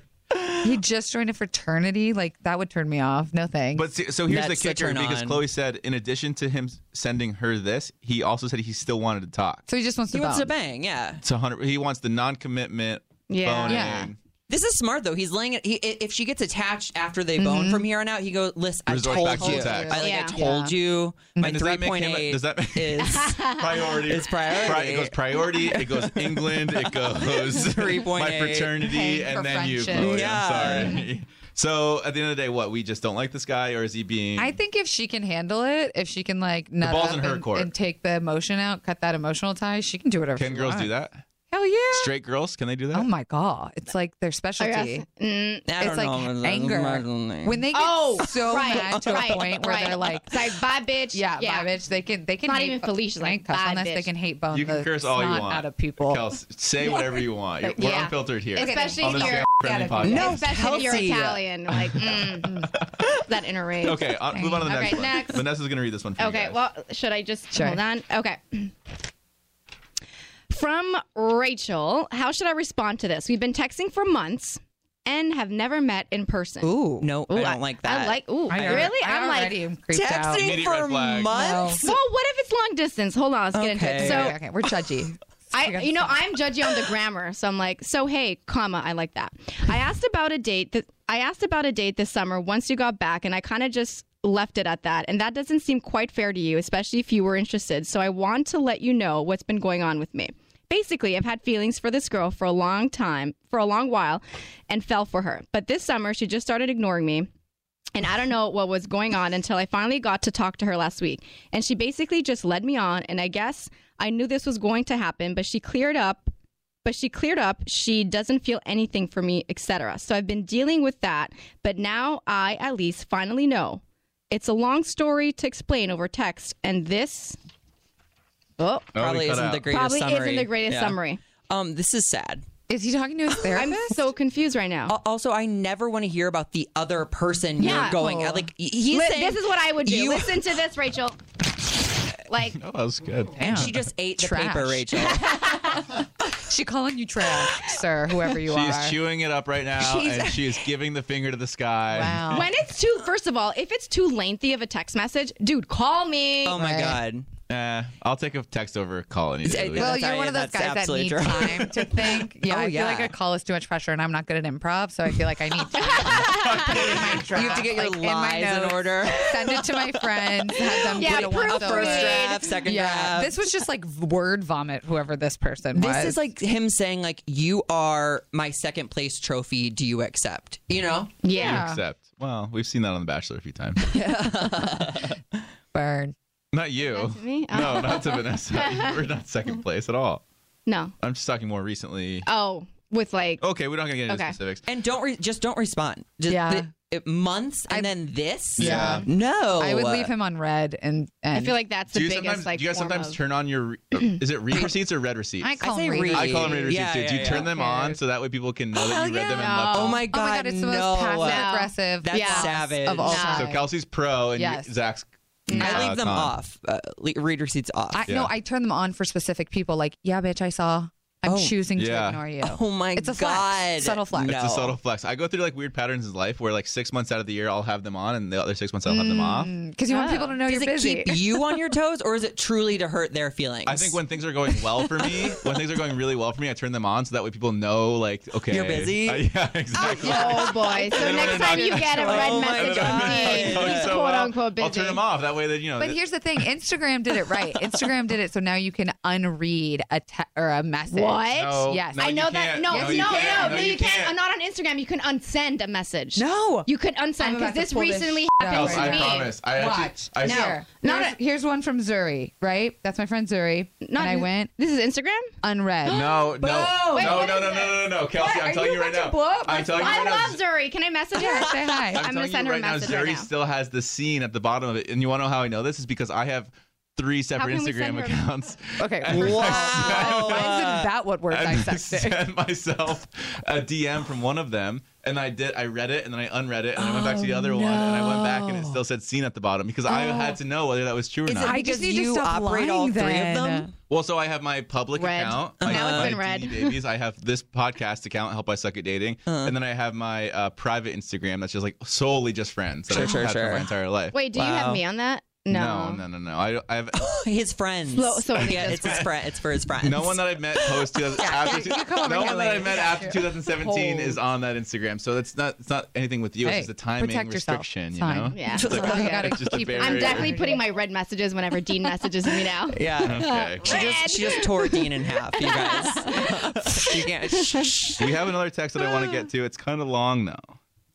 Speaker 13: he just joined a fraternity. Like that would turn me off. No thanks.
Speaker 2: But see, so here's the kicker because Chloe said, in addition to him sending her this, he also said he still wanted to talk.
Speaker 13: So he just wants
Speaker 12: He
Speaker 13: to.
Speaker 12: wants to
Speaker 13: bang.
Speaker 12: bang, yeah.
Speaker 2: It's 100. He wants the non-commitment. Boning.
Speaker 12: This is smart though. He's laying it. He, i- if she gets attached after they bone from here on out, he goes, "Listen, I
Speaker 2: Resort
Speaker 12: told
Speaker 2: back to
Speaker 12: you.
Speaker 2: attack.
Speaker 12: I, like,
Speaker 2: Yeah.
Speaker 12: I told
Speaker 2: Yeah.
Speaker 12: you. My
Speaker 2: does that make him-
Speaker 12: 3.8
Speaker 2: does that make-
Speaker 12: is
Speaker 2: Priority. It's
Speaker 12: priority.
Speaker 2: it goes priority. It goes England. It goes
Speaker 12: 3.8.
Speaker 2: my fraternity,
Speaker 12: Paying for
Speaker 2: and then you,
Speaker 12: friendship.
Speaker 2: Chloe.
Speaker 12: Yeah.
Speaker 2: I'm sorry. So at the end of the day, what we just don't like this guy, or is he being?
Speaker 13: I think if she can handle it, if she can like nut
Speaker 2: ball's
Speaker 13: up
Speaker 2: in her
Speaker 13: and,
Speaker 2: court.
Speaker 13: and take the emotion out, cut that emotional tie, she can do whatever.
Speaker 2: can
Speaker 13: she
Speaker 2: girls
Speaker 13: wants.
Speaker 2: do that?
Speaker 13: Hell yeah.
Speaker 2: Straight girls, can they do that?
Speaker 13: Oh my god, it's like their specialty.
Speaker 12: I
Speaker 13: Mm, it's
Speaker 12: don't
Speaker 13: like
Speaker 12: know.
Speaker 13: anger
Speaker 12: I don't know.
Speaker 13: when they get
Speaker 4: Oh,
Speaker 13: so
Speaker 4: right,
Speaker 13: mad to
Speaker 4: right,
Speaker 13: a point where
Speaker 4: right.
Speaker 13: they're like,
Speaker 4: It's like, bye, bitch.
Speaker 13: Yeah,
Speaker 4: Yeah.
Speaker 13: bye, bitch. They can they can
Speaker 4: Not
Speaker 13: hate,
Speaker 4: even Felicia's like,
Speaker 13: cuss
Speaker 4: bad
Speaker 13: unless they
Speaker 4: bitch.
Speaker 13: can hate bone.
Speaker 2: You can
Speaker 13: the
Speaker 2: curse all you
Speaker 13: snot
Speaker 2: want
Speaker 13: out of people.
Speaker 2: Kels, say whatever you want. You're- We're
Speaker 13: Yeah.
Speaker 2: unfiltered here.
Speaker 4: Especially
Speaker 2: on
Speaker 4: if
Speaker 2: this
Speaker 4: you're-
Speaker 2: friendly podcast.
Speaker 12: No,
Speaker 4: especially if you're
Speaker 12: healthy.
Speaker 4: Italian. Like mm, that inner rage.
Speaker 2: Okay, uh, move on to the next
Speaker 4: okay,
Speaker 2: one.
Speaker 4: Next.
Speaker 2: Vanessa's gonna read this one for
Speaker 4: Okay,
Speaker 2: you guys.
Speaker 4: well, should I just
Speaker 2: Sure.
Speaker 4: hold on? Okay. From Rachel, how should I respond to this? We've been texting for months. and have never met in person.
Speaker 12: Ooh, no, I don't like that.
Speaker 4: I like, ooh,
Speaker 12: I alre-
Speaker 4: really?
Speaker 12: I
Speaker 4: am like,
Speaker 12: already am creeped out. Texting Immediate red for flag. months?
Speaker 4: Well, what if it's long distance? Hold on, let's get into
Speaker 12: Okay.
Speaker 4: it. So,
Speaker 12: Okay,
Speaker 13: okay, we're judgy.
Speaker 4: I, you know, I'm judgy on the grammar, so I'm like, so hey, comma, I like that. I asked about a date that I asked about a date this summer once you got back, and I kind of just left it at that. And that doesn't seem quite fair to you, especially if you were interested. So I want to let you know what's been going on with me. Basically, I've had feelings for this girl for a long time, for a long while, and fell for her. But this summer, she just started ignoring me. And I don't know what was going on until I finally got to talk to her last week. And she basically just led me on. And I guess I knew this was going to happen, but she cleared up. But she cleared up. She doesn't feel anything for me, etc. So I've been dealing with that. But now I at least finally know. It's a long story to explain over text. And this Oh,
Speaker 12: we Probably cut isn't out. the greatest
Speaker 4: Probably
Speaker 12: summary.
Speaker 4: isn't the greatest
Speaker 12: Yeah.
Speaker 4: summary.
Speaker 12: Um, this is sad.
Speaker 13: Is he talking to his therapist?
Speaker 4: I'm so confused right now.
Speaker 12: Also, I never want to hear about the other person
Speaker 4: Yeah.
Speaker 12: you're going. at. Like y- he's
Speaker 4: Li-
Speaker 12: saying,
Speaker 4: this is what I would do.
Speaker 12: you-
Speaker 4: Listen to this, Rachel. Like
Speaker 2: Oh, that was good.
Speaker 12: And she just ate the
Speaker 13: Trash.
Speaker 12: paper, Rachel.
Speaker 13: she calling you trash, sir, whoever you
Speaker 2: She's
Speaker 13: are.
Speaker 2: chewing it up right now,
Speaker 4: She's-
Speaker 2: and she is giving the finger to the sky.
Speaker 4: When it's too, first of all, if it's too lengthy of a text message, dude, call me.
Speaker 12: Oh
Speaker 2: Oh god. Uh, I'll take a text over a call any day. of the
Speaker 13: Well,
Speaker 2: week.
Speaker 13: you're one of those guys that need time to think. Yeah,
Speaker 2: Oh,
Speaker 13: I feel
Speaker 2: yeah.
Speaker 13: like a call is too much pressure, and I'm not good at improv, so I feel like I need to. put it in my draft,
Speaker 12: You have to get your
Speaker 13: like, my
Speaker 12: lies in
Speaker 13: notes,
Speaker 12: order.
Speaker 13: Send it to my friends. Have them
Speaker 12: Yeah,
Speaker 13: put it one
Speaker 12: proofread.
Speaker 13: over.
Speaker 12: First draft, second
Speaker 13: yeah,
Speaker 12: draft.
Speaker 13: This was just like word vomit. Whoever this person was.
Speaker 12: This is like him saying, like, you are my second place trophy. Do you accept? You know?
Speaker 2: You accept. Well, we've seen that on The Bachelor a few times.
Speaker 13: Burn.
Speaker 2: Not you.
Speaker 4: to me? Oh.
Speaker 2: No, not to Vanessa. We're not second place at all.
Speaker 4: No.
Speaker 2: I'm just talking more recently.
Speaker 4: Oh, with like.
Speaker 2: Okay, we're not gonna get into specifics.
Speaker 12: And don't re- just don't respond. Just
Speaker 13: Yeah.
Speaker 12: the- it- months and then this.
Speaker 2: Yeah.
Speaker 12: No.
Speaker 13: I would leave him on red, and, and
Speaker 2: do you sometimes, Do you guys sometimes turn on your? re- oh, Is it read receipts or red receipts?
Speaker 13: I call I say them read read.
Speaker 2: I call them read receipts.
Speaker 12: Yeah,
Speaker 2: too. do you
Speaker 12: yeah,
Speaker 2: turn
Speaker 12: yeah.
Speaker 2: them on so that way people can know that you read them and left
Speaker 12: Oh
Speaker 2: them?
Speaker 12: my god.
Speaker 13: it's the most
Speaker 12: no.
Speaker 13: passive aggressive
Speaker 12: That's
Speaker 13: yeah.
Speaker 12: savage.
Speaker 13: of all
Speaker 2: So
Speaker 13: time.
Speaker 2: Kelsey's pro and
Speaker 13: Yes.
Speaker 2: you- Zach's.
Speaker 12: I
Speaker 2: uh,
Speaker 12: leave them
Speaker 2: con.
Speaker 12: off. Uh, le- read receipts off.
Speaker 13: I, No, I turn them on for specific people. Like, yeah, bitch, I saw. I'm
Speaker 12: Oh.
Speaker 13: choosing to
Speaker 2: Yeah.
Speaker 13: ignore you.
Speaker 12: Oh my
Speaker 13: it's a
Speaker 12: God.
Speaker 13: Flex. Subtle flex.
Speaker 2: It's a subtle flex. I go through like weird patterns in life where like six months out of the year I'll have them on and the other six months I'll have them off.
Speaker 13: Because you want people to know
Speaker 12: Does
Speaker 13: you're
Speaker 12: it
Speaker 13: busy.
Speaker 12: keep you on your toes, or is it truly to hurt their feelings?
Speaker 2: I think when things are going well for me, when things are going really well for me, I turn them on so that way people know like okay
Speaker 12: You're busy?
Speaker 2: Uh, yeah, exactly.
Speaker 4: Oh boy! So next time you get a red
Speaker 2: Oh my
Speaker 4: message
Speaker 2: God.
Speaker 4: on Dean,
Speaker 2: Going
Speaker 4: he's
Speaker 2: oh, so
Speaker 4: quote
Speaker 2: well,
Speaker 4: unquote
Speaker 2: I'll turn
Speaker 4: busy.
Speaker 2: them off that way that you know.
Speaker 13: But
Speaker 2: that-
Speaker 13: here's the thing: Instagram did it right. Instagram did it, so now you can unread a te- or a message.
Speaker 4: What?
Speaker 13: yes,
Speaker 4: I know that. No, no,
Speaker 13: you
Speaker 4: no,
Speaker 13: can't.
Speaker 4: no,
Speaker 13: No,
Speaker 4: you,
Speaker 13: you
Speaker 4: can't. Not on Instagram. You can unsend a message.
Speaker 12: No,
Speaker 4: you can
Speaker 13: I'm
Speaker 4: unsend because
Speaker 13: about to
Speaker 4: this
Speaker 13: pull this
Speaker 4: recently
Speaker 13: shit out
Speaker 4: happened to
Speaker 2: right now.
Speaker 4: me.
Speaker 2: I promise. I actually-
Speaker 13: Watch.
Speaker 2: I-
Speaker 13: Here.
Speaker 4: No.
Speaker 13: Here's, here's one from Zuri, right? That's my friend Zuri.
Speaker 4: Not
Speaker 13: and I
Speaker 4: this-
Speaker 13: went.
Speaker 4: This is Instagram.
Speaker 13: Unread.
Speaker 2: No, no,
Speaker 4: Wait,
Speaker 2: no,
Speaker 4: what
Speaker 2: no,
Speaker 4: is
Speaker 2: no, no,
Speaker 4: it?
Speaker 2: no, no, no, Kelsey,
Speaker 4: What?
Speaker 2: I'm
Speaker 4: Are
Speaker 2: telling
Speaker 4: you
Speaker 2: you right
Speaker 4: about to
Speaker 2: now.
Speaker 4: blow up my
Speaker 2: I'm telling you
Speaker 4: phone?
Speaker 2: right now.
Speaker 4: I love Zuri. Can I message her?
Speaker 13: Yeah, say hi. I'm
Speaker 4: I'm, gonna
Speaker 2: telling
Speaker 4: send
Speaker 2: you
Speaker 4: her a
Speaker 2: right now,
Speaker 4: message
Speaker 2: Zuri
Speaker 4: right now.
Speaker 2: still has the scene at the bottom of it, and you want to know how I know this is because I have three separate
Speaker 13: can we send
Speaker 2: Instagram
Speaker 13: her-
Speaker 2: accounts.
Speaker 13: Okay.
Speaker 2: And
Speaker 13: wow.
Speaker 2: I
Speaker 13: Mine's about what words I
Speaker 2: sent- Uh, I
Speaker 13: sexted.
Speaker 2: sent myself a DM from one of them, and I did. I read it, and then I unread it, and I went back to the other one, and I went back, and it still said "scene" at the bottom because I
Speaker 12: Oh.
Speaker 2: had to know whether that was true or
Speaker 12: Is it
Speaker 2: not.
Speaker 12: I just because need to you stop operate lying all three of then. them?
Speaker 2: Well, so I have my public account. I
Speaker 12: Uh-huh. Now
Speaker 2: have
Speaker 12: it's
Speaker 2: my
Speaker 12: been red.
Speaker 2: DD Babies. I have this podcast account, Help I Suck at Dating,
Speaker 12: Uh-huh.
Speaker 2: and then I have my uh, private Instagram that's just like solely just friends that
Speaker 12: Sure,
Speaker 2: I've
Speaker 12: sure,
Speaker 2: had
Speaker 12: sure.
Speaker 2: for my entire life.
Speaker 4: Wait, do you have me on that?
Speaker 2: No, no, no, no. I, I have
Speaker 12: his friends.
Speaker 4: Slow- so it
Speaker 12: yeah,
Speaker 4: just-
Speaker 12: it's his friend. It's for his friends.
Speaker 2: no one that I've met post 2000, after two-
Speaker 12: you come over
Speaker 2: no
Speaker 12: here
Speaker 2: one that I
Speaker 12: later.
Speaker 2: met
Speaker 12: Yeah,
Speaker 2: after
Speaker 12: sure.
Speaker 2: 2017 is on that Instagram. So that's not it's not anything with you.
Speaker 13: Hey,
Speaker 2: it's just a timing
Speaker 13: protect yourself.
Speaker 2: restriction.
Speaker 13: It's
Speaker 2: You
Speaker 13: fine.
Speaker 2: know?
Speaker 4: Yeah.
Speaker 2: It's like-
Speaker 4: You gotta
Speaker 2: it's just a
Speaker 13: keep-
Speaker 2: barrier.
Speaker 4: I'm definitely putting my red messages whenever Dean messages me now.
Speaker 12: Yeah.
Speaker 2: Okay.
Speaker 12: She just she just tore Dean in half. You guys. you can't.
Speaker 2: we have another text that I want to get to. It's kind of long though.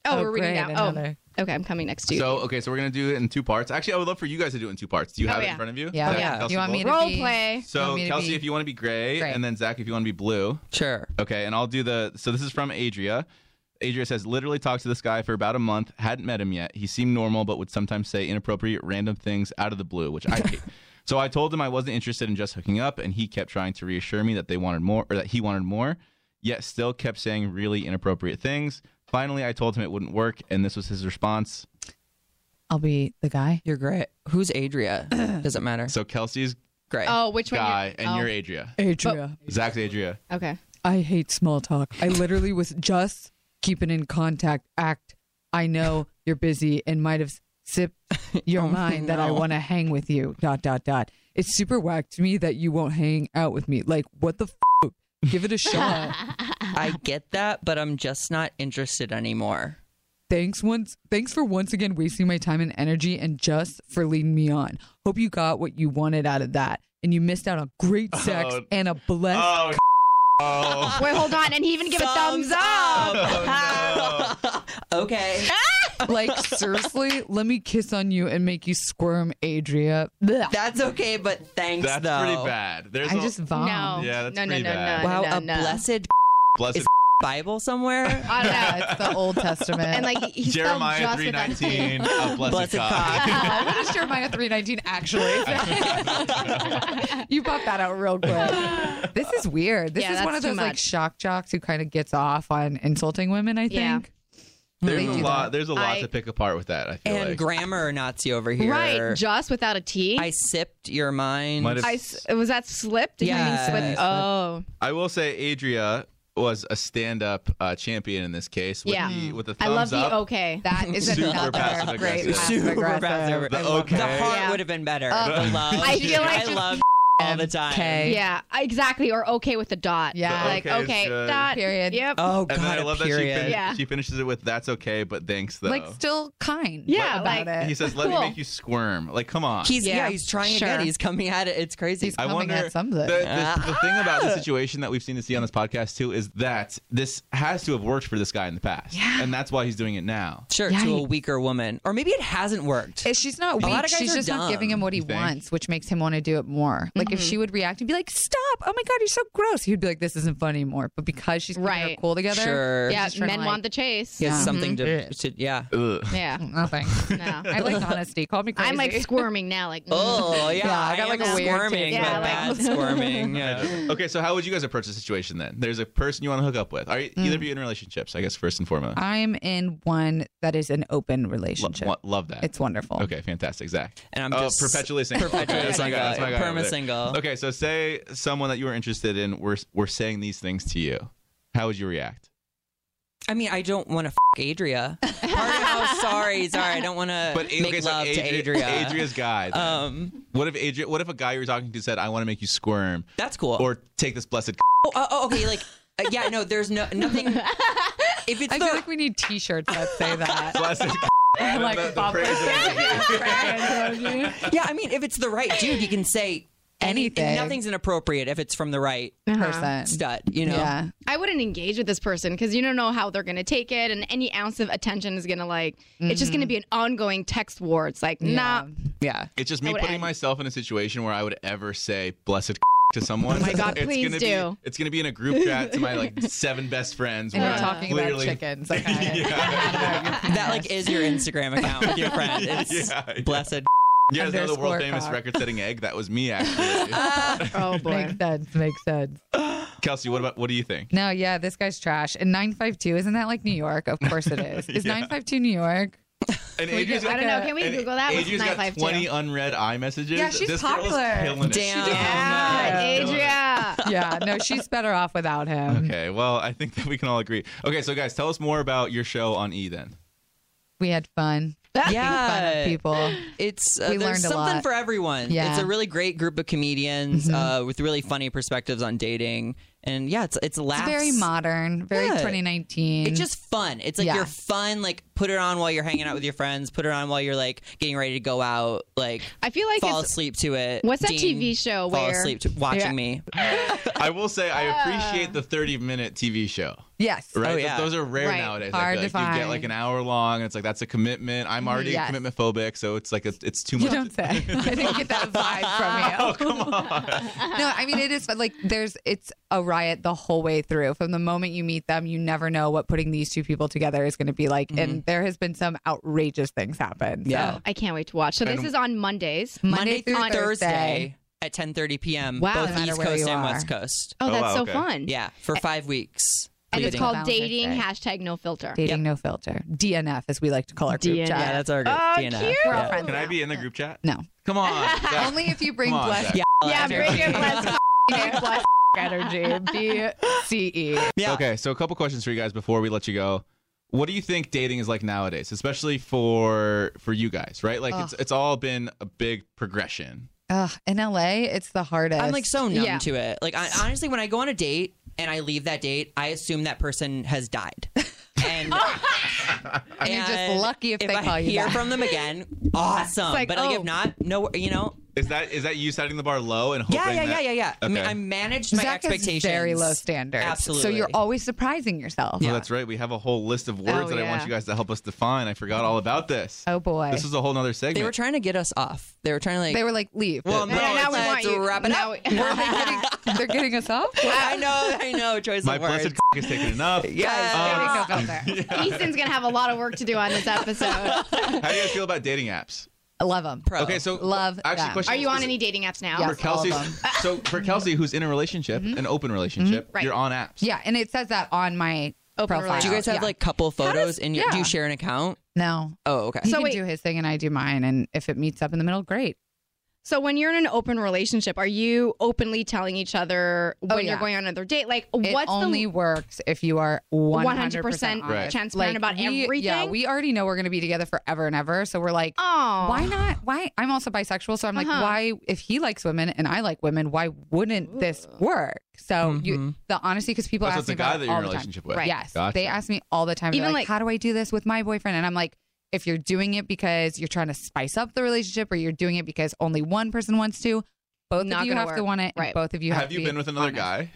Speaker 4: Oh,
Speaker 12: Oh,
Speaker 4: we're reading
Speaker 12: great,
Speaker 4: out. Oh,
Speaker 12: another.
Speaker 4: okay. I'm coming next to you.
Speaker 2: So okay, so we're gonna do it in two parts. Actually, I would love for you guys to do it in two parts. Do you
Speaker 4: Oh,
Speaker 2: have it
Speaker 4: yeah.
Speaker 2: in front of you?
Speaker 4: Yeah.
Speaker 2: Zach
Speaker 4: Yeah.
Speaker 2: and
Speaker 4: Do
Speaker 2: Kelsey
Speaker 4: you want me
Speaker 2: both?
Speaker 4: to Role be- play. You
Speaker 2: So
Speaker 4: want me to
Speaker 2: Kelsey,
Speaker 4: be-
Speaker 2: if you want to be gray,
Speaker 4: Gray.
Speaker 2: and then Zach, if you want to be blue.
Speaker 12: Sure.
Speaker 2: Okay, and I'll do the. So this is from Adria. Adria says, literally talked to this guy for about a month. Hadn't met him yet. He seemed normal, but would sometimes say inappropriate, random things out of the blue, which I hate. so I told him I wasn't interested in just hooking up, and he kept trying to reassure me that they wanted more, or that he wanted more, yet still kept saying really inappropriate things. Finally, I told him it wouldn't work, and this was his response.
Speaker 13: I'll be the guy.
Speaker 12: You're great. Who's Adria? Doesn't matter.
Speaker 2: So Kelsey's
Speaker 12: great.
Speaker 4: Oh, which one?
Speaker 2: guy, and
Speaker 4: oh.
Speaker 2: you're Adria.
Speaker 13: Adria.
Speaker 2: Zach's Adria.
Speaker 4: Okay.
Speaker 13: I hate small talk. I literally was just keep it in contact act. I know you're busy and might have sipped your mind that I
Speaker 12: no.
Speaker 13: want to hang with you. Dot dot dot. It's super whack to me that you won't hang out with me. Like what the f- give it a shot.
Speaker 12: I get that, but I'm just not interested anymore.
Speaker 13: thanks once thanks for once again wasting my time and energy and just for leading me on hope you got what you wanted out of that and you missed out on great sex
Speaker 12: Oh.
Speaker 13: and a blessed
Speaker 12: Oh,
Speaker 2: Oh.
Speaker 4: Wait, hold on. And he even gave a thumbs
Speaker 12: Oh,
Speaker 4: up.
Speaker 12: okay.
Speaker 13: like seriously let me kiss on you and make you squirm adria Blech.
Speaker 12: That's okay, but thanks
Speaker 2: That's
Speaker 12: though.
Speaker 2: pretty bad. There's
Speaker 13: I
Speaker 2: a-
Speaker 13: just vomed.
Speaker 2: Yeah, that's
Speaker 12: No, no,
Speaker 2: pretty
Speaker 12: no,
Speaker 2: bad.
Speaker 12: no, Wow, no, a no. blessed
Speaker 2: blessed
Speaker 12: Is Bible somewhere?
Speaker 13: I don't know. It's the Old Testament.
Speaker 4: And like he he spelled
Speaker 2: Jeremiah
Speaker 4: just
Speaker 2: three
Speaker 4: without a T.
Speaker 2: nineteen. A blessed
Speaker 12: Blessed
Speaker 2: cock.
Speaker 13: Oh, what is Jeremiah 319 actually? you popped that out real quick. This is weird. This
Speaker 4: Yeah,
Speaker 13: is
Speaker 4: that's
Speaker 13: one of
Speaker 4: too
Speaker 13: those like
Speaker 4: much.
Speaker 13: shock jocks who kind of gets off on insulting women, I
Speaker 4: Yeah.
Speaker 13: think.
Speaker 2: There's
Speaker 12: They
Speaker 2: a
Speaker 12: do
Speaker 2: lot.
Speaker 12: that.
Speaker 2: There's a lot
Speaker 12: I-
Speaker 2: to pick apart with that. I feel
Speaker 12: and
Speaker 2: like.
Speaker 12: grammar Nazi over here.
Speaker 4: Right, just without a T.
Speaker 12: I sipped your mind.
Speaker 2: Might have-
Speaker 4: I s- was that slipped? Did you mean
Speaker 12: Yeah.
Speaker 4: slipped? Oh,
Speaker 2: I will say, Adria was a stand-up uh, champion in this case. With
Speaker 4: yeah.
Speaker 2: The, with the
Speaker 4: I love
Speaker 2: thumbs up.
Speaker 4: the okay.
Speaker 13: That
Speaker 2: is Super another passive great aggressive. passive
Speaker 12: Super
Speaker 2: aggressive.
Speaker 12: passive.
Speaker 2: The
Speaker 12: I love-
Speaker 2: okay.
Speaker 12: The heart
Speaker 4: Yeah.
Speaker 12: would have been better.
Speaker 4: Uh,
Speaker 12: the love.
Speaker 4: I feel like
Speaker 12: I
Speaker 4: just
Speaker 12: love all the time.
Speaker 4: Yeah, exactly. Or okay with the dot.
Speaker 13: Yeah. The
Speaker 4: like
Speaker 2: okay is
Speaker 4: okay,
Speaker 2: good.
Speaker 4: dot. Period. Yep.
Speaker 12: Oh
Speaker 2: And then I love that she, fin-
Speaker 4: Yeah.
Speaker 2: she finishes it with "That's okay, but thanks though."
Speaker 13: Like still kind.
Speaker 4: Yeah, like-
Speaker 13: about it.
Speaker 2: he says, "Let me make you squirm." Like, come on.
Speaker 12: He's yeah, he's trying
Speaker 13: sure.
Speaker 12: again. He's coming at it. It's crazy.
Speaker 13: He's coming at something.
Speaker 2: The, the, the thing about the situation that we've seen to see on this podcast too is that this has to have worked for this guy in the past, yeah. and that's why he's doing it now.
Speaker 12: Sure, to a weaker woman, or maybe it hasn't worked.
Speaker 13: If she's not
Speaker 12: A lot
Speaker 13: weak.
Speaker 12: of guys
Speaker 13: She's
Speaker 12: are
Speaker 13: just not
Speaker 12: dumb,
Speaker 13: giving him what he
Speaker 12: you think?
Speaker 13: wants, which makes him want to do it more. Like
Speaker 4: Mm-hmm.
Speaker 13: if she would react and be like, "Stop! Oh my god, you're so gross," he'd be like, "This isn't funny anymore." But because she's keeping her
Speaker 4: Right.
Speaker 13: cool together,
Speaker 12: Sure.
Speaker 13: he's
Speaker 4: Yeah.
Speaker 13: just trying to,
Speaker 4: Men
Speaker 13: like-
Speaker 4: want the chase.
Speaker 12: He has
Speaker 4: Mhm.
Speaker 12: something to, to yeah.
Speaker 4: Yeah.
Speaker 13: Nothing.
Speaker 4: No.
Speaker 13: I like honesty. Call me crazy.
Speaker 4: I'm like squirming now. Like.
Speaker 12: Oh yeah, I got like a
Speaker 4: weird
Speaker 12: squirming,
Speaker 4: Yeah,
Speaker 12: but
Speaker 4: like-
Speaker 12: bad squirming. Yeah.
Speaker 2: okay, so how would you guys approach the situation then? There's a person you want to hook up with. Are you,
Speaker 13: Mm.
Speaker 2: either of you in relationships? I guess first and foremost.
Speaker 13: I'm in one that is an open relationship.
Speaker 2: Lo- love that.
Speaker 13: It's wonderful.
Speaker 2: Okay, fantastic, Zach.
Speaker 12: And I'm
Speaker 2: oh,
Speaker 12: just
Speaker 2: perpetually single.
Speaker 12: perpetually
Speaker 2: Okay, that's my guy,
Speaker 12: single,
Speaker 2: that's my guy over
Speaker 12: perma
Speaker 2: there.
Speaker 12: single.
Speaker 2: Okay, so say someone that you were interested in were were saying these things to you. How would you react?
Speaker 12: I mean, I don't want to f- Adria. Part of- oh, sorry, sorry, I don't want to
Speaker 2: But
Speaker 12: make
Speaker 2: okay, so
Speaker 12: love to
Speaker 2: Adri-
Speaker 12: Adria.
Speaker 2: Adria's guy. then.
Speaker 12: Um,
Speaker 2: what if Adria? What if a guy you were talking to said, "I want to make you squirm"?
Speaker 12: That's cool.
Speaker 2: Or take this blessed.
Speaker 12: oh, oh, oh, okay, like uh, yeah, no, there's no nothing. If it's
Speaker 13: I
Speaker 12: the
Speaker 13: feel like we need T-shirts that say that.
Speaker 2: blessed.
Speaker 13: And, like,
Speaker 2: The- the
Speaker 13: bump-
Speaker 2: praise
Speaker 12: yeah, I mean, if it's the right dude, you can say any-
Speaker 13: Anything.
Speaker 12: Nothing's inappropriate if it's from the right
Speaker 13: Person.
Speaker 12: stud. You know.
Speaker 13: Yeah.
Speaker 4: I wouldn't engage with this person because you don't know how they're going to take it, and any ounce of attention is going to like. It's just going to be an ongoing text war. It's like, nah.
Speaker 13: Mm-hmm. Yeah.
Speaker 2: It's just me
Speaker 4: I would
Speaker 2: putting
Speaker 4: end-
Speaker 2: myself in a situation where I would ever say blessed to someone.
Speaker 4: Oh my God,
Speaker 2: it's
Speaker 4: please
Speaker 2: gonna
Speaker 4: do.
Speaker 2: Be, it's gonna be in a group chat to my like seven best friends.
Speaker 13: And
Speaker 2: where
Speaker 13: we're talking
Speaker 2: clearly-
Speaker 13: about chickens. Okay.
Speaker 12: That like is your Instagram account with your friend. It's
Speaker 2: Yeah, yeah.
Speaker 12: blessed.
Speaker 2: You guys know the
Speaker 13: Underscore
Speaker 2: world famous
Speaker 13: cock.
Speaker 2: record setting egg? That was me actually.
Speaker 4: Oh
Speaker 13: Makes sense. Makes sense.
Speaker 2: Kelsey, what about what do you think?
Speaker 13: No, yeah, this guy's trash. And 952, isn't that like New York? Of course it is. Is
Speaker 2: Yeah.
Speaker 13: 952 New York?
Speaker 2: And
Speaker 13: We
Speaker 2: Adria's
Speaker 13: get
Speaker 2: got-
Speaker 4: I don't know. Can we
Speaker 2: and
Speaker 4: Google that? What's
Speaker 2: Adria's got
Speaker 4: 952?
Speaker 2: 20 unread iMessages.
Speaker 13: Yeah, she's
Speaker 2: this girl is
Speaker 13: popular.
Speaker 2: killing it.
Speaker 12: Damn.
Speaker 4: Yeah, Adria.
Speaker 13: Yeah, no, she's better off without him.
Speaker 2: Okay, well, I think that we can all agree. Okay, so guys, tell us more about your show on E then.
Speaker 13: We had fun. Making fun
Speaker 12: Yeah.
Speaker 13: of people.
Speaker 12: It's uh,
Speaker 13: We
Speaker 12: there's
Speaker 13: learned a
Speaker 12: something
Speaker 13: lot.
Speaker 12: for everyone.
Speaker 13: Yeah. Mm-hmm.
Speaker 12: It's a really great group of comedians uh, with really funny perspectives on dating, and yeah, it's it's
Speaker 13: It's
Speaker 12: laughs.
Speaker 13: very modern, very
Speaker 12: Yeah.
Speaker 13: 2019.
Speaker 12: It's just fun. It's like
Speaker 13: Yeah.
Speaker 12: you're fun. Like put it on while you're hanging out with your friends. Put it on while you're like getting ready to go out. Like
Speaker 4: I feel like
Speaker 12: fall
Speaker 4: it's-
Speaker 12: asleep to it.
Speaker 4: What's that
Speaker 12: Dean,
Speaker 4: TV show
Speaker 12: Fall
Speaker 4: where-
Speaker 12: asleep to watching
Speaker 4: Yeah.
Speaker 12: me.
Speaker 2: I will say I appreciate the 30 minute TV show.
Speaker 13: yes.
Speaker 2: Right?
Speaker 12: Oh, yeah.
Speaker 2: Those are rare
Speaker 4: Right.
Speaker 2: nowadays.
Speaker 13: Hard
Speaker 2: I feel
Speaker 13: to
Speaker 2: like you get
Speaker 13: find.
Speaker 2: like an hour long. It's like that's a commitment. I'm already
Speaker 13: Yes.
Speaker 2: commitment phobic, so it's like a, it's too much.
Speaker 13: You don't say. I didn't get that vibe from you. Oh, come
Speaker 12: Uh-huh.
Speaker 13: on. no, I mean, it is fun. Like, there's, it's a riot the whole way through. From the moment you meet them, you never know what putting these two people together is going to be like. And there has been some outrageous things happen.
Speaker 12: Mm-hmm.
Speaker 13: So.
Speaker 12: Yeah.
Speaker 4: I can't wait to watch. So this is on Mondays.
Speaker 12: Monday through
Speaker 4: on-
Speaker 12: Thursday at 10:30 p.m.
Speaker 4: Wow. No
Speaker 12: both
Speaker 13: matter
Speaker 12: East
Speaker 13: where
Speaker 12: Coast
Speaker 13: you
Speaker 12: and
Speaker 13: are.
Speaker 12: West Coast.
Speaker 4: Oh,
Speaker 2: Oh,
Speaker 4: that's
Speaker 2: wow,
Speaker 4: so
Speaker 2: okay.
Speaker 4: fun.
Speaker 12: Yeah, for five weeks.
Speaker 4: And it's
Speaker 12: Dating.
Speaker 4: called
Speaker 13: Valentine's
Speaker 4: dating
Speaker 13: Day.
Speaker 4: hashtag no filter.
Speaker 13: Dating No Filter. DNF, as we like to call our group
Speaker 4: DNF.
Speaker 13: chat.
Speaker 12: Yeah, that's our group.
Speaker 4: Oh,
Speaker 12: DNF.
Speaker 4: cute.
Speaker 12: Yeah.
Speaker 13: friends.
Speaker 2: Can I be in the group chat?
Speaker 13: No.
Speaker 2: Come on. Zach.
Speaker 13: Uh, Only if you bring
Speaker 2: Come on,
Speaker 13: blessed,
Speaker 2: Zach.
Speaker 12: Yeah,
Speaker 4: Yeah,
Speaker 12: that's
Speaker 4: bring
Speaker 12: right.
Speaker 4: your blessed.
Speaker 13: energy. E. B C E.
Speaker 12: Yeah.
Speaker 2: Okay, so a couple questions for you guys before we let you go. what do you think dating is like nowadays, especially for for you guys, right? Like it's
Speaker 13: Ugh.
Speaker 2: it's all been a big progression.
Speaker 13: Ugh, in LA, it's the hardest.
Speaker 12: I'm like so numb to it. Like I, honestly, when I go on a date and I leave that date, I assume that person has died. And,
Speaker 13: And you're just lucky if they
Speaker 12: I
Speaker 13: call you
Speaker 12: hear
Speaker 13: back.
Speaker 12: from them again, awesome.
Speaker 13: It's like,
Speaker 12: but like
Speaker 13: oh.
Speaker 12: if not, no, you know.
Speaker 2: Is that is that you setting the bar low and hoping?
Speaker 12: Yeah, yeah, yeah,
Speaker 2: that-
Speaker 12: yeah, yeah. I, mean,
Speaker 2: Okay.
Speaker 12: I managed my
Speaker 13: Zach
Speaker 12: expectations.
Speaker 13: Is very low standards.
Speaker 12: Absolutely.
Speaker 13: So you're always surprising yourself.
Speaker 2: Oh, that's right. We have a whole list of words
Speaker 13: Oh,
Speaker 2: that I want
Speaker 13: yeah.
Speaker 2: you guys to help us define. I forgot all about this.
Speaker 13: Oh boy.
Speaker 2: This is a whole nother segment.
Speaker 12: They were trying to get us off. They were trying to like.
Speaker 13: they were like, leave.
Speaker 12: Well, no,
Speaker 13: now
Speaker 12: Oh, it's-
Speaker 13: we want
Speaker 12: let's
Speaker 13: you.
Speaker 12: wrap it
Speaker 13: now
Speaker 12: up.
Speaker 13: we- were they getting, they're getting us off?
Speaker 12: I know, I know. Choice
Speaker 2: My
Speaker 12: of words.
Speaker 2: blessed is taken enough.
Speaker 15: Guys,
Speaker 12: Uh,
Speaker 15: getting
Speaker 2: Um,
Speaker 15: no filter. Ethan's gonna have a lot of work to do on this episode.
Speaker 2: how do you guys feel about dating apps?
Speaker 13: I love them.
Speaker 2: Okay, so
Speaker 15: love.
Speaker 2: actually,
Speaker 15: them.
Speaker 2: question
Speaker 15: Are you
Speaker 2: is-
Speaker 15: on any dating apps now?
Speaker 2: for Kelsey, so for Kelsey, who's in a relationship,
Speaker 12: Mm-hmm.
Speaker 2: an open relationship,
Speaker 13: Right.
Speaker 2: you're on apps.
Speaker 13: Yeah, and it says that on my profile.
Speaker 12: Do you guys have
Speaker 13: Yeah.
Speaker 12: like couple photos in your? Do
Speaker 13: yeah.
Speaker 12: you share an account?
Speaker 13: No.
Speaker 12: Oh, okay.
Speaker 13: He can do his thing and I do mine, and if it meets up in the middle, great.
Speaker 4: So when you're in an open relationship, are you openly telling each other when
Speaker 13: Oh,
Speaker 4: you're
Speaker 13: yeah.
Speaker 4: going on another date? Like,
Speaker 13: It
Speaker 4: what's
Speaker 13: only
Speaker 4: the
Speaker 13: works if you are 100%,
Speaker 4: 100%
Speaker 13: honest.
Speaker 4: transparent
Speaker 13: Like,
Speaker 4: about
Speaker 13: we- Yeah,
Speaker 4: everything?
Speaker 13: we already know we're going to be together forever and ever. So we're like,
Speaker 4: oh,
Speaker 13: why not? Why? I'm also bisexual. So I'm like,
Speaker 4: Uh-huh.
Speaker 13: why, if he likes women and I like women, why wouldn't this work? So you, the honesty, because people
Speaker 2: That's
Speaker 13: ask
Speaker 2: with the
Speaker 13: me about
Speaker 2: guy
Speaker 13: it
Speaker 2: that you're
Speaker 13: all
Speaker 2: in Mm-hmm. a
Speaker 13: the time.
Speaker 2: relationship with.
Speaker 13: Yes.
Speaker 2: Gotcha.
Speaker 13: They ask me all the time,
Speaker 2: Even
Speaker 13: Even like,
Speaker 2: like-
Speaker 13: how do I do this with my boyfriend? And I'm like, if you're doing it because you're trying to spice up the relationship or you're doing it because only one person wants to, both
Speaker 4: Not
Speaker 13: of you
Speaker 4: gonna
Speaker 13: have to
Speaker 4: work.
Speaker 13: want it.
Speaker 4: Right.
Speaker 13: And both of you have,
Speaker 2: Have
Speaker 13: to
Speaker 2: you
Speaker 13: be-
Speaker 2: been with another guy?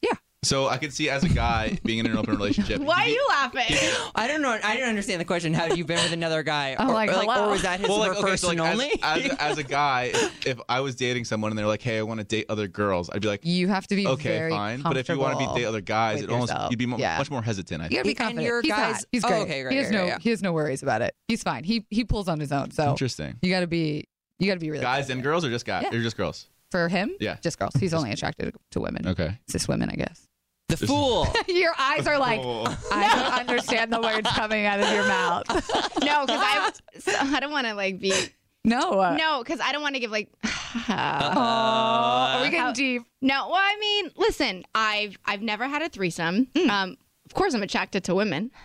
Speaker 13: Yeah.
Speaker 2: So I could see as a guy being in an open relationship.
Speaker 4: Why are you laughing?
Speaker 12: I don't know. I don't understand the question. Have you been with another guy?
Speaker 4: Oh,
Speaker 2: I'm
Speaker 12: or,
Speaker 2: Oh, like,
Speaker 12: or,
Speaker 2: hello.
Speaker 12: or was that his
Speaker 2: Well,
Speaker 12: her
Speaker 2: like, okay,
Speaker 12: first
Speaker 2: so, like,
Speaker 12: and
Speaker 2: as-
Speaker 12: only?
Speaker 2: As, as a guy, if, if I was dating someone and they're like, "Hey, I want to date other girls," I'd be like,
Speaker 13: You have to be
Speaker 2: okay,
Speaker 13: very
Speaker 2: fine." But if you want to be
Speaker 13: comfortable
Speaker 2: date other guys,
Speaker 13: with
Speaker 2: it almost
Speaker 13: yourself.
Speaker 2: you'd be mo-
Speaker 13: Yeah.
Speaker 2: much more hesitant. I
Speaker 13: You gotta be
Speaker 2: think.
Speaker 13: confident.
Speaker 12: your
Speaker 13: he's
Speaker 12: guys-
Speaker 13: hot. He's
Speaker 12: oh,
Speaker 13: great.
Speaker 12: okay, great,
Speaker 13: he has
Speaker 12: great,
Speaker 13: no
Speaker 12: yeah.
Speaker 13: he has no worries about it. He's fine. He he pulls on his own. So
Speaker 2: Interesting.
Speaker 13: You got to be you got to be really
Speaker 2: guys and girls, or just guys,
Speaker 13: Yeah.
Speaker 2: or just girls?
Speaker 13: for him.
Speaker 2: Yeah.
Speaker 13: just girls. He's only attracted to women.
Speaker 2: Okay,
Speaker 13: cis women, I guess.
Speaker 12: The fool.
Speaker 13: Your eyes are like I don't understand the words coming out of your mouth.
Speaker 15: no, because I so I don't want to like be
Speaker 13: no uh,
Speaker 15: no because I don't want to give like.
Speaker 13: Uh-huh.
Speaker 14: Uh,
Speaker 13: are we Oh, getting deep?
Speaker 15: No, well, I mean, listen, I've I've never had a threesome.
Speaker 13: Hmm.
Speaker 15: Um, of course, I'm attracted to women.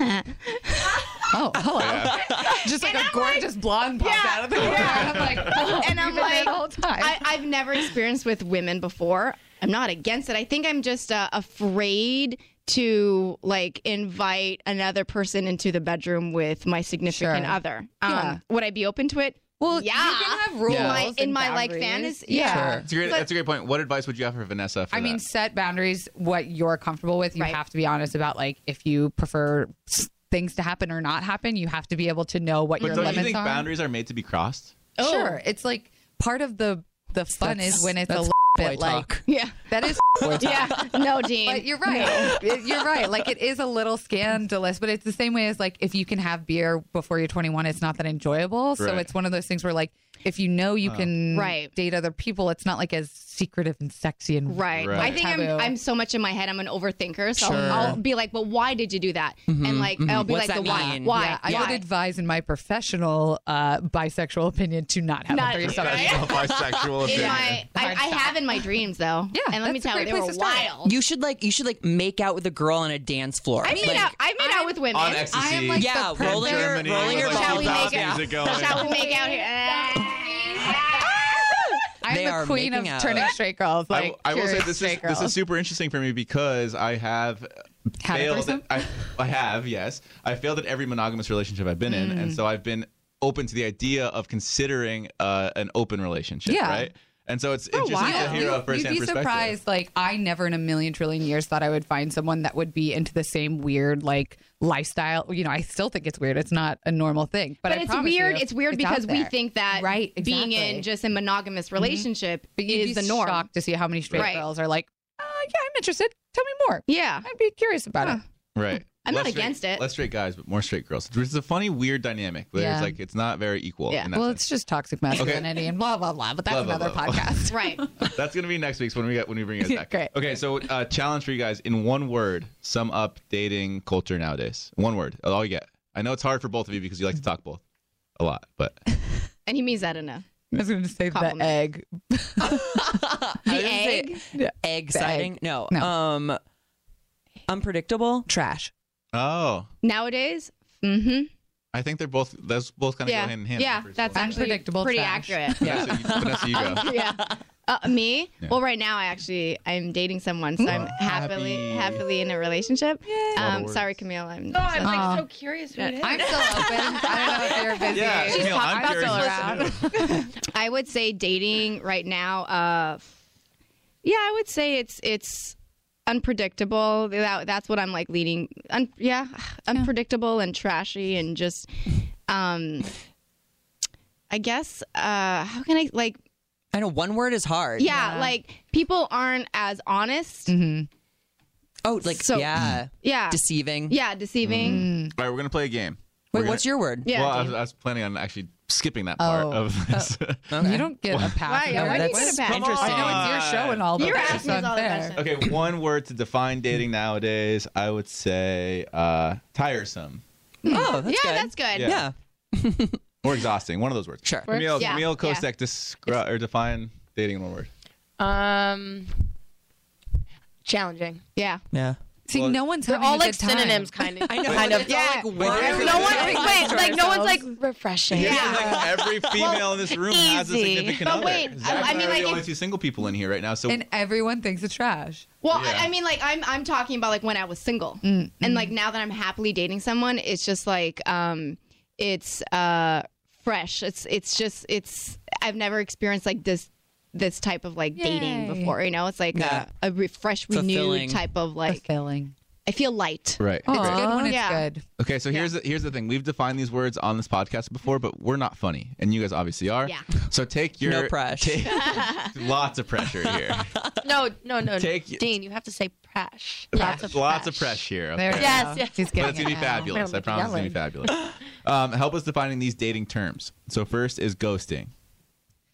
Speaker 13: oh, hello. Just like a gorgeous blonde popped out of the corner. I'm like, oh,
Speaker 15: and I'm
Speaker 13: you've been there
Speaker 15: like,
Speaker 13: the whole time.
Speaker 15: I, I've never experienced with women before. I'm not against it. I think I'm just uh, afraid to like invite another person into the bedroom with my significant
Speaker 13: Sure.
Speaker 15: other. Um,
Speaker 13: Yeah.
Speaker 15: Would I be open to it?
Speaker 13: Uh. Well,
Speaker 15: yeah,
Speaker 13: you can have rules
Speaker 15: In my,
Speaker 13: and
Speaker 15: in my like
Speaker 13: boundaries.
Speaker 15: fantasy. Yeah.
Speaker 2: That's a great. that's a great point. What advice would you have for Vanessa? For
Speaker 13: I mean,
Speaker 2: that?
Speaker 13: set boundaries. What you're comfortable with, you have to be honest about. Like, if you prefer s- things to happen or not happen, you have to be able to know what
Speaker 2: but
Speaker 13: your
Speaker 2: don't
Speaker 13: limits
Speaker 2: you think
Speaker 13: are. Oh,
Speaker 2: boundaries are made to be crossed?
Speaker 13: Sure, it's like part of the the fun
Speaker 2: That's-
Speaker 13: is when it's a
Speaker 2: that's
Speaker 13: little
Speaker 2: boy
Speaker 13: bit like
Speaker 2: talk.
Speaker 15: yeah,
Speaker 13: that is boy talk.
Speaker 15: Yeah. No, Dean.
Speaker 13: But you're right. It- You're right. Like it is a little scandalous, but it's the same way as like if you can have beer before you're 21, it's not that enjoyable. So
Speaker 15: Right.
Speaker 13: it's one of those things where like if you know you
Speaker 15: Huh.
Speaker 13: can
Speaker 15: Right.
Speaker 13: date other people, it's not like as secretive and sexy and
Speaker 15: Right. I think
Speaker 13: taboo.
Speaker 15: I'm, I'm so much in my head. I'm an overthinker. So
Speaker 13: Sure.
Speaker 15: I'll be like, well, why did you do that?
Speaker 13: Mhm,
Speaker 15: And like,
Speaker 13: mhm.
Speaker 15: I'll be
Speaker 13: What's
Speaker 15: like, the
Speaker 13: that
Speaker 15: why?
Speaker 13: mean?
Speaker 15: Why?
Speaker 13: Yeah, I
Speaker 15: why?
Speaker 13: would advise, in my professional uh, bisexual opinion, to not have
Speaker 15: Not-
Speaker 13: a threesome.
Speaker 15: right? In my, I, I have in my dreams though. Yeah. And let me
Speaker 13: that's a
Speaker 15: tell you,
Speaker 13: great
Speaker 15: they
Speaker 13: place
Speaker 15: were
Speaker 13: to start.
Speaker 15: wild.
Speaker 12: You should like you should like make out with a girl on a dance floor.
Speaker 15: I made
Speaker 12: Like,
Speaker 15: out. I made out with women.
Speaker 12: on ecstasy. I am like Yeah, the rolling your- perfect- rolling your
Speaker 15: Shall we
Speaker 12: balls
Speaker 15: make
Speaker 12: out. Music going.
Speaker 15: out? Shall we make out here?
Speaker 13: I'm
Speaker 2: They
Speaker 13: the
Speaker 2: are
Speaker 13: queen of
Speaker 2: making out.
Speaker 13: turning straight girls. Like
Speaker 2: I will say
Speaker 13: curious
Speaker 2: this is
Speaker 13: straight
Speaker 2: this
Speaker 13: girls.
Speaker 2: is super interesting for me because I have uh,
Speaker 13: Had a
Speaker 2: failed.
Speaker 13: threesome?
Speaker 2: I, I have yes, I failed at every monogamous relationship I've been in, and
Speaker 13: Mm.
Speaker 2: so I've been open to the idea of considering uh, an open relationship,
Speaker 13: Yeah.
Speaker 2: right? And so
Speaker 15: Oh,
Speaker 2: it's interesting to hear a
Speaker 13: You'd
Speaker 2: firsthand
Speaker 13: be
Speaker 2: perspective.
Speaker 13: surprised. Like I never in a million trillion years thought I would find someone that would be into the same weird like lifestyle. You know, I still think it's weird. It's not a normal thing, but,
Speaker 15: But,
Speaker 13: I
Speaker 15: it's
Speaker 13: promise
Speaker 15: weird.
Speaker 13: you,
Speaker 15: it's weird
Speaker 13: out
Speaker 15: because we
Speaker 13: there.
Speaker 15: think that right, being
Speaker 13: exactly. Mm-hmm.
Speaker 15: in just a monogamous relationship
Speaker 13: But you'd
Speaker 15: is
Speaker 13: be
Speaker 15: the norm.
Speaker 13: shocked to see how many straight
Speaker 15: Right.
Speaker 13: girls are like, uh, yeah, I'm interested. Tell me more.
Speaker 15: Yeah,
Speaker 13: I'd be curious about it.
Speaker 2: Right.
Speaker 15: I'm not
Speaker 2: Less straight-
Speaker 15: against it.
Speaker 2: Less straight guys, but more straight girls. It's a funny, weird dynamic where
Speaker 13: Yeah.
Speaker 2: it's like it's not very equal.
Speaker 13: yeah.
Speaker 2: in that
Speaker 13: Well,
Speaker 2: sense.
Speaker 13: it's just toxic masculinity and blah blah blah. But that's
Speaker 2: Blah, blah,
Speaker 13: another
Speaker 2: blah, blah.
Speaker 13: podcast.
Speaker 15: right. Oh,
Speaker 2: That's gonna be next week's when we get when we bring it back.
Speaker 13: Great.
Speaker 2: Okay, so uh, challenge for you guys in one word: sum up dating culture nowadays. One word. That's all you get. I know it's hard for both of you because you like to talk both a lot, but
Speaker 15: And he means that in a
Speaker 13: I was going to say
Speaker 15: Compliment.
Speaker 13: the egg.
Speaker 12: The egg. Egg
Speaker 13: The egg.
Speaker 12: sighting. No. Um unpredictable.
Speaker 13: Trash.
Speaker 2: Oh,
Speaker 4: Nowadays, mm-hmm.
Speaker 2: I think they're both. That's both kind of go hand in hand.
Speaker 4: Yeah, that's actually
Speaker 13: Unpredictable
Speaker 4: pretty
Speaker 13: trash.
Speaker 4: accurate.
Speaker 2: Vanessa, you, Vanessa, you go.
Speaker 4: yeah. Uh, me?
Speaker 2: Yeah.
Speaker 4: Well, right now I actually I'm dating someone, so I'm happily happily in a relationship.
Speaker 2: Lot of
Speaker 4: Um,
Speaker 2: words.
Speaker 4: sorry, Camille. I'm.
Speaker 15: Oh, I'm like
Speaker 4: sorry.
Speaker 15: so curious who it is.
Speaker 13: Um, I'm still open. I don't know if you're busy.
Speaker 2: Yeah,
Speaker 4: She's
Speaker 2: Camille,
Speaker 4: talking
Speaker 2: I'm
Speaker 4: about
Speaker 2: curious.
Speaker 4: I would say dating right now. Uh, yeah, I would say it's it's unpredictable. That, that's what I'm like leading. Un, yeah, unpredictable and trashy and just. Um, I guess. Uh, how can I like?
Speaker 12: I know one word is hard.
Speaker 4: Yeah, like people aren't as honest.
Speaker 12: Oh, like
Speaker 4: So-
Speaker 12: yeah,
Speaker 4: Yeah.
Speaker 12: deceiving.
Speaker 4: Yeah, deceiving.
Speaker 2: All right, we're gonna play a game. We're
Speaker 12: Wait,
Speaker 2: gonna-
Speaker 12: what's your word?
Speaker 4: Yeah,
Speaker 2: well, I was,
Speaker 4: Dave.
Speaker 2: I was planning on actually skipping that part
Speaker 12: Oh.
Speaker 2: of this.
Speaker 13: You don't get a pass.
Speaker 2: Why-
Speaker 13: No,
Speaker 2: why do you
Speaker 13: that's
Speaker 2: get a pass?
Speaker 13: Interesting.
Speaker 2: Come
Speaker 13: I know it's your show and all, but
Speaker 2: You're
Speaker 13: that's
Speaker 2: asking
Speaker 13: just
Speaker 2: us all the
Speaker 13: unfair.
Speaker 2: okay, one word to define dating nowadays. I would say uh, tiresome
Speaker 12: Oh,
Speaker 4: Mm. yeah, that's good.
Speaker 2: Yeah. Yeah. or exhausting. One of those words. Sure. Camille,
Speaker 15: Yeah,
Speaker 2: Camille
Speaker 15: yeah.
Speaker 2: Kostek, descri- or define dating in one word.
Speaker 15: Um, challenging. Yeah.
Speaker 2: Yeah.
Speaker 13: See, no one's
Speaker 15: They're
Speaker 13: having
Speaker 15: all
Speaker 13: a
Speaker 15: like
Speaker 13: good time.
Speaker 15: synonyms, kind of.
Speaker 12: I know, kind of.
Speaker 15: Yeah.
Speaker 12: Like words.
Speaker 15: No one. Wait, like no one's like
Speaker 9: refreshing.
Speaker 2: Yeah.
Speaker 15: Yeah.
Speaker 2: Like every female in this room has a
Speaker 15: easy.
Speaker 2: significant
Speaker 15: But
Speaker 2: other.
Speaker 15: wait,
Speaker 2: Zach
Speaker 4: I-
Speaker 2: and
Speaker 4: I mean,
Speaker 2: are
Speaker 4: like,
Speaker 2: the only
Speaker 4: if-
Speaker 2: two single people in here right now. So
Speaker 13: And everyone thinks it's trash. Mm,
Speaker 4: Well,
Speaker 2: Yeah.
Speaker 4: I, I mean, like I'm I'm talking about like when I was single,
Speaker 13: mm-hmm.
Speaker 4: and like now that I'm happily dating someone, it's just like um, it's uh fresh. It's it's just it's I've never experienced like this this type of like dating
Speaker 13: Yay.
Speaker 4: before. You know, it's like
Speaker 13: Yeah.
Speaker 4: a, a re- fresh,
Speaker 2: Fulfilling.
Speaker 4: renewed type of like
Speaker 13: fulfilling.
Speaker 4: I feel light.
Speaker 2: Right.
Speaker 15: Oh.
Speaker 13: It's good when it's
Speaker 4: Yeah.
Speaker 13: good.
Speaker 2: Okay, so here's the, here's the thing. We've defined these words on this podcast before, but we're not funny, and you guys obviously are.
Speaker 15: Yeah.
Speaker 2: So take your
Speaker 12: No pressure.
Speaker 2: Take, lots of pressure here.
Speaker 15: No, no, no.
Speaker 2: Take-
Speaker 15: Dean, you have to say presh. Lots of
Speaker 2: lots of pressure here.
Speaker 15: There
Speaker 2: okay?
Speaker 15: we Yes, go. yes. He's
Speaker 2: But
Speaker 15: getting
Speaker 2: it's gonna
Speaker 15: it
Speaker 2: be
Speaker 15: now.
Speaker 2: fabulous. I
Speaker 15: Yelling.
Speaker 2: promise it's gonna be fabulous. Um, help us defining these dating terms. So first is ghosting.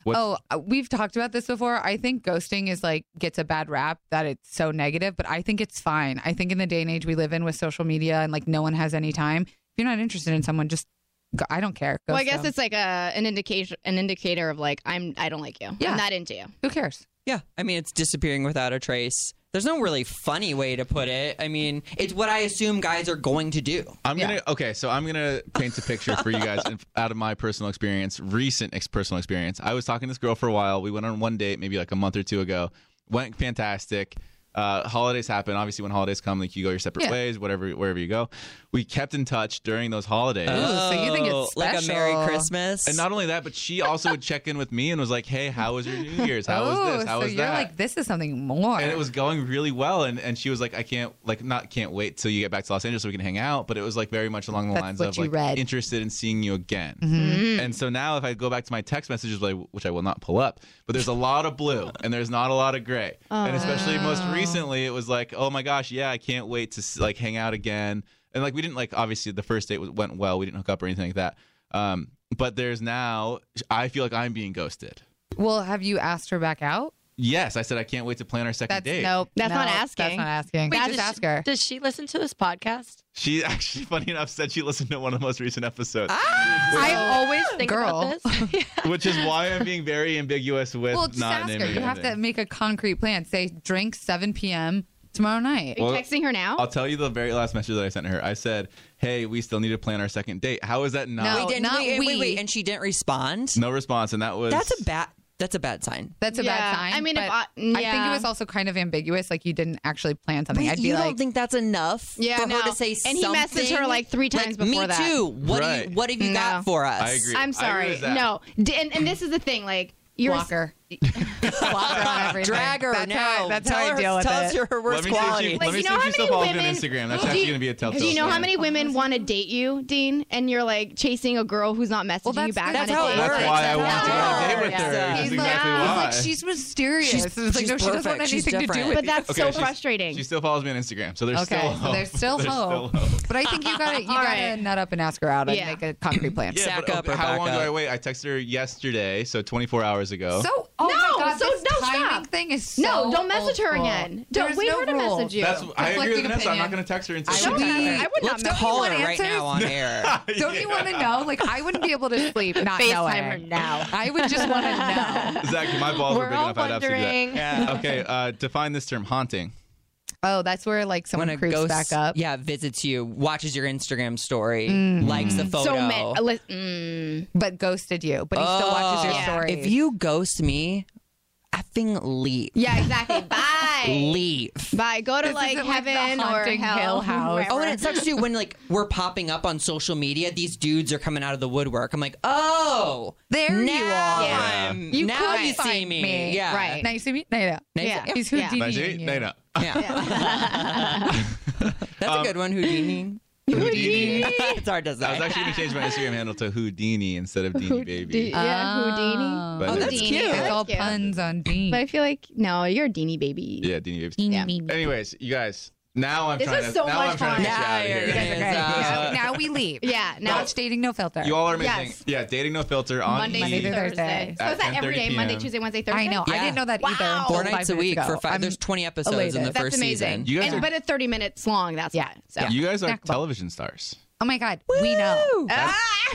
Speaker 2: What's-
Speaker 13: Oh, uh, we've talked about this before. I think ghosting is like gets a bad rap that it's so negative, but I think it's fine. I think in the day and age we live in with social media and like no one has any time, if you're not interested in someone, just go, I don't care.
Speaker 4: Well, I
Speaker 13: Ghost
Speaker 4: guess
Speaker 13: them.
Speaker 4: it's like a an indication an indicator of like I'm I don't like you.
Speaker 13: Yeah.
Speaker 4: I'm not into you.
Speaker 13: who cares?
Speaker 12: Yeah, I mean, it's disappearing without a trace. There's no really funny way to put it. I mean, it's what I assume guys are going to do.
Speaker 2: I'm gonna okay, so I'm gonna paint a picture for you guys in- out of my personal experience, recent ex- personal experience. I was talking to this girl for a while. We went on one date, maybe like a month or two ago. Went fantastic. Uh, holidays happen. Obviously, when holidays come, like you go your separate
Speaker 13: Yeah.
Speaker 2: ways, whatever wherever you go. We kept in touch during those holidays.
Speaker 13: Oh, so you think it's
Speaker 12: like a Merry
Speaker 13: special.
Speaker 12: Christmas?
Speaker 2: And not only that, but she also would check in with me and was like, "Hey, how was your New Year's? How
Speaker 13: oh,
Speaker 2: was this? How
Speaker 13: so
Speaker 2: was
Speaker 13: you're
Speaker 2: that?"
Speaker 13: like this is something more.
Speaker 2: and it was going really well, and, and she was like, "I can't like not can't wait till you get back to Los Angeles so we can hang out." But it was like very much along the
Speaker 13: That's
Speaker 2: lines
Speaker 13: what
Speaker 2: of
Speaker 13: you
Speaker 2: like
Speaker 13: read.
Speaker 2: interested in seeing you again.
Speaker 13: Mhm.
Speaker 2: And so now, if I go back to my text messages, like which I will not pull up, but there's a lot of blue and there's not a lot of gray, and especially most recently, it was like, "Oh my gosh, yeah, I can't wait to s- like hang out again." And like we didn't like obviously the first date w- went well, we didn't hook up or anything like that. Um, but there's now I feel like I'm being ghosted.
Speaker 13: well, have you asked her back out?
Speaker 2: Yes, I said I can't wait to plan our second
Speaker 13: That's
Speaker 2: date.
Speaker 13: nope.
Speaker 15: That's
Speaker 13: no,
Speaker 15: not asking.
Speaker 13: That's not asking.
Speaker 15: Wait,
Speaker 13: just
Speaker 15: does
Speaker 13: ask
Speaker 15: she-
Speaker 13: her.
Speaker 15: Does she listen to this podcast?
Speaker 2: She actually, funny enough, said she listened to one of the most recent episodes,
Speaker 13: Ah!
Speaker 15: I always think
Speaker 13: Girl.
Speaker 15: about this.
Speaker 2: which is why I'm being very ambiguous with
Speaker 13: Well, just
Speaker 2: not
Speaker 13: ask her.
Speaker 2: naming
Speaker 13: You have to
Speaker 2: anything.
Speaker 13: make a concrete plan. Say drink 7 p.m. tomorrow night.
Speaker 2: Well,
Speaker 4: Texting her now.
Speaker 2: I'll tell you the very last message that I sent her. I said, "Hey, we still need to plan our second date." How is that
Speaker 12: Wait,
Speaker 2: not
Speaker 12: didn't-
Speaker 13: not
Speaker 12: wait, wait, wait,
Speaker 13: we.
Speaker 12: and she didn't respond.
Speaker 2: no response? And that was
Speaker 12: That's a bad. That's a bad sign.
Speaker 13: That's a
Speaker 4: Yeah,
Speaker 13: bad sign.
Speaker 4: I mean, if
Speaker 13: but
Speaker 4: I-
Speaker 13: think
Speaker 4: yeah.
Speaker 13: it was also kind of ambiguous. Like you didn't actually plan something. I'd be
Speaker 12: you
Speaker 13: like,
Speaker 12: don't think that's enough
Speaker 4: Yeah,
Speaker 12: for her
Speaker 4: no.
Speaker 12: to say
Speaker 4: And
Speaker 12: something?
Speaker 4: he messaged her, like, three times
Speaker 12: Like,
Speaker 4: before
Speaker 12: me
Speaker 4: that.
Speaker 12: too. What do
Speaker 2: Right.
Speaker 12: you, What have you got for us?
Speaker 2: I agree.
Speaker 4: I'm
Speaker 2: I agree
Speaker 4: sorry.
Speaker 2: with that.
Speaker 4: No. D- and, and this is the thing. Like you're
Speaker 13: block her.
Speaker 12: Block her on everything. Drag her
Speaker 13: That's
Speaker 12: now.
Speaker 13: how I- that's how
Speaker 12: tell
Speaker 13: I
Speaker 12: her,
Speaker 13: deal with
Speaker 12: tell
Speaker 13: it.
Speaker 12: us your her
Speaker 2: Let
Speaker 12: worst
Speaker 2: me see if
Speaker 12: quality.
Speaker 2: she,
Speaker 4: Like,
Speaker 2: let me
Speaker 4: you know
Speaker 2: see
Speaker 4: how
Speaker 2: if she still
Speaker 4: many
Speaker 2: follows me on
Speaker 4: women-
Speaker 2: Instagram. That's
Speaker 4: Do
Speaker 2: actually
Speaker 4: you-
Speaker 2: going to be a telltale.
Speaker 4: Do you know how
Speaker 2: sign.
Speaker 4: many women want to date you, Dean? And you're like chasing a girl who's not messaging you
Speaker 13: that's-
Speaker 4: back
Speaker 12: that's
Speaker 4: on a
Speaker 12: how it
Speaker 4: date.
Speaker 2: That's
Speaker 12: works.
Speaker 2: why I want to go on a
Speaker 12: Yeah.
Speaker 2: date with her.
Speaker 12: Yeah.
Speaker 2: That's
Speaker 13: He's
Speaker 2: exactly
Speaker 13: like,
Speaker 2: why.
Speaker 13: he's like, she's mysterious.
Speaker 12: She's-
Speaker 13: it's like,
Speaker 12: she's
Speaker 13: no, she doesn't want
Speaker 12: perfect. She's
Speaker 13: anything to do
Speaker 12: different.
Speaker 13: with
Speaker 4: But that's
Speaker 2: Okay,
Speaker 4: so
Speaker 2: she's-
Speaker 4: frustrating.
Speaker 2: She still follows me on Instagram, so there's
Speaker 13: Okay,
Speaker 2: still
Speaker 13: so
Speaker 2: hope.
Speaker 13: there's still hope. But I think you got to you got to
Speaker 4: right.
Speaker 13: nut up and ask her out and
Speaker 4: Yeah.
Speaker 13: make a concrete plan.
Speaker 2: Yeah,
Speaker 12: Sack
Speaker 2: but
Speaker 12: up
Speaker 2: okay,
Speaker 12: or
Speaker 2: how
Speaker 12: back
Speaker 2: long do
Speaker 12: up.
Speaker 2: I wait? I texted her yesterday, so 24 hours ago.
Speaker 13: So oh
Speaker 4: No,
Speaker 13: my God,
Speaker 4: so-
Speaker 13: this
Speaker 4: no, stop.
Speaker 13: timing thing is so
Speaker 4: No, don't message
Speaker 13: old
Speaker 4: her
Speaker 13: school.
Speaker 4: again. Don't
Speaker 13: There's
Speaker 4: wait
Speaker 13: no
Speaker 4: for her to
Speaker 13: rules.
Speaker 4: message you.
Speaker 2: That's I agree with
Speaker 13: Conflicting
Speaker 2: Vanessa. I'm not
Speaker 13: opinion.
Speaker 2: going to text her until
Speaker 13: I
Speaker 2: she
Speaker 13: would
Speaker 2: texts
Speaker 13: be-
Speaker 2: me.
Speaker 4: I would not
Speaker 12: Let's
Speaker 4: mess-
Speaker 12: call her
Speaker 13: want
Speaker 12: right now on air.
Speaker 13: Don't you want to know? Like I wouldn't be able to sleep not knowing.
Speaker 15: FaceTime her now.
Speaker 13: I would just want to know.
Speaker 2: Zach, my balls
Speaker 15: We're
Speaker 2: are big
Speaker 15: all
Speaker 2: enough. I'd have to do that.
Speaker 15: wondering.
Speaker 2: Okay, uh, define this term haunting.
Speaker 13: Oh, that's where like someone
Speaker 12: when a
Speaker 13: creeps
Speaker 12: ghost,
Speaker 13: back up.
Speaker 12: yeah, visits you, watches your Instagram story,
Speaker 13: Mm.
Speaker 12: likes a
Speaker 13: Mm.
Speaker 12: photo.
Speaker 13: So
Speaker 4: uh,
Speaker 13: ma-
Speaker 15: li-
Speaker 4: mm.
Speaker 13: But ghosted you, but he still watches your
Speaker 12: Oh.
Speaker 13: story.
Speaker 12: If you ghost me, effing leave.
Speaker 15: Yeah, exactly. Bye.
Speaker 12: Leave.
Speaker 15: Bye. Go to like heaven or hell.
Speaker 12: Oh, and it sucks too when like we're popping up on social media. These dudes are coming out of the woodwork. I'm like, oh,
Speaker 13: there
Speaker 12: now
Speaker 13: you are.
Speaker 12: I'm-
Speaker 13: You
Speaker 12: now
Speaker 13: could
Speaker 12: you see
Speaker 13: find
Speaker 12: me.
Speaker 13: me.
Speaker 12: Yeah,
Speaker 13: Right. Now you see me. Now you don't.
Speaker 12: Now you see-
Speaker 13: He's Houdini.
Speaker 2: Now you- now you don't.
Speaker 12: That's a good one, Houdini. Houdini. it's hard to say.
Speaker 2: I was actually going to change my Instagram handle to Houdini instead of Deanie Baby.
Speaker 13: Houdini.
Speaker 2: But- Oh, that's
Speaker 15: Houdini. cute.
Speaker 13: It's
Speaker 15: That's
Speaker 13: all
Speaker 15: cute.
Speaker 13: puns on Dean.
Speaker 15: But I feel like no, you're a Deanie baby.
Speaker 2: Yeah, Deanie Baby. Anyways, you guys, now I'm
Speaker 15: This
Speaker 2: trying
Speaker 15: was
Speaker 2: to
Speaker 15: so
Speaker 2: now
Speaker 15: much
Speaker 2: I'm trying to
Speaker 15: fun.
Speaker 2: get you out of
Speaker 15: Yeah,
Speaker 2: here.
Speaker 15: you guys are great.
Speaker 2: Uh,
Speaker 13: now, now we leave. Yeah. Now it's dating no filter.
Speaker 2: You all are amazing.
Speaker 13: Yes.
Speaker 2: Yeah, dating no filter on
Speaker 15: Monday,
Speaker 2: E!
Speaker 15: through Thursday. So
Speaker 2: At
Speaker 15: is that every
Speaker 2: 10:30
Speaker 15: day? Monday,
Speaker 2: PM.
Speaker 15: Tuesday, Wednesday, Thursday.
Speaker 13: I know. I didn't know that either.
Speaker 15: Wow.
Speaker 13: until
Speaker 12: Four
Speaker 13: five
Speaker 12: nights a
Speaker 13: minutes
Speaker 12: week
Speaker 13: ago.
Speaker 12: for five.
Speaker 13: I'm
Speaker 12: there's 20 episodes in the
Speaker 13: elated.
Speaker 12: first
Speaker 15: That's amazing.
Speaker 12: season.
Speaker 2: You guys
Speaker 15: And-
Speaker 2: are-
Speaker 15: but it's 30 minutes long. That's yeah. So.
Speaker 2: You guys are television stars.
Speaker 13: Oh my God. We know.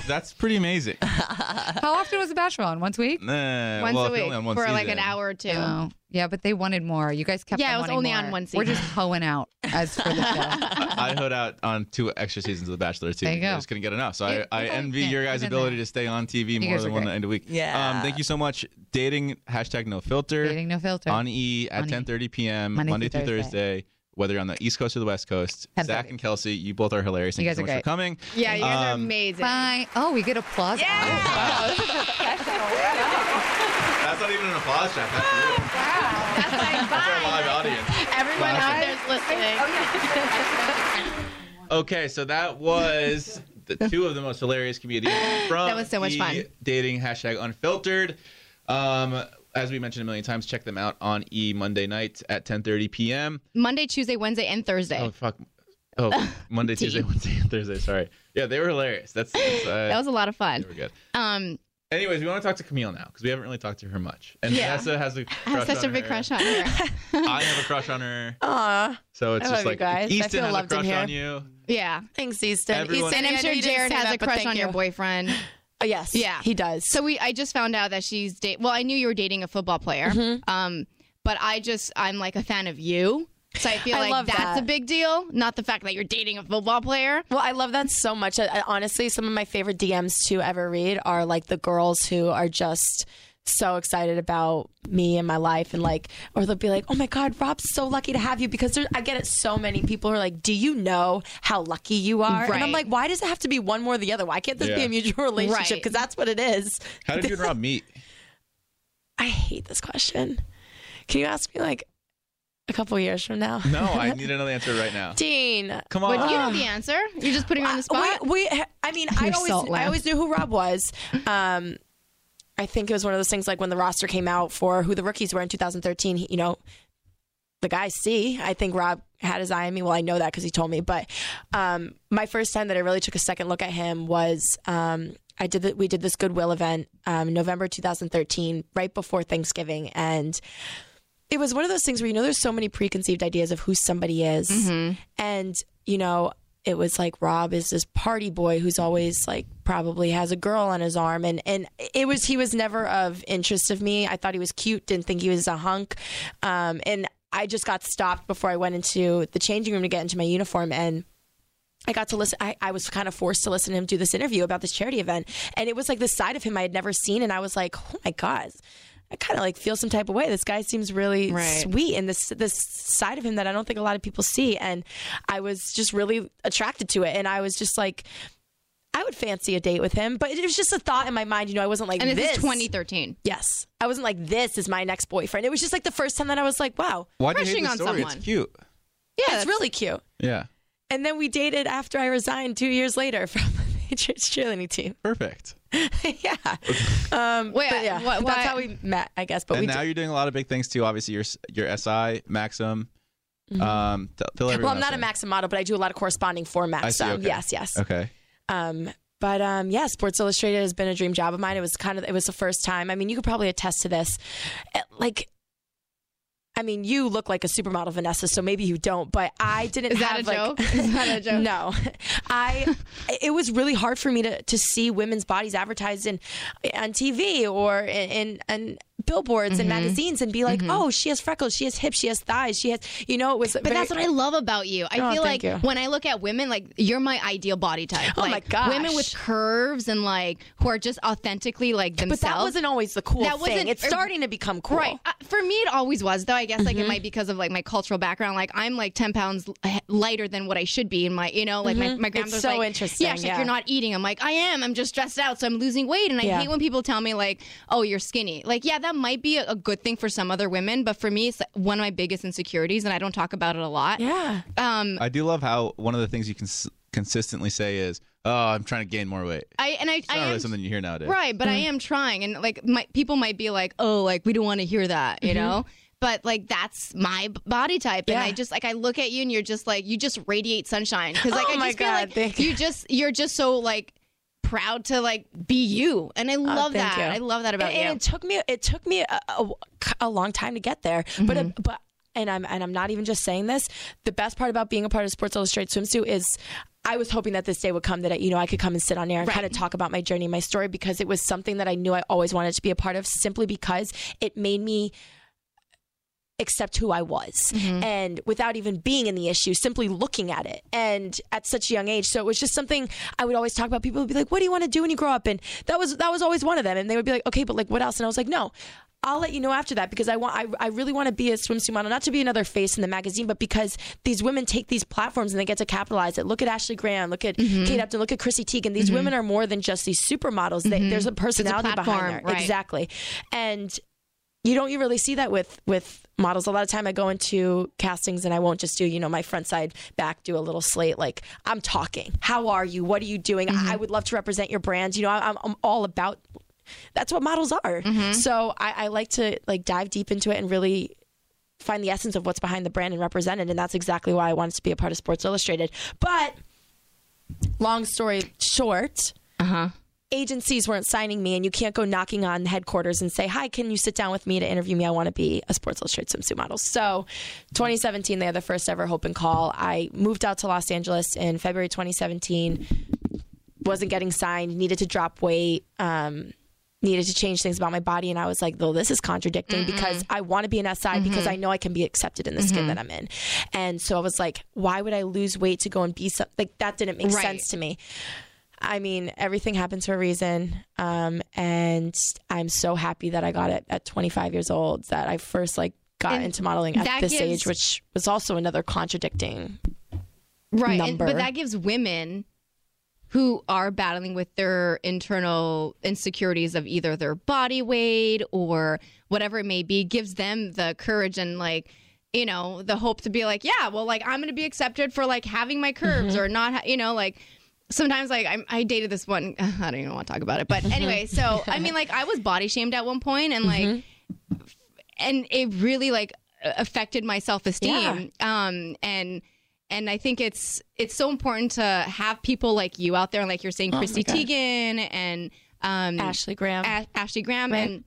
Speaker 2: That's pretty amazing.
Speaker 13: How often was the Bachelor on? Once a week?
Speaker 2: Nah, well, if you're only on one season.
Speaker 13: or two. Yeah, but they wanted more. You guys kept.
Speaker 15: Yeah,
Speaker 13: them
Speaker 15: it was
Speaker 13: wanting
Speaker 15: only on
Speaker 13: more.
Speaker 15: one
Speaker 13: We're just hoeing out as for the show.
Speaker 2: I hood out on two extra seasons of The Bachelor too.
Speaker 13: There you go.
Speaker 2: I just couldn't get enough. So
Speaker 13: You-
Speaker 2: I, I
Speaker 13: you guys
Speaker 2: envy
Speaker 13: can't-
Speaker 2: your
Speaker 13: you
Speaker 2: guys'
Speaker 13: did
Speaker 2: ability to stay on TV
Speaker 13: You
Speaker 2: more
Speaker 13: guys
Speaker 2: than
Speaker 13: are
Speaker 2: one
Speaker 13: great.
Speaker 2: night a week.
Speaker 13: Yeah.
Speaker 2: Um, thank you so much. Dating hashtag no filter.
Speaker 13: Dating No Filter.
Speaker 2: On E at
Speaker 13: On E.
Speaker 2: 10:30 p.m.
Speaker 13: Monday
Speaker 2: Monday,
Speaker 13: through
Speaker 2: through Thursday. Whether you're on the East Coast or the West Coast,
Speaker 13: 10:30.
Speaker 2: Zach and Kelsey, you both are hilarious. Thank you,
Speaker 13: You guys
Speaker 2: so
Speaker 13: are
Speaker 2: much
Speaker 13: great.
Speaker 2: for coming. Um,
Speaker 13: amazing. Bye. Oh, we get applause. Oh. Yeah.
Speaker 2: That's not even an applause track. That's real. That's our live audience.
Speaker 15: Everyone
Speaker 2: Wow.
Speaker 15: out there's listening. Oh,
Speaker 2: Okay, so that was the two of the most hilarious comedians from
Speaker 15: That was so much
Speaker 2: the
Speaker 15: fun.
Speaker 2: Dating hashtag unfiltered. Um, as we mentioned a million times, check them out on E Monday night at 10:30 p.m.
Speaker 15: Monday, Tuesday, Wednesday, and Thursday.
Speaker 2: Oh fuck! Oh, Monday, Tuesday, Wednesday, and Thursday. Sorry. Yeah, they were hilarious. That's, that's uh,
Speaker 15: that was a lot of fun.
Speaker 2: They were good.
Speaker 15: Um,
Speaker 2: Anyways, we want to talk to Camille now because we haven't really talked to her much, and
Speaker 15: Yeah.
Speaker 2: Vanessa has a
Speaker 15: I have
Speaker 2: crush
Speaker 15: such
Speaker 2: on
Speaker 15: a big
Speaker 2: her.
Speaker 15: crush on her.
Speaker 2: I have a crush on her.
Speaker 9: Aw.
Speaker 2: So it's
Speaker 9: I
Speaker 2: just
Speaker 9: love you
Speaker 2: like
Speaker 9: guys. I
Speaker 2: Easton
Speaker 9: feel
Speaker 2: has a
Speaker 9: loved in
Speaker 2: crush
Speaker 9: here.
Speaker 2: on you.
Speaker 15: Yeah.
Speaker 9: Thanks, Easton.
Speaker 2: Everyone-
Speaker 15: And
Speaker 9: Easton,
Speaker 15: I'm
Speaker 9: I know
Speaker 15: sure
Speaker 9: you didn't
Speaker 15: Jared
Speaker 9: say
Speaker 15: has
Speaker 9: that,
Speaker 15: a
Speaker 9: but
Speaker 15: crush
Speaker 9: thank
Speaker 15: on your
Speaker 9: you. Oh,
Speaker 15: boyfriend.
Speaker 9: yes.
Speaker 15: Yeah.
Speaker 9: He does.
Speaker 15: So we I just found out that she's date well, I knew you were dating a football player.
Speaker 9: Mm-hmm.
Speaker 15: Um, but I just I'm like a fan of you. So I feel
Speaker 9: I
Speaker 15: like
Speaker 9: love
Speaker 15: that's
Speaker 9: that.
Speaker 15: a big deal, not the fact that you're dating a football player.
Speaker 9: Well, I love that so much. I, I, honestly, some of my favorite DMs to ever read are like the girls who are just so excited about me and my life and like or they'll be like oh my god rob's so lucky to have you because there, i get it so many people who are like do you know how lucky you are and i'm
Speaker 15: Right.
Speaker 9: like why does it have to be one more or the other why can't this be
Speaker 2: Yeah.
Speaker 9: a mutual relationship
Speaker 15: Right.
Speaker 9: because that's what it is
Speaker 2: How did you and Rob meet?
Speaker 9: i hate this question can you ask me like a couple years from now
Speaker 2: No, I need another answer right now.
Speaker 9: Dean.
Speaker 2: Come on.
Speaker 15: But you know the answer. You're just putting her on the spot.
Speaker 9: Uh, We, we I mean, I
Speaker 15: Your
Speaker 9: always,
Speaker 15: salt
Speaker 9: I
Speaker 15: lamp.
Speaker 9: always knew who Rob was. Um, I think it was one of those things like when the roster came out for who the rookies were in 2013. He, you know, the guy C. I think Rob had his eye on me. Well, I know that because he told me. But um, my first time that I really took a second look at him was um, I did that. We did this Goodwill event um, November 2013, right before Thanksgiving, and it was one of those things where you know there's so many preconceived ideas of who somebody is
Speaker 15: Mm-hmm.
Speaker 9: and you know it was like rob is this party boy who's always like probably has a girl on his arm and and it was he was never of interest of me i thought he was cute didn't think he was a hunk um, and i just got stopped before i went into the changing room to get into my uniform and I got to listen. I, I was kind of forced to listen to him do this interview about this charity event, and it was like this side of him I had never seen, and I was like, oh my god, I kind of like feel some type of way. This guy seems really
Speaker 15: Right.
Speaker 9: sweet, and this this side of him that I don't think a lot of people see, and I was just really attracted to it, and I was just like. I would fancy a date with him, but it was just a thought in my mind. You know, I wasn't like
Speaker 15: and this,
Speaker 9: this.
Speaker 15: is 2013.
Speaker 9: Yes, I wasn't like this is my next boyfriend. It was just like the first time that I was like, wow,
Speaker 2: Why do you hate the story? It's cute.
Speaker 9: Yeah, it's really cute.
Speaker 2: Yeah.
Speaker 9: And then we dated after I resigned two years later from the Patriots cheerleading team.
Speaker 2: Perfect.
Speaker 9: yeah. Um,
Speaker 15: Wait,
Speaker 9: but yeah,
Speaker 15: what-
Speaker 9: that's
Speaker 15: why-
Speaker 9: how we met, I guess. But
Speaker 2: and
Speaker 9: we
Speaker 2: now
Speaker 9: did-
Speaker 2: you're doing a lot of big things too. Obviously, your your SI Maxim.
Speaker 9: Mhm.
Speaker 2: Um, tell, tell
Speaker 9: well,
Speaker 2: everyone.
Speaker 9: I'm not a
Speaker 2: out there.
Speaker 9: Maxim model, but I do a lot of corresponding for
Speaker 2: I
Speaker 9: Maxim.
Speaker 2: see. Okay.
Speaker 9: Yes, yes.
Speaker 2: Okay.
Speaker 9: Um, but um, yeah, Sports Illustrated has been a dream job of mine. It was kind of it was the first time. I mean, you could probably attest to this. Eh, Like, I mean, you look like a supermodel, Vanessa, so maybe you don't. But I didn't.
Speaker 15: Is that
Speaker 9: have,
Speaker 15: a
Speaker 9: like-
Speaker 15: joke? Is that a joke?
Speaker 9: no, I. It was really hard for me to to see women's bodies advertised in on TV or in in. in billboards and
Speaker 4: Mhm.
Speaker 9: magazines and be like, oh, she has freckles, she has hips, she has thighs, she has, you know, it was.
Speaker 4: But that's what I love about you. I
Speaker 9: Oh,
Speaker 4: feel like
Speaker 9: thank you.
Speaker 4: when I look at women, like you're my ideal body type.
Speaker 9: Oh, my
Speaker 4: Like,
Speaker 9: gosh.
Speaker 4: women with curves and like who are just authentically like themselves.
Speaker 9: wasn't always the cool
Speaker 4: That
Speaker 9: thing.
Speaker 4: wasn't. er,
Speaker 9: It's starting to become cool.
Speaker 4: Right. Uh, for me, it always was though. I guess like it
Speaker 9: Mhm.
Speaker 4: might be because of like my cultural background. Like I'm like 10 pounds l- lighter than what I should be in my, you know, like my,
Speaker 9: Mhm.
Speaker 4: my
Speaker 9: It's
Speaker 4: grandmother's
Speaker 9: so
Speaker 4: like,
Speaker 9: interesting,
Speaker 4: Yeah, she's
Speaker 9: yeah.
Speaker 4: like, you're not eating. I'm like, I am. I'm just stressed out. So I'm losing weight. And I
Speaker 9: Yeah.
Speaker 4: hate when people tell me like, oh, you're skinny. Like, yeah, that might be a, a good thing for some other women. But for me, it's one of my biggest insecurities and I don't talk about it a lot.
Speaker 9: Yeah.
Speaker 4: Um,
Speaker 2: I do love how one of the things you can s- consistently say is, "Oh, I'm trying to gain more weight."
Speaker 4: I, and I,
Speaker 2: It's
Speaker 4: I
Speaker 2: not
Speaker 4: am
Speaker 2: really something you hear nowadays,
Speaker 4: Right, but I
Speaker 9: Mm-hmm.
Speaker 4: am trying, and like my people might be like, "Oh, like we don't want to hear that," you
Speaker 2: Mhm.
Speaker 4: know. But like that's my b- body type, and
Speaker 9: Mm-hmm. Yeah.
Speaker 4: I just like I look at you, and you're just like you just radiate sunshine because like
Speaker 9: Oh
Speaker 4: I
Speaker 9: my
Speaker 4: just
Speaker 9: God,
Speaker 4: feel like
Speaker 9: thank
Speaker 4: you just you're just so like proud to like be you, and I love
Speaker 9: Oh,
Speaker 4: that.
Speaker 9: thank you.
Speaker 4: I love that about
Speaker 9: and, and
Speaker 4: you.
Speaker 9: it took me it took me a, a, a long time to get there, but it-
Speaker 4: Mm-hmm.
Speaker 9: but and I'm and I'm not even just saying this. The best part about being a part of Sports Illustrated swimsuit is. I was hoping that this day would come that I, you know I could come and sit on air and kind of talk about my journey, my story, because it was something that I knew I always wanted to be a part of. Simply because it made me accept who I was and without even being in the issue, simply looking at it and at such a young age. So it was just something I would always talk about. People would be like, What do you want to do when you grow up? And that was that was always one of them. And they would be like, Okay, but like what else? And I was like, No. I'll let you know after that because I want I, I really want to be a swimsuit model, not to be another face in the magazine, but because these women take these platforms and they get to capitalize it. Look at Ashley Graham, look at
Speaker 4: Mhm.
Speaker 9: Kate Upton, look at Chrissy Teigen. These
Speaker 4: Mhm.
Speaker 9: women are more than just these supermodels.
Speaker 4: Mhm.
Speaker 9: They, there's a
Speaker 4: It's a
Speaker 9: personality
Speaker 4: platform,
Speaker 9: behind there.
Speaker 4: right.
Speaker 9: Exactly. And you don't you really see that with with models a lot of time i go into castings and i won't just do you know my front side back do a little slate like i'm talking how are you what are you doing I, I
Speaker 4: Mm-hmm.
Speaker 9: would love to represent your brand you know I, I'm, I'm all about that's what models are
Speaker 4: Mm-hmm.
Speaker 9: so I, I like to like dive deep into it and really find the essence of what's behind the brand and represent it and that's exactly why i wanted to be a part of sports illustrated but long story short
Speaker 4: uh-huh
Speaker 9: agencies weren't signing me and you can't go knocking on headquarters and say hi can you sit down with me to interview me i want to be a sports illustrated swimsuit model so 2017 they had the first ever hope and call i moved out to los angeles in february 2017 wasn't getting signed, needed to drop weight, um, needed to change things about my body. And I was like, though, this is contradicting because I want to be an SI because I know I can be accepted in the skin
Speaker 4: Mhm.
Speaker 9: that I'm in. And so I was like, why would I lose weight to go and be something? Like, that didn't make
Speaker 4: Right.
Speaker 9: sense to me. I mean, everything happens for a reason. Um, and I'm so happy that I got it at 25 years old that I first like got
Speaker 4: And
Speaker 9: into modeling at
Speaker 4: that
Speaker 9: this
Speaker 4: gives-
Speaker 9: age, which was also another contradicting
Speaker 4: right and-
Speaker 9: number.
Speaker 4: but that gives women who are battling with their internal insecurities of either their body weight or whatever it may be gives them the courage and like you know the hope to be like yeah well like i'm gonna be accepted for like having my curves or not ha- you know like sometimes like I'm, i dated this one i don't even want to talk about it but anyway so i mean like i was body shamed at one point and like and it really like affected my self-esteem um and and I think it's it's so important to have people like you out there, like you're saying,
Speaker 9: Oh my
Speaker 4: Christy
Speaker 9: God.
Speaker 4: Teigen and um,
Speaker 9: Ashley Graham,
Speaker 4: Ashley Graham,
Speaker 9: Right. Mm-hmm.
Speaker 4: and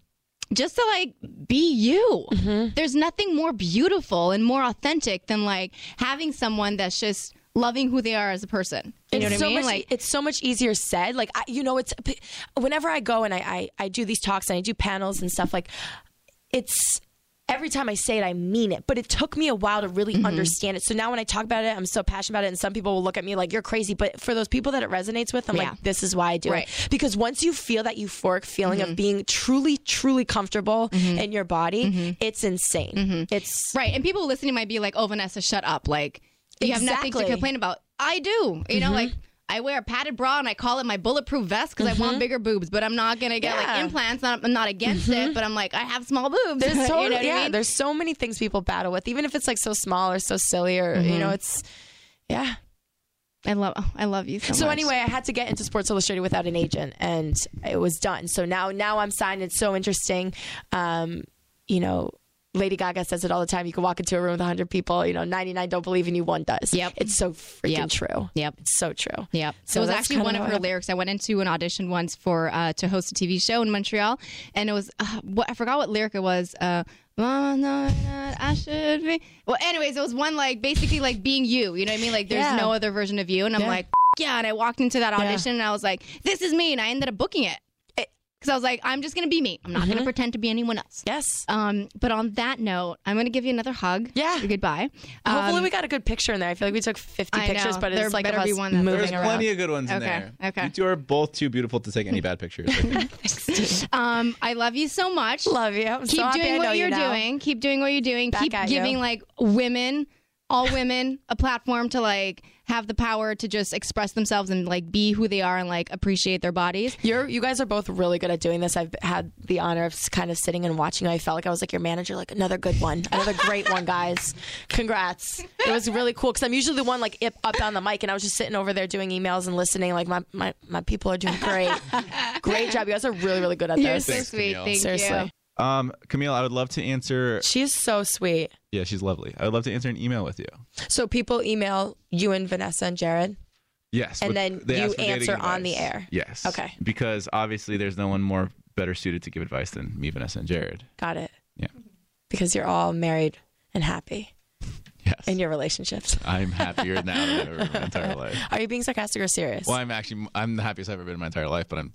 Speaker 4: just to like be you. There's nothing more beautiful and more authentic than like having someone that's just loving who they are as a person. You know what
Speaker 9: it's
Speaker 4: I
Speaker 9: so
Speaker 4: mean?
Speaker 9: Much,
Speaker 4: like
Speaker 9: it's so much easier said. Like I, you know, it's whenever I go and I, I I do these talks and I do panels and stuff. Like it's every time I say it, I mean it. But it took me a while to really
Speaker 4: Mm-hmm.
Speaker 9: understand it. So now when I talk about it, I'm so passionate about it. And some people will look at me like you're crazy. But for those people that it resonates with, I'm
Speaker 4: Yeah.
Speaker 9: like, this is why I do
Speaker 4: Right. Mm-hmm.
Speaker 9: it. Because once you feel that euphoric feeling of being truly, truly comfortable in your body, it's insane. It's
Speaker 4: Mm-hmm. right. And people listening might be like, "Oh, Vanessa, shut up! Like you have nothing to
Speaker 9: e, Exactly.
Speaker 4: complain about." I do. You know,
Speaker 9: Mhm.
Speaker 4: like. I wear a padded bra and I call it my bulletproof vest because I want bigger boobs, but I'm not gonna get
Speaker 9: Mm-hmm. Yeah. Mm-hmm.
Speaker 4: like implants. Not, I'm not against it, but I'm like I have small boobs.
Speaker 9: There's so
Speaker 4: you know what
Speaker 9: yeah,
Speaker 4: I mean?
Speaker 9: there's so many things people battle with, even if it's like so small or so silly or you know,
Speaker 4: Mhm.
Speaker 9: it's yeah.
Speaker 4: I love I love you so,
Speaker 9: So
Speaker 4: much.
Speaker 9: anyway, I had to get into Sports Illustrated without an agent, and it was done. So now now I'm signed. It's so interesting. Um, you know, Lady Gaga says it all the time. You can walk into a room with 100 people. You know, 99 don't believe in you, one does. Yep, it's so freaking
Speaker 4: Yep.
Speaker 9: true.
Speaker 4: Yep,
Speaker 9: it's so true.
Speaker 4: Yep. it
Speaker 9: So
Speaker 4: was
Speaker 9: that's
Speaker 4: actually
Speaker 9: kinda
Speaker 4: one of
Speaker 9: how
Speaker 4: her
Speaker 9: I-
Speaker 4: lyrics. I went into an audition once for uh, to host a TV show in Montreal, and it was uh, what I forgot what lyric it was. Uh, "Well, no, no, I should be. Well, anyways, it was one like basically like being you. You know what I mean? Like there's
Speaker 9: Yeah.
Speaker 4: no other version of you, and I'm
Speaker 9: Yeah.
Speaker 4: like "F- yeah. And I walked into that audition, and I was like, this is me, and I ended up booking it. because I was like, I'm just gonna be me. I'm not gonna
Speaker 15: Mhm.
Speaker 4: pretend to be anyone else.
Speaker 9: Mm-hmm. Yes.
Speaker 4: Um, but on that note, I'm gonna give you another hug. Yeah. Goodbye.
Speaker 9: Hopefully
Speaker 4: Um,
Speaker 9: we got a good picture in there. I feel like we took 50
Speaker 4: I
Speaker 9: pictures,
Speaker 4: know.
Speaker 9: but
Speaker 4: There
Speaker 9: it's like
Speaker 4: better
Speaker 9: of
Speaker 4: be
Speaker 9: us
Speaker 4: one that's
Speaker 9: moving
Speaker 2: There's
Speaker 9: around.
Speaker 2: plenty of good ones in
Speaker 4: Okay,
Speaker 2: there.
Speaker 4: okay.
Speaker 2: You two are both too beautiful to take any bad pictures.
Speaker 4: um, I love you so much.
Speaker 9: Love you.
Speaker 4: Keep
Speaker 9: so happy
Speaker 4: doing
Speaker 9: I know
Speaker 4: what
Speaker 9: you
Speaker 4: are
Speaker 9: now.
Speaker 4: doing. Keep doing what you're doing.
Speaker 9: Back
Speaker 4: Keep
Speaker 9: at you.
Speaker 4: giving like women, all women, a platform to like have the power to just express themselves and like be who they are and like appreciate their bodies.
Speaker 9: You're you guys are both really good at doing this. I've had the honor of s- kind of sitting and watching. I felt like I was like your manager, like another good one, another great one, guys. Congrats! It was really cool because I'm usually the one like ip- up on the mic, and I was just sitting over there doing emails and listening. Like my my, my people are doing great, great job. You guys are really really good at
Speaker 4: You're
Speaker 9: this.
Speaker 4: so Thanks, sweet. Camille. Thank
Speaker 9: Seriously.
Speaker 4: you.
Speaker 2: Um, Camille, I would love to answer.
Speaker 9: She's so sweet.
Speaker 2: Yeah, she's lovely. I would love to answer an email with you.
Speaker 9: So people email you and Vanessa and Jared.
Speaker 2: Yes.
Speaker 9: And
Speaker 2: with-
Speaker 9: then
Speaker 2: they
Speaker 9: you
Speaker 2: ask for dating
Speaker 9: answer on the
Speaker 2: advice.
Speaker 9: air.
Speaker 2: Yes.
Speaker 9: Okay.
Speaker 2: Because obviously, there's no one more better suited to give advice than me, Vanessa, and Jared.
Speaker 9: Got it.
Speaker 2: Yeah.
Speaker 9: Because you're all married and happy.
Speaker 2: Yes.
Speaker 9: In your relationships.
Speaker 2: I'm happier now than I've ever been in my entire life.
Speaker 9: Are you being sarcastic or serious?
Speaker 2: Well, I'm actually I'm the happiest I've ever been in my entire life, but I'm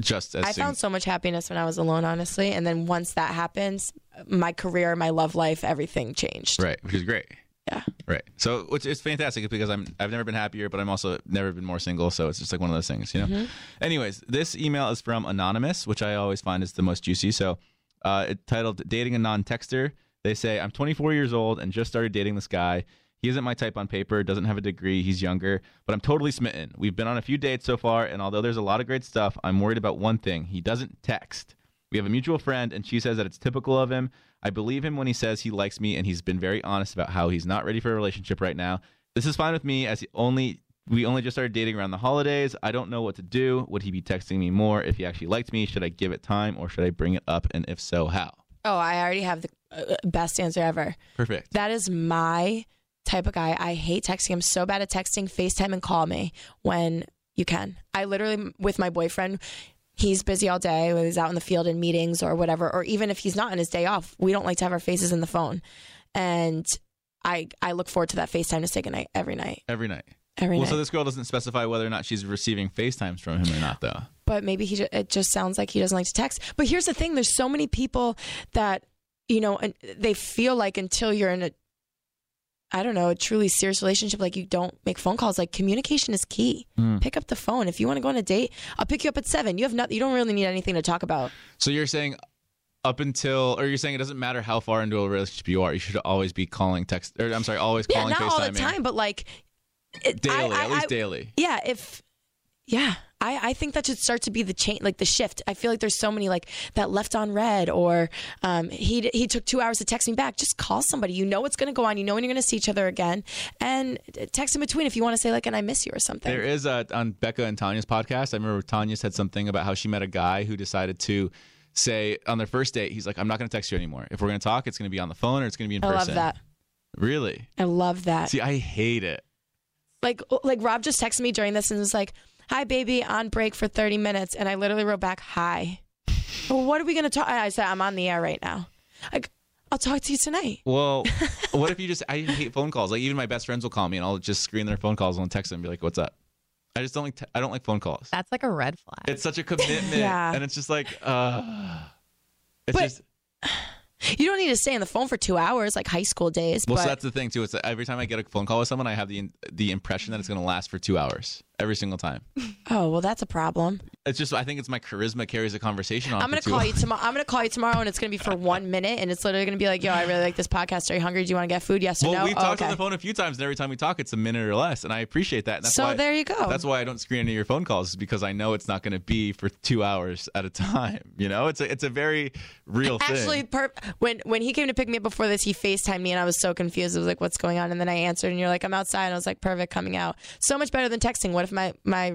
Speaker 2: just as
Speaker 9: I
Speaker 2: soon-
Speaker 9: found so much happiness when I was alone, honestly. And then once that happens, my career, my love life, everything changed.
Speaker 2: right, which is great. Yeah. Right. So which is fantastic because I'm I've never been happier, but I'm also never been more single. So it's just like one of those things, you know.
Speaker 9: Mhm.
Speaker 2: Anyways, this email is from anonymous, which I always find is the most juicy. So, uh, it titled "Dating a Non-Texter." They say I'm 24 years old and just started dating this guy. He isn't my type on paper, doesn't have a degree, he's younger, but I'm totally smitten. We've been on a few dates so far, and although there's a lot of great stuff, I'm worried about one thing. He doesn't text. We have a mutual friend, and she says that it's typical of him. I believe him when he says he likes me, and he's been very honest about how he's not ready for a relationship right now. This is fine with me, as he only we only just started dating around the holidays. I don't know what to do. Would he be texting me more if he actually liked me? Should I give it time, or should I bring it up? And if so, how?
Speaker 9: Oh, I already have the uh, best answer ever.
Speaker 2: Perfect.
Speaker 9: That is my type of guy. I hate texting. I'm so bad at texting. FaceTime and call me when you can. I literally, with my boyfriend, he's busy all day. when He's out in the field in meetings or whatever. Or even if he's not on his day off, we don't like to have our faces in the phone. And I, I look forward to that FaceTime to say goodnight every night.
Speaker 2: Every night.
Speaker 9: Every
Speaker 2: well, so
Speaker 9: night.
Speaker 2: this girl doesn't specify whether or not she's receiving FaceTimes from him or not, though.
Speaker 9: but maybe he ju- it just sounds like he doesn't like to text. But here's the thing: there's so many people that you know, and they feel like until you're in a, I don't know, a truly serious relationship, like you don't make phone calls. Like communication is key.
Speaker 2: Mm.
Speaker 9: Pick up the phone if you want to go on a date. I'll pick you up at seven. You have not, you don't really need anything to talk about.
Speaker 2: So you're saying up until, or you're saying it doesn't matter how far into a relationship you are, you should always be calling text, or I'm sorry, always
Speaker 9: Yeah,
Speaker 2: calling
Speaker 9: not all the
Speaker 2: FaceTiming.
Speaker 9: time, but like it, I-
Speaker 2: daily,
Speaker 9: I-
Speaker 2: at least
Speaker 9: I-
Speaker 2: daily.
Speaker 9: Yeah, if yeah, I, I think that should start to be the change, like the shift. I feel like there's so many like that left on red, or um, he d- he took two hours to text me back. Just call somebody. You know what's going to go on. You know when you're going to see each other again, and uh, text in between if you want to say like, "and I miss you" or something.
Speaker 2: There is a on Becca and Tanya's podcast. I remember Tanya said something about how she met a guy who decided to say on their first date, he's like, "I'm not going to text you anymore. If we're going to talk, it's going to be on the phone or it's going to be in
Speaker 9: I love
Speaker 2: person."
Speaker 9: that.
Speaker 2: Really?
Speaker 9: I love that.
Speaker 2: See, I hate it.
Speaker 9: like like Rob just texted me during this and was like, "Hi, baby, on break for 30 minutes," and I literally wrote back, "Hi." well, what are we going to talk? I said, "I'm on the air right now." Like, I'll talk to you tonight.
Speaker 2: Well, what if you just? I hate phone calls. Like even my best friends will call me, and I'll just screen their phone calls and I'll text them and be like, "What's up?" I just don't like. Te- I don't like phone calls.
Speaker 13: That's like a red flag.
Speaker 2: It's such a commitment,
Speaker 9: Yeah.
Speaker 2: and it's just like, uh, it's
Speaker 9: But-
Speaker 2: just.
Speaker 9: You don't need to stay on the phone for two hours like high school days.
Speaker 2: Well,
Speaker 9: but
Speaker 2: so that's the thing too. It's that every time I get a phone call with someone, I have the the impression that it's going to last for two hours every single time.
Speaker 9: oh well, that's a problem.
Speaker 2: It's just I think it's my charisma carries a conversation on.
Speaker 9: I'm gonna
Speaker 2: for two
Speaker 9: call you
Speaker 2: hours.
Speaker 9: tomorrow. I'm gonna call you tomorrow, and it's gonna be for one minute, and it's literally gonna be like, "Yo, I really like this podcast. Are you hungry? Do you want to get food? Yes or
Speaker 2: Well,
Speaker 9: no?"
Speaker 2: we've
Speaker 9: Oh,
Speaker 2: talked
Speaker 9: okay.
Speaker 2: on the phone a few times, and every time we talk, it's a minute or less, and I appreciate that. And that's
Speaker 9: So
Speaker 2: why,
Speaker 9: there you go.
Speaker 2: That's why I don't screen any of your phone calls is because I know it's not going to be for two hours at a time. You know, it's a it's a very real thing.
Speaker 9: Actually, per- when when he came to pick me up before this, he Facetimed me, and I was so confused. I was like, "What's going on?" And then I answered, and you're like, "I'm outside." And I was like, "Perfect, coming out." So much better than texting. What if my my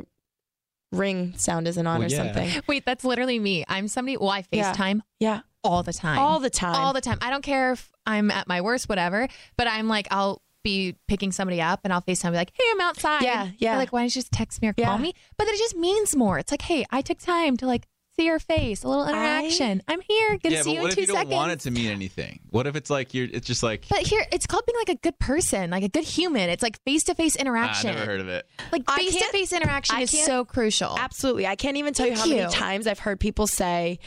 Speaker 9: ring sound isn't on
Speaker 13: Well,
Speaker 9: or
Speaker 13: yeah.
Speaker 9: something?
Speaker 15: Wait, that's literally me. I'm somebody. Well, I
Speaker 9: Yeah.
Speaker 15: FaceTime.
Speaker 9: Yeah.
Speaker 15: All the time.
Speaker 9: All the time.
Speaker 15: All the time. I don't care if I'm at my worst, whatever. But I'm like, I'll be picking somebody up and I'll FaceTime, be like, hey, I'm outside.
Speaker 9: Yeah, yeah.
Speaker 15: They're like, why don't you just text me or call me? But it just means more. It's like, hey, I took time to like
Speaker 14: see your face, a little interaction. I... am here. Good
Speaker 2: yeah,
Speaker 14: to see
Speaker 2: but
Speaker 14: you
Speaker 2: what
Speaker 14: in
Speaker 2: if
Speaker 14: two
Speaker 2: you don't
Speaker 14: seconds.
Speaker 2: want it to mean anything? What if it's like you're? It's just like
Speaker 14: But here, it's called being like a good person, like a good human. It's like face to face
Speaker 2: ah,
Speaker 14: interaction.
Speaker 2: I never heard of it.
Speaker 14: Like
Speaker 9: I
Speaker 14: face to face interaction
Speaker 9: I
Speaker 14: is
Speaker 9: can't-
Speaker 14: so crucial.
Speaker 9: Absolutely. I can't even tell you
Speaker 14: Thank
Speaker 9: how
Speaker 14: you.
Speaker 9: many times I've heard people say,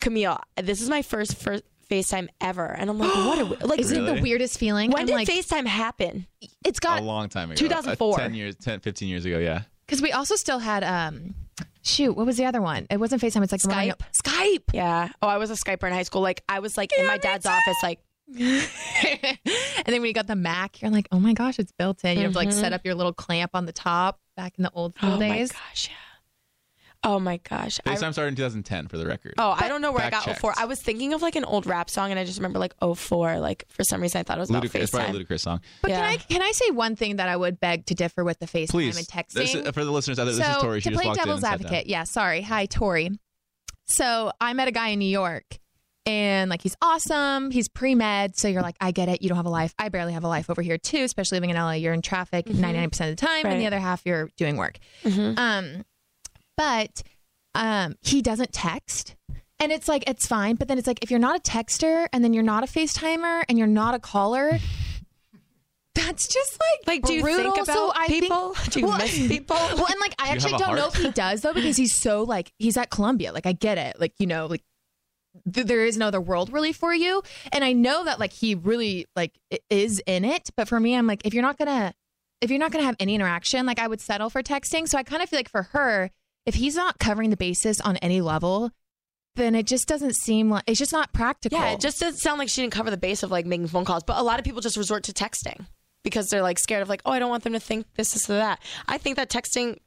Speaker 9: Camille, this is my first first FaceTime ever. And I'm like, what? Are we, like,
Speaker 14: Isn't it the Really? weirdest feeling?
Speaker 9: When
Speaker 14: I'm
Speaker 9: did
Speaker 14: like-
Speaker 9: FaceTime happen?
Speaker 14: It's got
Speaker 2: a long time ago.
Speaker 14: 2004.
Speaker 2: Uh, 10 years, 10, 15 years ago, yeah.
Speaker 14: Because we also still had um shoot, what was the other one? It wasn't FaceTime, it's like Skype. Skype.
Speaker 9: Yeah. Oh, I was a Skyper in high school. Like, I was like in my dad's office, like,
Speaker 14: And then when you got the Mac, you're like, oh my gosh, it's built in. You have to like
Speaker 9: Mhm.
Speaker 14: set up your little clamp on the top back in the old school
Speaker 9: Oh my
Speaker 14: days.
Speaker 9: gosh, yeah. Oh my gosh. I-
Speaker 2: FaceTime started in 2010 for the record.
Speaker 9: Oh, I don't know where I got
Speaker 2: Fact-checked.
Speaker 9: 04. I was thinking of like an old rap song and I just remember like 04. Like for some reason I thought it was about
Speaker 2: Ludacris, it's probably a
Speaker 9: FaceTime.
Speaker 2: ludicrous song.
Speaker 14: But can I can I say one thing that I would beg to differ with the FaceTime
Speaker 2: Please,
Speaker 14: and texting?
Speaker 2: this is- for the listeners out there,
Speaker 14: so
Speaker 2: this is Tori. She
Speaker 14: to
Speaker 2: just
Speaker 14: play
Speaker 2: walked in
Speaker 14: devil's
Speaker 2: and sat down.
Speaker 14: advocate, yeah. Sorry, hi Tori. So I met a guy in New York, and like he's awesome. He's pre med, so you're like, I get it. You don't have a life. I barely have a life over here too, especially living in LA. You're in traffic
Speaker 9: Mhm.
Speaker 14: 99 percent of the time, and
Speaker 9: Right.
Speaker 14: the other half you're doing work.
Speaker 9: Mm-hmm.
Speaker 14: Um, but um, he doesn't text. And it's like, it's fine. But then it's like, if you're not a texter and then you're not a FaceTimer and you're not a caller, that's just like,
Speaker 9: Like, do you think
Speaker 14: brutal. so
Speaker 9: about
Speaker 14: I
Speaker 9: people?
Speaker 14: Think,
Speaker 9: Do you miss people?
Speaker 14: Well, and like,
Speaker 9: Do
Speaker 14: I
Speaker 9: you have
Speaker 14: actually
Speaker 9: a
Speaker 14: don't know if
Speaker 9: heart?
Speaker 14: he does though, because he's so like, he's at Columbia. Like, I get it. Like, you know, like, th- there is no other world really for you. And I know that like he really like i- is in it, but for me, I'm like, if you're not gonna, if you're not gonna have any interaction, like I would settle for texting. So I kind of feel like for her, if he's not covering the basis on any level, then it just doesn't seem like it's just not practical.
Speaker 9: Yeah, it just doesn't sound like she didn't cover the base of like making phone calls. But a lot of people just resort to texting because they're like scared of like, oh, I don't want them to think this, this, or that. I think that texting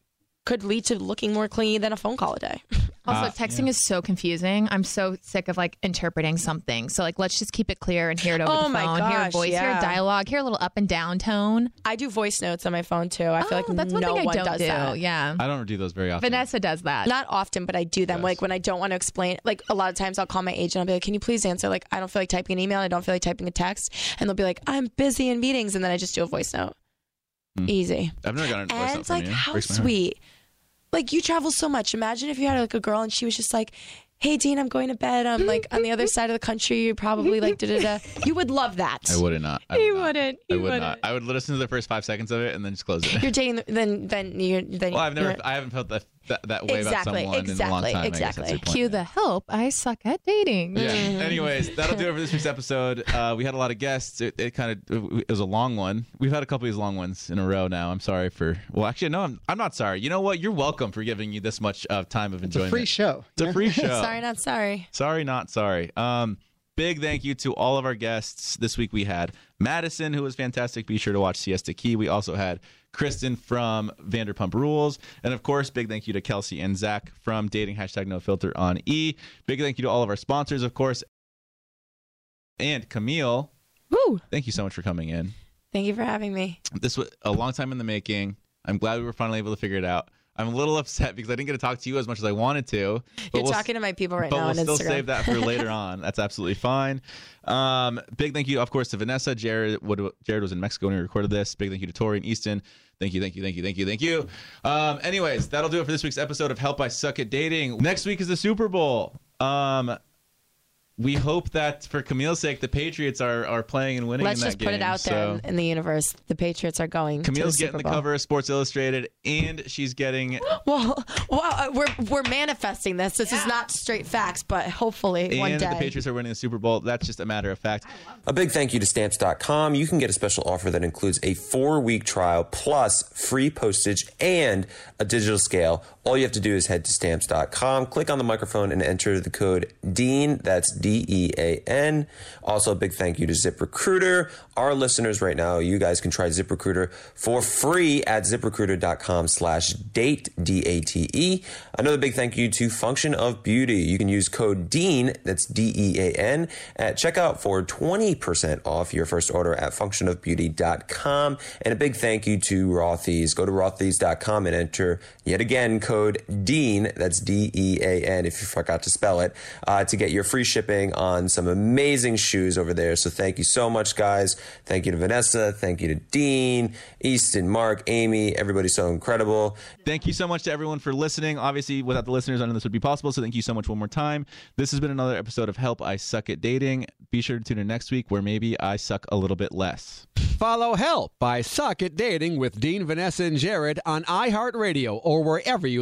Speaker 9: could lead to looking more clingy than a phone call a day.
Speaker 14: Also,
Speaker 9: Uh,
Speaker 14: texting is so confusing. I'm so sick of like interpreting something. So like, let's just keep it clear and hear it over
Speaker 9: Oh
Speaker 14: the phone.
Speaker 9: my
Speaker 14: hear a
Speaker 9: gosh,
Speaker 14: voice, hear
Speaker 9: yeah.
Speaker 14: a dialogue, hear a little up and down tone. Oh,
Speaker 9: I do voice notes on my phone too. I feel like
Speaker 14: that's one
Speaker 9: no
Speaker 14: thing I
Speaker 9: one
Speaker 14: don't
Speaker 9: does
Speaker 14: do.
Speaker 9: that.
Speaker 14: Yeah.
Speaker 2: I don't do those very often.
Speaker 14: Vanessa does that.
Speaker 9: Not often, but I do them. Like when I don't want to explain, like a lot of times I'll call my agent. I'll be like, "Can you please answer? Like I don't feel like typing an email. I don't feel like typing a text." And they'll be like, "I'm busy in meetings," and then I just do a voice note. Easy.
Speaker 2: I've never gotten a voice
Speaker 9: and
Speaker 2: note
Speaker 9: it's
Speaker 2: from
Speaker 9: like
Speaker 2: you.
Speaker 9: how
Speaker 2: Breaks my heart.
Speaker 9: sweet like you travel so much imagine if you had like a girl and she was just like hey dean i'm going to bed i'm like on the other side of the country you probably like da da da you would love that
Speaker 2: I would not. I
Speaker 9: he
Speaker 2: would,
Speaker 9: wouldn't
Speaker 2: I would not. I would listen to the first five seconds of it and then just close it.
Speaker 9: you're dating the- then then you're then
Speaker 2: well, I've never,
Speaker 9: you're-
Speaker 2: I haven't felt that that, that way about someone
Speaker 9: Exactly,
Speaker 2: in a long
Speaker 9: exactly,
Speaker 2: time. I guess that's your
Speaker 9: exactly.
Speaker 2: point.
Speaker 14: Cue the help. I suck at dating.
Speaker 2: Yeah. Anyways, that'll do it for this week's episode. Uh, we had a lot of guests. It, it kind of it was a long one. We've had a couple of these long ones in a row now. I'm sorry for. Well, actually, no, I'm, I'm not sorry. You know what? You're welcome for giving you this much of time of enjoyment.
Speaker 5: free show.
Speaker 2: It's a free show.
Speaker 9: sorry not sorry
Speaker 2: Sorry, not sorry. Um, big thank you to all of our guests. This week we had Madison, who was fantastic. Be sure to watch Siesta Key. We also had Kristen from Vanderpump Rules. And of course, big thank you to Kelsey and Zach from Dating Hashtag No Filter on E. Big thank you to all of our sponsors, of course. And Camille.
Speaker 9: Woo!
Speaker 2: Thank you so much for coming in.
Speaker 9: thank you for having me
Speaker 2: This was a long time in the making. I'm glad we were finally able to figure it out. I'm a little upset because I didn't get to talk to you as much as I wanted to. but
Speaker 9: you're
Speaker 2: we'll-
Speaker 9: talking to my people right
Speaker 2: but
Speaker 9: now
Speaker 2: we'll
Speaker 9: on
Speaker 2: still
Speaker 9: instagram
Speaker 2: save that for later on. That's absolutely fine. Um, big thank you, of course, to Vanessa. Jared, would, Jared was in Mexico when we recorded this. Big thank you to Tori and Easton. Thank you, thank you, thank you, thank you, thank you. Um, anyways, that'll do it for this week's episode of Help I Suck at Dating. Next week is the Super Bowl. Um, we hope that for Camille's sake, the Patriots are are playing and winning.
Speaker 9: let's
Speaker 2: in that
Speaker 9: just put it
Speaker 2: game.
Speaker 9: out there
Speaker 2: So-
Speaker 9: in- in the universe the patriots are going to
Speaker 2: Camille's
Speaker 9: the
Speaker 2: getting
Speaker 9: Super
Speaker 2: the
Speaker 9: Bowl.
Speaker 2: cover of Sports Illustrated, and she's getting
Speaker 9: well, well uh, we're, we're manifesting this this is not straight facts but hopefully one
Speaker 2: and
Speaker 9: day
Speaker 2: the Patriots are winning the Super Bowl. That's just a matter of fact.
Speaker 16: A big thank you to stamps.com. You can get a special offer that includes a four week trial plus free postage and a digital scale. All you have to do is head to stamps.com, click on the microphone, and enter the code DEAN. That's D E A N. Also, a big thank you to ZipRecruiter. Our listeners right now, you guys can try ZipRecruiter for free at ziprecruiter.com slash date, D A T E. Another big thank you to Function of Beauty. You can use code DEAN, that's D E A N, at checkout for 20% off your first order at functionofbeauty.com. And a big thank you to Rothy's. Go to rothy's.com and enter yet again code DEAN, that's D E A N if you forgot to spell it, uh, to get your free shipping putting on some amazing shoes over there. So thank you so much, guys. Thank you to Vanessa. Thank you to Dean, Easton, Mark, Amy. Everybody's so incredible.
Speaker 2: Thank you so much to everyone for listening. Obviously, without the listeners, none of this would be possible. So thank you so much one more time. This has been another episode of Help I Suck at Dating. Be sure to tune in next week where maybe I suck a little bit less.
Speaker 3: Follow Help I Suck at Dating with Dean, Vanessa, and Jared on iHeartRadio or wherever you